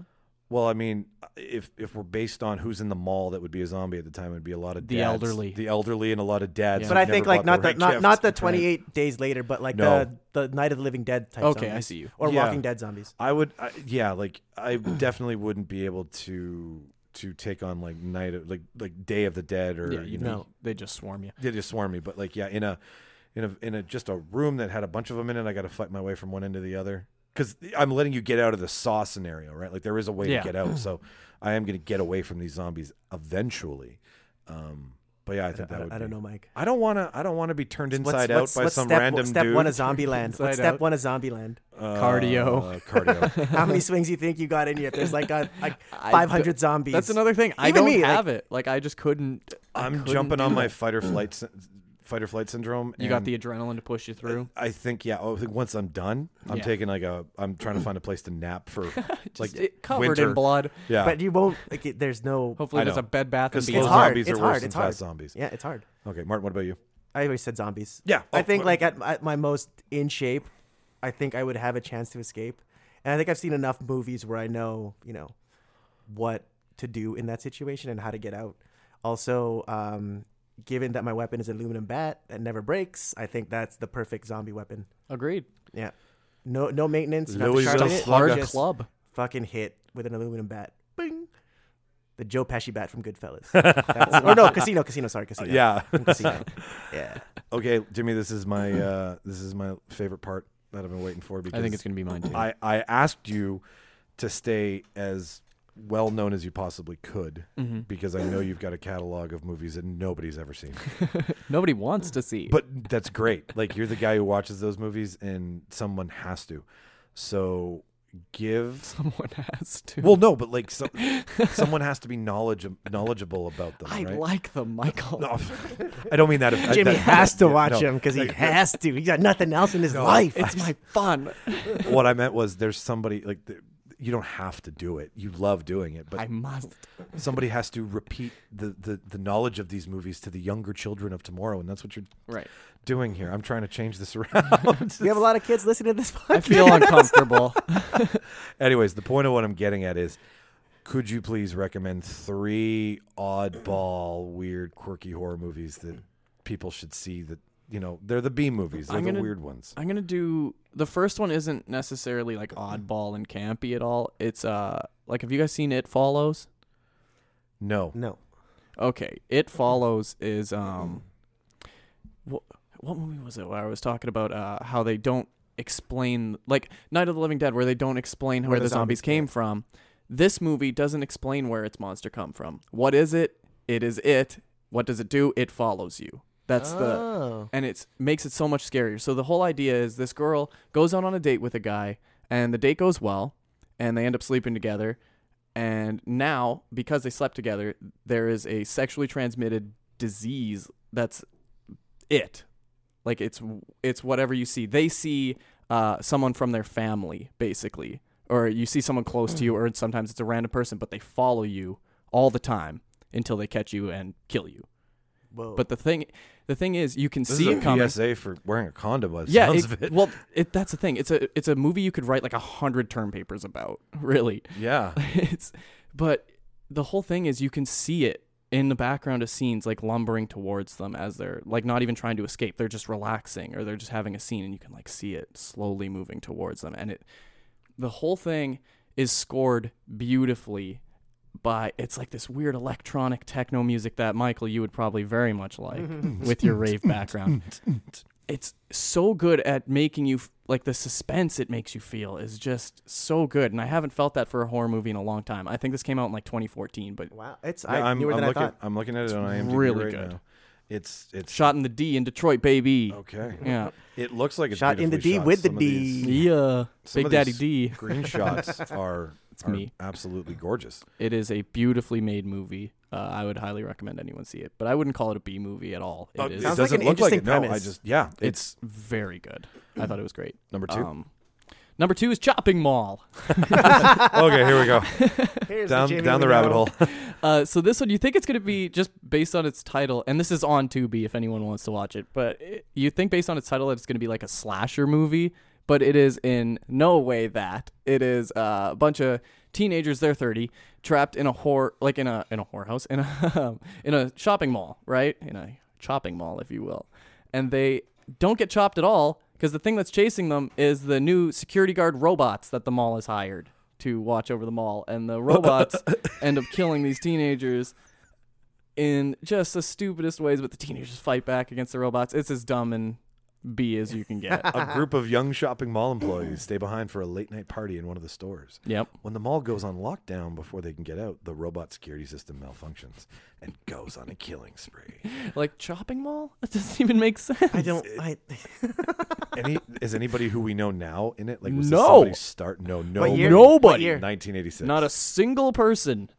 [SPEAKER 1] Well, I mean, if if we're based on who's in the mall, that would be a zombie at the time. It'd be a lot of
[SPEAKER 3] The
[SPEAKER 1] dads,
[SPEAKER 3] elderly.
[SPEAKER 1] the elderly, and a lot of dads.
[SPEAKER 3] Yeah.
[SPEAKER 1] who've
[SPEAKER 2] But I
[SPEAKER 1] never
[SPEAKER 2] think like
[SPEAKER 1] bought
[SPEAKER 2] not
[SPEAKER 1] the
[SPEAKER 2] the
[SPEAKER 1] right
[SPEAKER 2] not,
[SPEAKER 1] gift.
[SPEAKER 2] not the 28 days later, but like
[SPEAKER 1] No.
[SPEAKER 2] the the Night of the Living Dead type.
[SPEAKER 3] Okay, I
[SPEAKER 2] zombies.
[SPEAKER 3] see you.
[SPEAKER 2] Or
[SPEAKER 1] Yeah.
[SPEAKER 2] Walking Dead zombies.
[SPEAKER 1] I would, I, yeah, like I definitely wouldn't be able to to take on like night of like like Day of the Dead or you know
[SPEAKER 2] No.
[SPEAKER 3] they just swarm you.
[SPEAKER 1] they just swarm me. But like yeah, in a in a in a just a room that had a bunch of them in it, I got to fight my way from one end to the other because I'm letting you get out of the saw scenario, right? Like there is a way
[SPEAKER 3] Yeah.
[SPEAKER 1] to get out, so I am going to get away from these zombies eventually. Um, but yeah, I think
[SPEAKER 2] I,
[SPEAKER 1] that would.
[SPEAKER 2] I don't
[SPEAKER 1] be-
[SPEAKER 2] know, Mike.
[SPEAKER 1] I don't want to. I don't want to be turned
[SPEAKER 2] What's-
[SPEAKER 1] inside
[SPEAKER 2] what's-
[SPEAKER 1] out by
[SPEAKER 2] what's
[SPEAKER 1] some
[SPEAKER 2] step,
[SPEAKER 1] random
[SPEAKER 2] step
[SPEAKER 1] dude.
[SPEAKER 2] one of Zombieland?
[SPEAKER 3] Inside
[SPEAKER 2] What's step
[SPEAKER 3] out.
[SPEAKER 2] one of Zombieland?
[SPEAKER 1] Uh,
[SPEAKER 3] Cardio.
[SPEAKER 1] cardio.
[SPEAKER 2] How many swings you think you got in here? There's like a, like
[SPEAKER 3] I
[SPEAKER 2] 500 zombies.
[SPEAKER 3] That's another thing. I
[SPEAKER 2] Even
[SPEAKER 3] don't
[SPEAKER 2] me, like-
[SPEAKER 3] have it. Like I just couldn't. I
[SPEAKER 1] I'm
[SPEAKER 3] couldn't
[SPEAKER 1] jumping
[SPEAKER 3] do
[SPEAKER 1] on my
[SPEAKER 3] that.
[SPEAKER 1] fight or flight, syn- fight or flight syndrome.
[SPEAKER 3] You got
[SPEAKER 1] and
[SPEAKER 3] the adrenaline to push
[SPEAKER 1] [laughs]
[SPEAKER 3] you through.
[SPEAKER 1] I think yeah. Oh, I think once I'm done, I'm
[SPEAKER 3] Yeah.
[SPEAKER 1] taking like a. I'm trying to find a place to nap
[SPEAKER 3] [laughs]
[SPEAKER 1] for like
[SPEAKER 3] Just it- covered
[SPEAKER 1] winter.
[SPEAKER 3] in blood.
[SPEAKER 1] Yeah,
[SPEAKER 2] But you won't. Like, it- there's no.
[SPEAKER 3] Hopefully,
[SPEAKER 1] I
[SPEAKER 3] there's
[SPEAKER 1] know.
[SPEAKER 3] a Bed Bath and
[SPEAKER 1] because
[SPEAKER 3] Beyond.
[SPEAKER 1] slow
[SPEAKER 2] It's hard.
[SPEAKER 1] zombies
[SPEAKER 2] It's
[SPEAKER 1] are
[SPEAKER 2] hard.
[SPEAKER 1] worse than
[SPEAKER 2] It's hard.
[SPEAKER 1] fast zombies.
[SPEAKER 2] Yeah, it's hard.
[SPEAKER 1] Okay, Martin, what about you?
[SPEAKER 2] I always said zombies.
[SPEAKER 1] Yeah.
[SPEAKER 2] I
[SPEAKER 1] Oh,
[SPEAKER 2] think
[SPEAKER 1] well-
[SPEAKER 2] like at, at my most in shape, I think I would have a chance to escape, and I think I've seen enough movies where I know you know what to do in that situation and how to get out. Also, um, given that my weapon is an aluminum bat that never breaks, I think that's the perfect zombie weapon.
[SPEAKER 3] Agreed.
[SPEAKER 2] Yeah, no no maintenance. you don't have to
[SPEAKER 1] Louisville
[SPEAKER 2] sharpen
[SPEAKER 1] Just
[SPEAKER 2] it,
[SPEAKER 1] slugger.
[SPEAKER 3] Hard
[SPEAKER 1] just-
[SPEAKER 3] club.
[SPEAKER 2] fucking hit with an aluminum bat. Bing. The Joe Pesci bat
[SPEAKER 1] [laughs]
[SPEAKER 2] from Goodfellas. That's, or no, Casino, Casino. Sorry, Casino.
[SPEAKER 1] oh, Yeah.
[SPEAKER 2] From Casino. yeah.
[SPEAKER 1] okay, Jimmy, this is my uh, this is my favorite part that I've been waiting for because
[SPEAKER 3] I think it's gonna be mine too.
[SPEAKER 1] I, I asked you to stay as well known as you possibly could
[SPEAKER 3] Mm-hmm.
[SPEAKER 1] because I know you've got a catalog of movies that nobody's ever seen.
[SPEAKER 3] Nobody wants to see.
[SPEAKER 1] But that's great. Like you're the guy who watches those movies and someone has to. So give
[SPEAKER 3] [laughs]
[SPEAKER 2] [laughs]
[SPEAKER 3] someone has to.
[SPEAKER 1] Well, no, but like some, someone has to be knowledge knowledgeable about them,
[SPEAKER 3] I
[SPEAKER 1] right?
[SPEAKER 3] like them, Michael.
[SPEAKER 1] no, [laughs] I don't mean that. if-
[SPEAKER 2] Jimmy
[SPEAKER 1] that-
[SPEAKER 2] has to
[SPEAKER 1] yeah,
[SPEAKER 2] watch
[SPEAKER 1] no.
[SPEAKER 2] him because he has to. He's got nothing else in his life.
[SPEAKER 3] [laughs]
[SPEAKER 1] [laughs]
[SPEAKER 3] It's my fun.
[SPEAKER 1] What I meant was there's somebody like th- you don't have to do it. You love doing it, but
[SPEAKER 3] I must.
[SPEAKER 1] somebody has to repeat the, the, the knowledge of these movies to the younger children of tomorrow, and that's what you're
[SPEAKER 3] Right.
[SPEAKER 1] doing here. I'm trying to change this [laughs] around.
[SPEAKER 2] [laughs] We have a lot of kids listening to this
[SPEAKER 3] I
[SPEAKER 2] podcast.
[SPEAKER 3] feel uncomfortable.
[SPEAKER 1] Anyways, the point of what I'm getting at is could you please recommend three oddball, weird, quirky horror movies that people should see that, you know, they're the B movies, they're
[SPEAKER 3] I'm
[SPEAKER 1] the
[SPEAKER 3] gonna-
[SPEAKER 1] weird ones.
[SPEAKER 3] I'm gonna do the first one. Isn't necessarily like oddball and campy at all. It's uh like have you guys seen It Follows?
[SPEAKER 1] No.
[SPEAKER 2] [laughs] No.
[SPEAKER 3] Okay, It Follows is um, what what movie was it? Where I was talking about uh how they don't explain like Night of the Living Dead, where they don't explain where,
[SPEAKER 2] the
[SPEAKER 3] the zombies,
[SPEAKER 2] zombies
[SPEAKER 3] came from. This movie doesn't explain where its monster come from. What is it? It is it. What does it do? It follows you. That's the
[SPEAKER 2] Oh.
[SPEAKER 3] and it makes it so much scarier. So the whole idea is this girl goes out on a date with a guy, and the date goes well, and they end up sleeping together. And now, because they slept together, there is a sexually transmitted disease that's it. Like it's it's whatever you see. They see uh, someone from their family, basically, or you see someone close to you, or sometimes it's a random person, but they follow you all the time until they catch you and kill you.
[SPEAKER 2] Whoa.
[SPEAKER 3] But the thing, the thing is, you can
[SPEAKER 1] This
[SPEAKER 3] see
[SPEAKER 1] is
[SPEAKER 3] it
[SPEAKER 1] a
[SPEAKER 3] coming.
[SPEAKER 1] PSA for wearing a condom. By the
[SPEAKER 3] yeah,
[SPEAKER 1] sounds
[SPEAKER 3] it-
[SPEAKER 1] of it. [laughs]
[SPEAKER 3] well, it, that's the thing. It's a it's a movie you could write like a hundred term papers about. [laughs]
[SPEAKER 1] [laughs]
[SPEAKER 3] Really,
[SPEAKER 1] yeah.
[SPEAKER 3] it's but the whole thing is you can see it in the background of scenes like lumbering towards them as they're like not even trying to escape. They're just relaxing or they're just having a scene, and you can like see it slowly moving towards them. And it the whole thing is scored beautifully by it's like this weird electronic techno music that Michael you would probably very much like
[SPEAKER 1] Mm-hmm.
[SPEAKER 3] [laughs] with your rave background. it's so good at making you f- like the suspense it makes you feel is just so good and I haven't felt that for a horror movie in a long time. I think this came out in like 2014 but
[SPEAKER 2] wow. It's
[SPEAKER 1] Yeah,
[SPEAKER 2] [laughs] I,
[SPEAKER 1] I'm,
[SPEAKER 2] newer
[SPEAKER 1] I'm
[SPEAKER 2] than I
[SPEAKER 1] looking,
[SPEAKER 2] thought.
[SPEAKER 1] I'm looking at it on IMDb
[SPEAKER 3] really
[SPEAKER 1] right
[SPEAKER 3] good.
[SPEAKER 1] now. It's it's
[SPEAKER 3] shot in the D in Detroit baby.
[SPEAKER 1] Okay.
[SPEAKER 3] Yeah.
[SPEAKER 1] It looks like it's
[SPEAKER 2] Shot in the
[SPEAKER 1] beautifully
[SPEAKER 2] D
[SPEAKER 1] shot.
[SPEAKER 2] with the
[SPEAKER 1] Some of these-
[SPEAKER 2] D.
[SPEAKER 3] Yeah.
[SPEAKER 1] some
[SPEAKER 3] Big
[SPEAKER 1] of
[SPEAKER 3] Daddy
[SPEAKER 1] these
[SPEAKER 2] [laughs]
[SPEAKER 3] D.
[SPEAKER 1] Screenshots are, are
[SPEAKER 3] me.
[SPEAKER 1] absolutely gorgeous.
[SPEAKER 3] It is a beautifully made movie. Uh, I would highly recommend anyone see it, but I wouldn't call it a B movie at all. It
[SPEAKER 1] Uh,
[SPEAKER 3] is-
[SPEAKER 1] it
[SPEAKER 2] Sounds
[SPEAKER 1] doesn't
[SPEAKER 2] like an
[SPEAKER 1] look like it.
[SPEAKER 2] interesting
[SPEAKER 1] No, I
[SPEAKER 2] premise.
[SPEAKER 1] just yeah. It's
[SPEAKER 3] it's very good. I thought it was great.
[SPEAKER 1] number two.
[SPEAKER 3] Um, number two is Chopping Mall.
[SPEAKER 1] okay, here
[SPEAKER 2] [laughs]
[SPEAKER 1] we go.
[SPEAKER 2] Here's
[SPEAKER 1] down
[SPEAKER 2] Jimmy
[SPEAKER 1] down the
[SPEAKER 2] we
[SPEAKER 1] rabbit
[SPEAKER 2] know.
[SPEAKER 1] hole.
[SPEAKER 3] Uh, so this one, you think it's going to be just based on its title, and this is on Tubi if anyone wants to watch it. But it, you think based on its title that it's going to be like a slasher movie, but it is in no way that it is uh, a bunch of teenagers. They're thirty, trapped in a whore like in a in a whorehouse in a [laughs] um, in a shopping mall, right? In a chopping mall, if you will, and they don't get chopped at all because the thing that's chasing them is the new security guard robots that the mall has hired to watch over the mall, and the
[SPEAKER 1] [laughs]
[SPEAKER 3] robots end up killing these teenagers in just the stupidest ways. But the teenagers fight back against the robots. It's as dumb and B as you can
[SPEAKER 1] [laughs]
[SPEAKER 3] get.
[SPEAKER 1] A group of young shopping mall employees stay behind for a late night party in one of the stores.
[SPEAKER 3] yep.
[SPEAKER 1] When the mall goes on lockdown before they can get out, the robot security system malfunctions and goes on a killing spree.
[SPEAKER 3] Like chopping mall? That doesn't even make sense.
[SPEAKER 2] [laughs] I don't. I, [laughs]
[SPEAKER 1] Any is anybody who we know now in it? Like was
[SPEAKER 3] No.
[SPEAKER 1] this somebody's start? No, no,
[SPEAKER 2] what year?
[SPEAKER 3] nobody.
[SPEAKER 2] What year?
[SPEAKER 1] 1986.
[SPEAKER 3] Not a single person.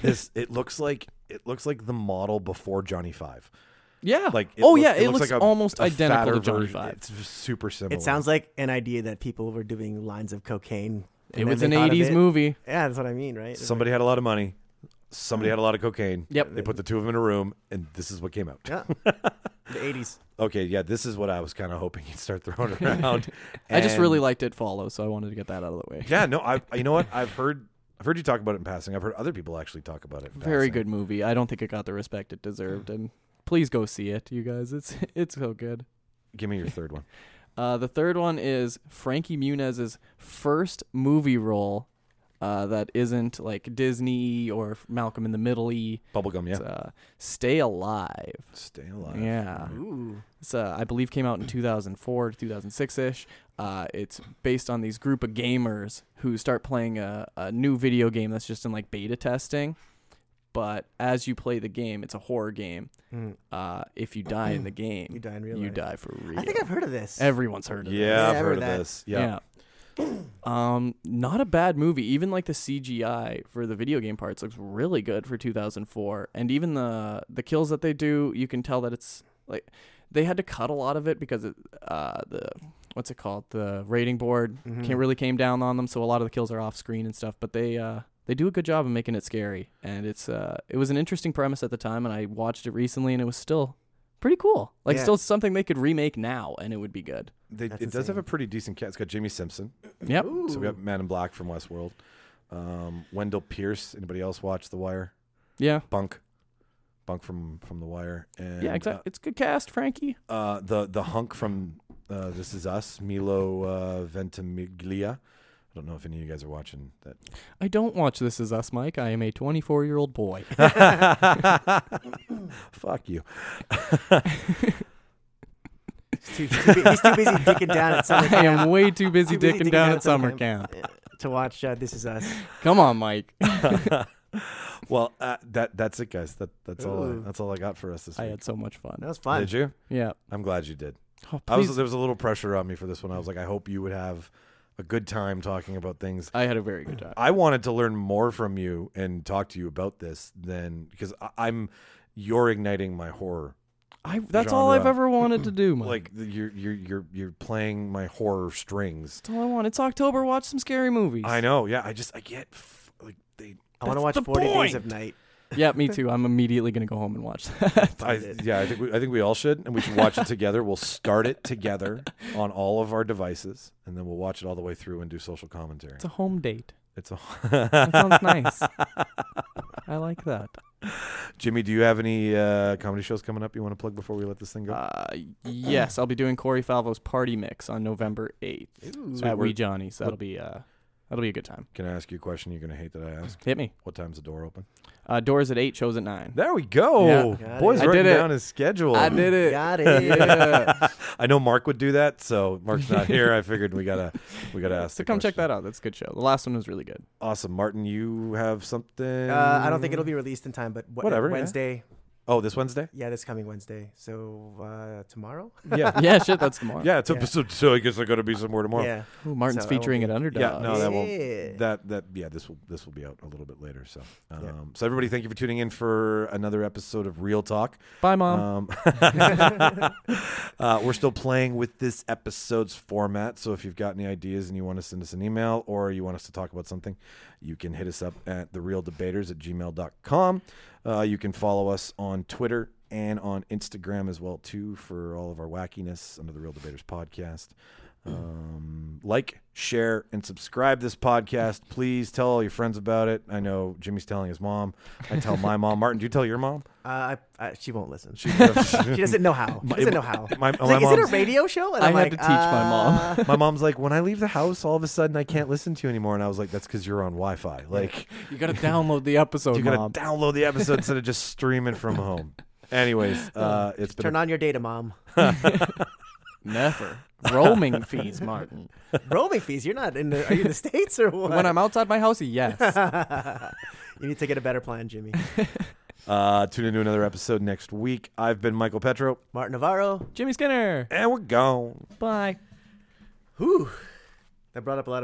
[SPEAKER 1] this. It looks like it looks like the model before Johnny Five.
[SPEAKER 3] Yeah.
[SPEAKER 1] Like it
[SPEAKER 3] oh
[SPEAKER 1] looks-
[SPEAKER 3] yeah, it, looks,
[SPEAKER 1] like a-
[SPEAKER 3] almost
[SPEAKER 1] a
[SPEAKER 3] identical
[SPEAKER 1] fatter
[SPEAKER 3] to Johnny
[SPEAKER 1] version.
[SPEAKER 3] Five.
[SPEAKER 1] It's super similar.
[SPEAKER 2] It sounds like an idea that people were doing lines of cocaine. and
[SPEAKER 3] It
[SPEAKER 2] then
[SPEAKER 3] was
[SPEAKER 2] they
[SPEAKER 3] an
[SPEAKER 2] thought of
[SPEAKER 3] '80s
[SPEAKER 2] it.
[SPEAKER 3] movie.
[SPEAKER 2] Yeah, that's what I mean, right?
[SPEAKER 1] somebody had a lot of money. Somebody had a lot of cocaine.
[SPEAKER 3] Mm. Yep.
[SPEAKER 1] They put the two of them in a room, and this is what came out.
[SPEAKER 2] Yeah. the eighties.
[SPEAKER 1] [laughs] Okay, yeah, this is what I was kind of hoping you'd start throwing
[SPEAKER 3] [laughs]
[SPEAKER 1] around.
[SPEAKER 3] I just
[SPEAKER 1] And-
[SPEAKER 3] really liked it follow, so I wanted to get that out of the way.
[SPEAKER 1] Yeah, no, I. You know what? I've heard. I've heard you talk about it in passing. I've heard other people actually talk about it. In
[SPEAKER 3] Very
[SPEAKER 1] passing.
[SPEAKER 3] good movie. I don't think it got the respect it deserved, and please go see it, you guys. It's [laughs] it's so good.
[SPEAKER 1] Give me your third one.
[SPEAKER 3] Uh, the third one is Frankie Muniz's first movie role uh, that isn't like Disney or Malcolm in the Middle E.
[SPEAKER 1] Bubblegum, yeah.
[SPEAKER 3] It's, uh, Stay Alive.
[SPEAKER 1] Stay alive.
[SPEAKER 3] Yeah.
[SPEAKER 2] Ooh.
[SPEAKER 3] It's, uh, I believe came out in 2004 to 2006 ish. Uh, it's based on these group of gamers who start playing a, a new video game that's just in like beta testing. But as you play the game, it's a horror game.
[SPEAKER 2] Mm.
[SPEAKER 3] Uh, if you die in the
[SPEAKER 2] [clears throat] You
[SPEAKER 3] game,
[SPEAKER 2] die in real
[SPEAKER 3] you
[SPEAKER 2] life.
[SPEAKER 3] die for real.
[SPEAKER 2] I think I've heard of this.
[SPEAKER 3] [laughs] Everyone's heard of
[SPEAKER 1] Yeah, I've
[SPEAKER 3] this.
[SPEAKER 2] Yeah, I
[SPEAKER 1] heard of
[SPEAKER 2] remember that.
[SPEAKER 1] this. Yeah.
[SPEAKER 3] Yeah. [clears throat] Um, not a bad movie. Even like the CGI for the video game parts looks really good for 2004, and even the the kills that they do, you can tell that it's like they had to cut a lot of it because it, uh the what's it called the rating board
[SPEAKER 2] Mhm.
[SPEAKER 1] Hmm.
[SPEAKER 3] came, really came down on them, so a lot of the kills are off screen and stuff. But they uh they do a good job of making it scary, and it's uh it was an interesting premise at the time, and I watched it recently, and it was still. Pretty cool. Like,
[SPEAKER 2] Yeah.
[SPEAKER 3] still something they could remake now, and it would be good.
[SPEAKER 1] They, it
[SPEAKER 2] That's
[SPEAKER 1] does have
[SPEAKER 2] insane.
[SPEAKER 1] a pretty decent cast. It's got Jimmy Simpson.
[SPEAKER 3] Yep.
[SPEAKER 1] So we got Man in Black from Westworld. Um, Wendell Pierce. Anybody else watch The Wire?
[SPEAKER 3] Yeah.
[SPEAKER 1] Bunk. Bunk from from The Wire. And
[SPEAKER 3] Yeah, exactly. it's good cast, Frankie.
[SPEAKER 1] Uh, uh, the the hunk from uh, This Is Us, Milo uh, Ventimiglia. I don't know if any of you guys are watching that.
[SPEAKER 3] I don't watch This Is Us, Mike. I am a 24 year
[SPEAKER 1] [laughs]
[SPEAKER 3] old boy.
[SPEAKER 2] [laughs]
[SPEAKER 1] Fuck you. [laughs]
[SPEAKER 2] he's, too, he's too bu- he's too
[SPEAKER 3] [laughs]
[SPEAKER 2] busy dicking down at summer
[SPEAKER 3] I
[SPEAKER 2] camp
[SPEAKER 3] am way too
[SPEAKER 1] [laughs]
[SPEAKER 3] busy
[SPEAKER 2] Too busy
[SPEAKER 3] dicking down at summer
[SPEAKER 2] camp.
[SPEAKER 3] camp.
[SPEAKER 2] to watch uh, This Is Us.
[SPEAKER 3] Come
[SPEAKER 1] [laughs]
[SPEAKER 3] on, Mike.
[SPEAKER 1] Well, uh, that that's it, guys. That that's all. I,
[SPEAKER 2] Ooh.
[SPEAKER 1] that's all I got for us this
[SPEAKER 3] I
[SPEAKER 1] week.
[SPEAKER 3] had so much fun.
[SPEAKER 2] That was fun.
[SPEAKER 1] Did you?
[SPEAKER 3] Yeah.
[SPEAKER 1] I'm glad you did.
[SPEAKER 3] Oh,
[SPEAKER 1] I was
[SPEAKER 3] please.
[SPEAKER 1] there was a little pressure on me for this one. I was like, I hope you would have a good time talking about things.
[SPEAKER 3] I had a very
[SPEAKER 1] [sighs]
[SPEAKER 3] good time.
[SPEAKER 1] I wanted to learn more from you and talk to you about this than because I- I'm you're igniting my horror.
[SPEAKER 3] I, that's all I've
[SPEAKER 1] Genre.
[SPEAKER 3] ever wanted to do, Mike.
[SPEAKER 1] Like the- you're you're you're you're playing my horror strings.
[SPEAKER 3] that's all I want. It's October. Watch some scary movies.
[SPEAKER 1] I know. Yeah, I just I get f- like they.
[SPEAKER 2] I want
[SPEAKER 3] That's
[SPEAKER 2] to watch
[SPEAKER 3] the
[SPEAKER 2] Forty Days
[SPEAKER 3] point.
[SPEAKER 2] of Night.
[SPEAKER 3] yeah, [laughs] me too. I'm immediately going to go home and watch that.
[SPEAKER 1] I,
[SPEAKER 2] it.
[SPEAKER 1] yeah, I think we, I think we all should, and we should watch it together. We'll start it
[SPEAKER 3] [laughs]
[SPEAKER 1] together on all of our devices, and then we'll watch it all the way through and do social commentary.
[SPEAKER 3] [laughs] It's a home date.
[SPEAKER 1] It's a
[SPEAKER 3] That sounds nice. I like that.
[SPEAKER 1] [laughs] Jimmy, do you have any uh, comedy shows coming up you want to plug before we let this thing go?
[SPEAKER 3] Uh, yes, I'll be doing Corey Falvo's Party Mix on November 8th
[SPEAKER 1] Sweet,
[SPEAKER 3] at
[SPEAKER 1] we're-
[SPEAKER 3] Wee Johnny's. That'll be, uh, that'll be a good time.
[SPEAKER 1] Can I ask you a question you're going to hate that I ask?
[SPEAKER 3] Hit me.
[SPEAKER 1] What time's the door open?
[SPEAKER 3] Uh, doors at eight, shows at nine.
[SPEAKER 1] There we go.
[SPEAKER 2] Yeah. Got
[SPEAKER 1] Boy's
[SPEAKER 2] it. I
[SPEAKER 1] writing
[SPEAKER 3] did it.
[SPEAKER 1] down his schedule.
[SPEAKER 3] I did it. [laughs]
[SPEAKER 2] Got it.
[SPEAKER 3] Yeah.
[SPEAKER 1] [laughs] I know Mark would do that, so Mark's not here. I figured we gotta we gotta ask.
[SPEAKER 3] so come check that out. That's a good show. The last one was
[SPEAKER 1] [laughs]
[SPEAKER 3] really good.
[SPEAKER 1] Awesome, Martin. You have something?
[SPEAKER 2] Uh, I don't think it'll be released in time, but w-
[SPEAKER 1] Whatever, yeah.
[SPEAKER 2] Wednesday.
[SPEAKER 1] Oh, this
[SPEAKER 2] [laughs]
[SPEAKER 1] Wednesday?
[SPEAKER 2] Yeah. this coming Wednesday. So uh, tomorrow.
[SPEAKER 1] Yeah,
[SPEAKER 3] Yeah, shit, that's tomorrow.
[SPEAKER 1] yeah. So,
[SPEAKER 2] Yeah.
[SPEAKER 1] so, so I guess I gotta be somewhere tomorrow.
[SPEAKER 2] Yeah.
[SPEAKER 3] Ooh, Martin's
[SPEAKER 2] So that won't
[SPEAKER 3] featuring
[SPEAKER 2] be-
[SPEAKER 3] at Underdog.
[SPEAKER 1] Yeah, no, that
[SPEAKER 2] Yeah.
[SPEAKER 1] won't. That that yeah, this will this will be out a little bit later. So, um,
[SPEAKER 2] Yeah.
[SPEAKER 1] so everybody, thank you for tuning in for another episode of Real Talk.
[SPEAKER 3] Bye, mom.
[SPEAKER 1] Um, [laughs] uh, we're still playing with this episode's format. So if you've got any ideas and you want to send us an email or you want us to talk about something, you can hit us up at therealdebaters at gmail.com. Uh, you can follow us on Twitter and on Instagram as well, too, for all of our wackiness under The Real Debaters podcast. Um, like, share, and subscribe this podcast. Please tell all your friends about it. I know Jimmy's telling his mom. I tell my mom. Martin, do you tell your mom?
[SPEAKER 2] Uh, I, I, she won't listen. [laughs] She,
[SPEAKER 1] She, my,
[SPEAKER 2] doesn't know how. She doesn't know how.
[SPEAKER 1] [laughs] my,
[SPEAKER 2] It's like, is it a
[SPEAKER 1] mom's,
[SPEAKER 2] radio show? And
[SPEAKER 3] I
[SPEAKER 2] I'm
[SPEAKER 3] had
[SPEAKER 2] like,
[SPEAKER 3] to teach my mom. [laughs]
[SPEAKER 2] uh,
[SPEAKER 1] my mom's like, when I leave the house, all of a sudden I can't listen to you anymore. And I was like, that's because you're on Wi Fi. Like,
[SPEAKER 3] You gotta download the
[SPEAKER 2] Oh,
[SPEAKER 3] episode,
[SPEAKER 1] you
[SPEAKER 3] Mom.
[SPEAKER 1] got to download the episode instead of just streaming from
[SPEAKER 2] [laughs]
[SPEAKER 1] home. Anyways, uh, it's been a
[SPEAKER 2] Turn on your data, mom. [laughs]
[SPEAKER 3] Never roaming
[SPEAKER 1] [laughs]
[SPEAKER 3] fees, Martin.
[SPEAKER 2] Roaming fees. You're not in the. Are you in the states or what?
[SPEAKER 3] When I'm outside my
[SPEAKER 1] [laughs]
[SPEAKER 3] house, yes.
[SPEAKER 2] [laughs] you need to get a better plan, Jimmy.
[SPEAKER 1] Uh, tune into another episode next week. I've been Michael Petro,
[SPEAKER 2] Martin Navarro.
[SPEAKER 3] Jimmy Skinner.
[SPEAKER 1] and we're gone.
[SPEAKER 3] Bye.
[SPEAKER 2] Whew. That brought up a lot. of